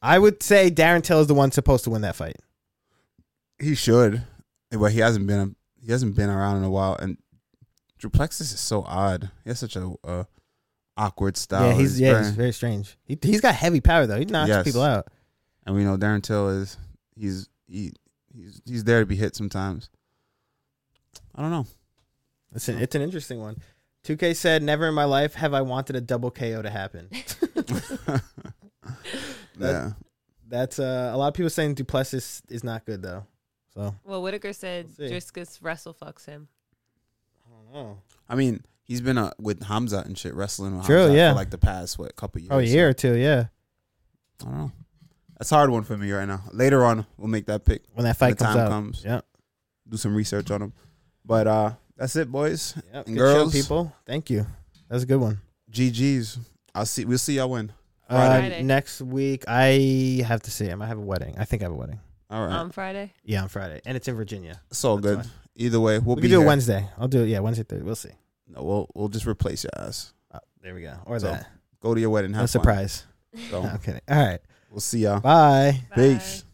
Speaker 2: I would say Darren Till is the one supposed to win that fight.
Speaker 1: He should, but he hasn't been. He hasn't been around in a while, and Duplexis is so odd. He has such a uh, awkward style.
Speaker 2: yeah, he's
Speaker 1: His
Speaker 2: yeah,
Speaker 1: brain-
Speaker 2: he's very strange. He he's got heavy power though. He knocks
Speaker 1: Yes.
Speaker 2: people out.
Speaker 1: and we know Darren Till is. He's he he's he's there to be hit sometimes. I don't know.
Speaker 2: It's an, it's an interesting one. 2K said, "Never in my life have I wanted a double KO to happen."
Speaker 1: yeah,
Speaker 2: That's uh, a lot of people saying Duplessis is not good though. So
Speaker 3: Well, Whitaker said
Speaker 2: We'll see.
Speaker 3: Driscus wrestle fucks him.
Speaker 2: I don't know.
Speaker 1: I mean, he's been uh, with Hamza and shit wrestling with
Speaker 2: True,
Speaker 1: Hamza
Speaker 2: yeah.
Speaker 1: for like the past what couple years.
Speaker 2: Oh, a
Speaker 1: so-
Speaker 2: year or two, yeah.
Speaker 1: I don't know. That's a hard one for me right now. Later on, we'll make that pick.
Speaker 2: When that fight
Speaker 1: the
Speaker 2: comes
Speaker 1: time
Speaker 2: out,
Speaker 1: comes.
Speaker 2: yeah.
Speaker 1: Do some research on him. But uh, that's it, boys.
Speaker 2: Yep,
Speaker 1: And
Speaker 2: good show,
Speaker 1: girls.
Speaker 2: people. Thank you. That's a good one.
Speaker 1: GG's. I'll see. We'll see y'all win.
Speaker 2: Uh,
Speaker 3: Friday.
Speaker 2: next week, I have to see him. I have a wedding. I think I have a wedding.
Speaker 1: All right.
Speaker 3: On Friday?
Speaker 2: Yeah, on Friday, and it's in Virginia.
Speaker 1: it's all
Speaker 2: that's
Speaker 1: good.
Speaker 2: fine.
Speaker 1: Either way, we'll
Speaker 2: we
Speaker 1: be
Speaker 2: can do
Speaker 1: here.
Speaker 2: it Wednesday. I'll do it. Yeah, Wednesday, Thursday. We'll see.
Speaker 1: No, we'll we'll just replace your ass.
Speaker 2: Uh, there we go. Or
Speaker 1: So,
Speaker 2: that.
Speaker 1: Go to your wedding. Have
Speaker 2: No
Speaker 1: fun.
Speaker 2: surprise.
Speaker 1: So,
Speaker 2: No, I'm kidding. All right.
Speaker 1: we'll see y'all.
Speaker 2: Bye.
Speaker 1: Peace.
Speaker 3: Bye.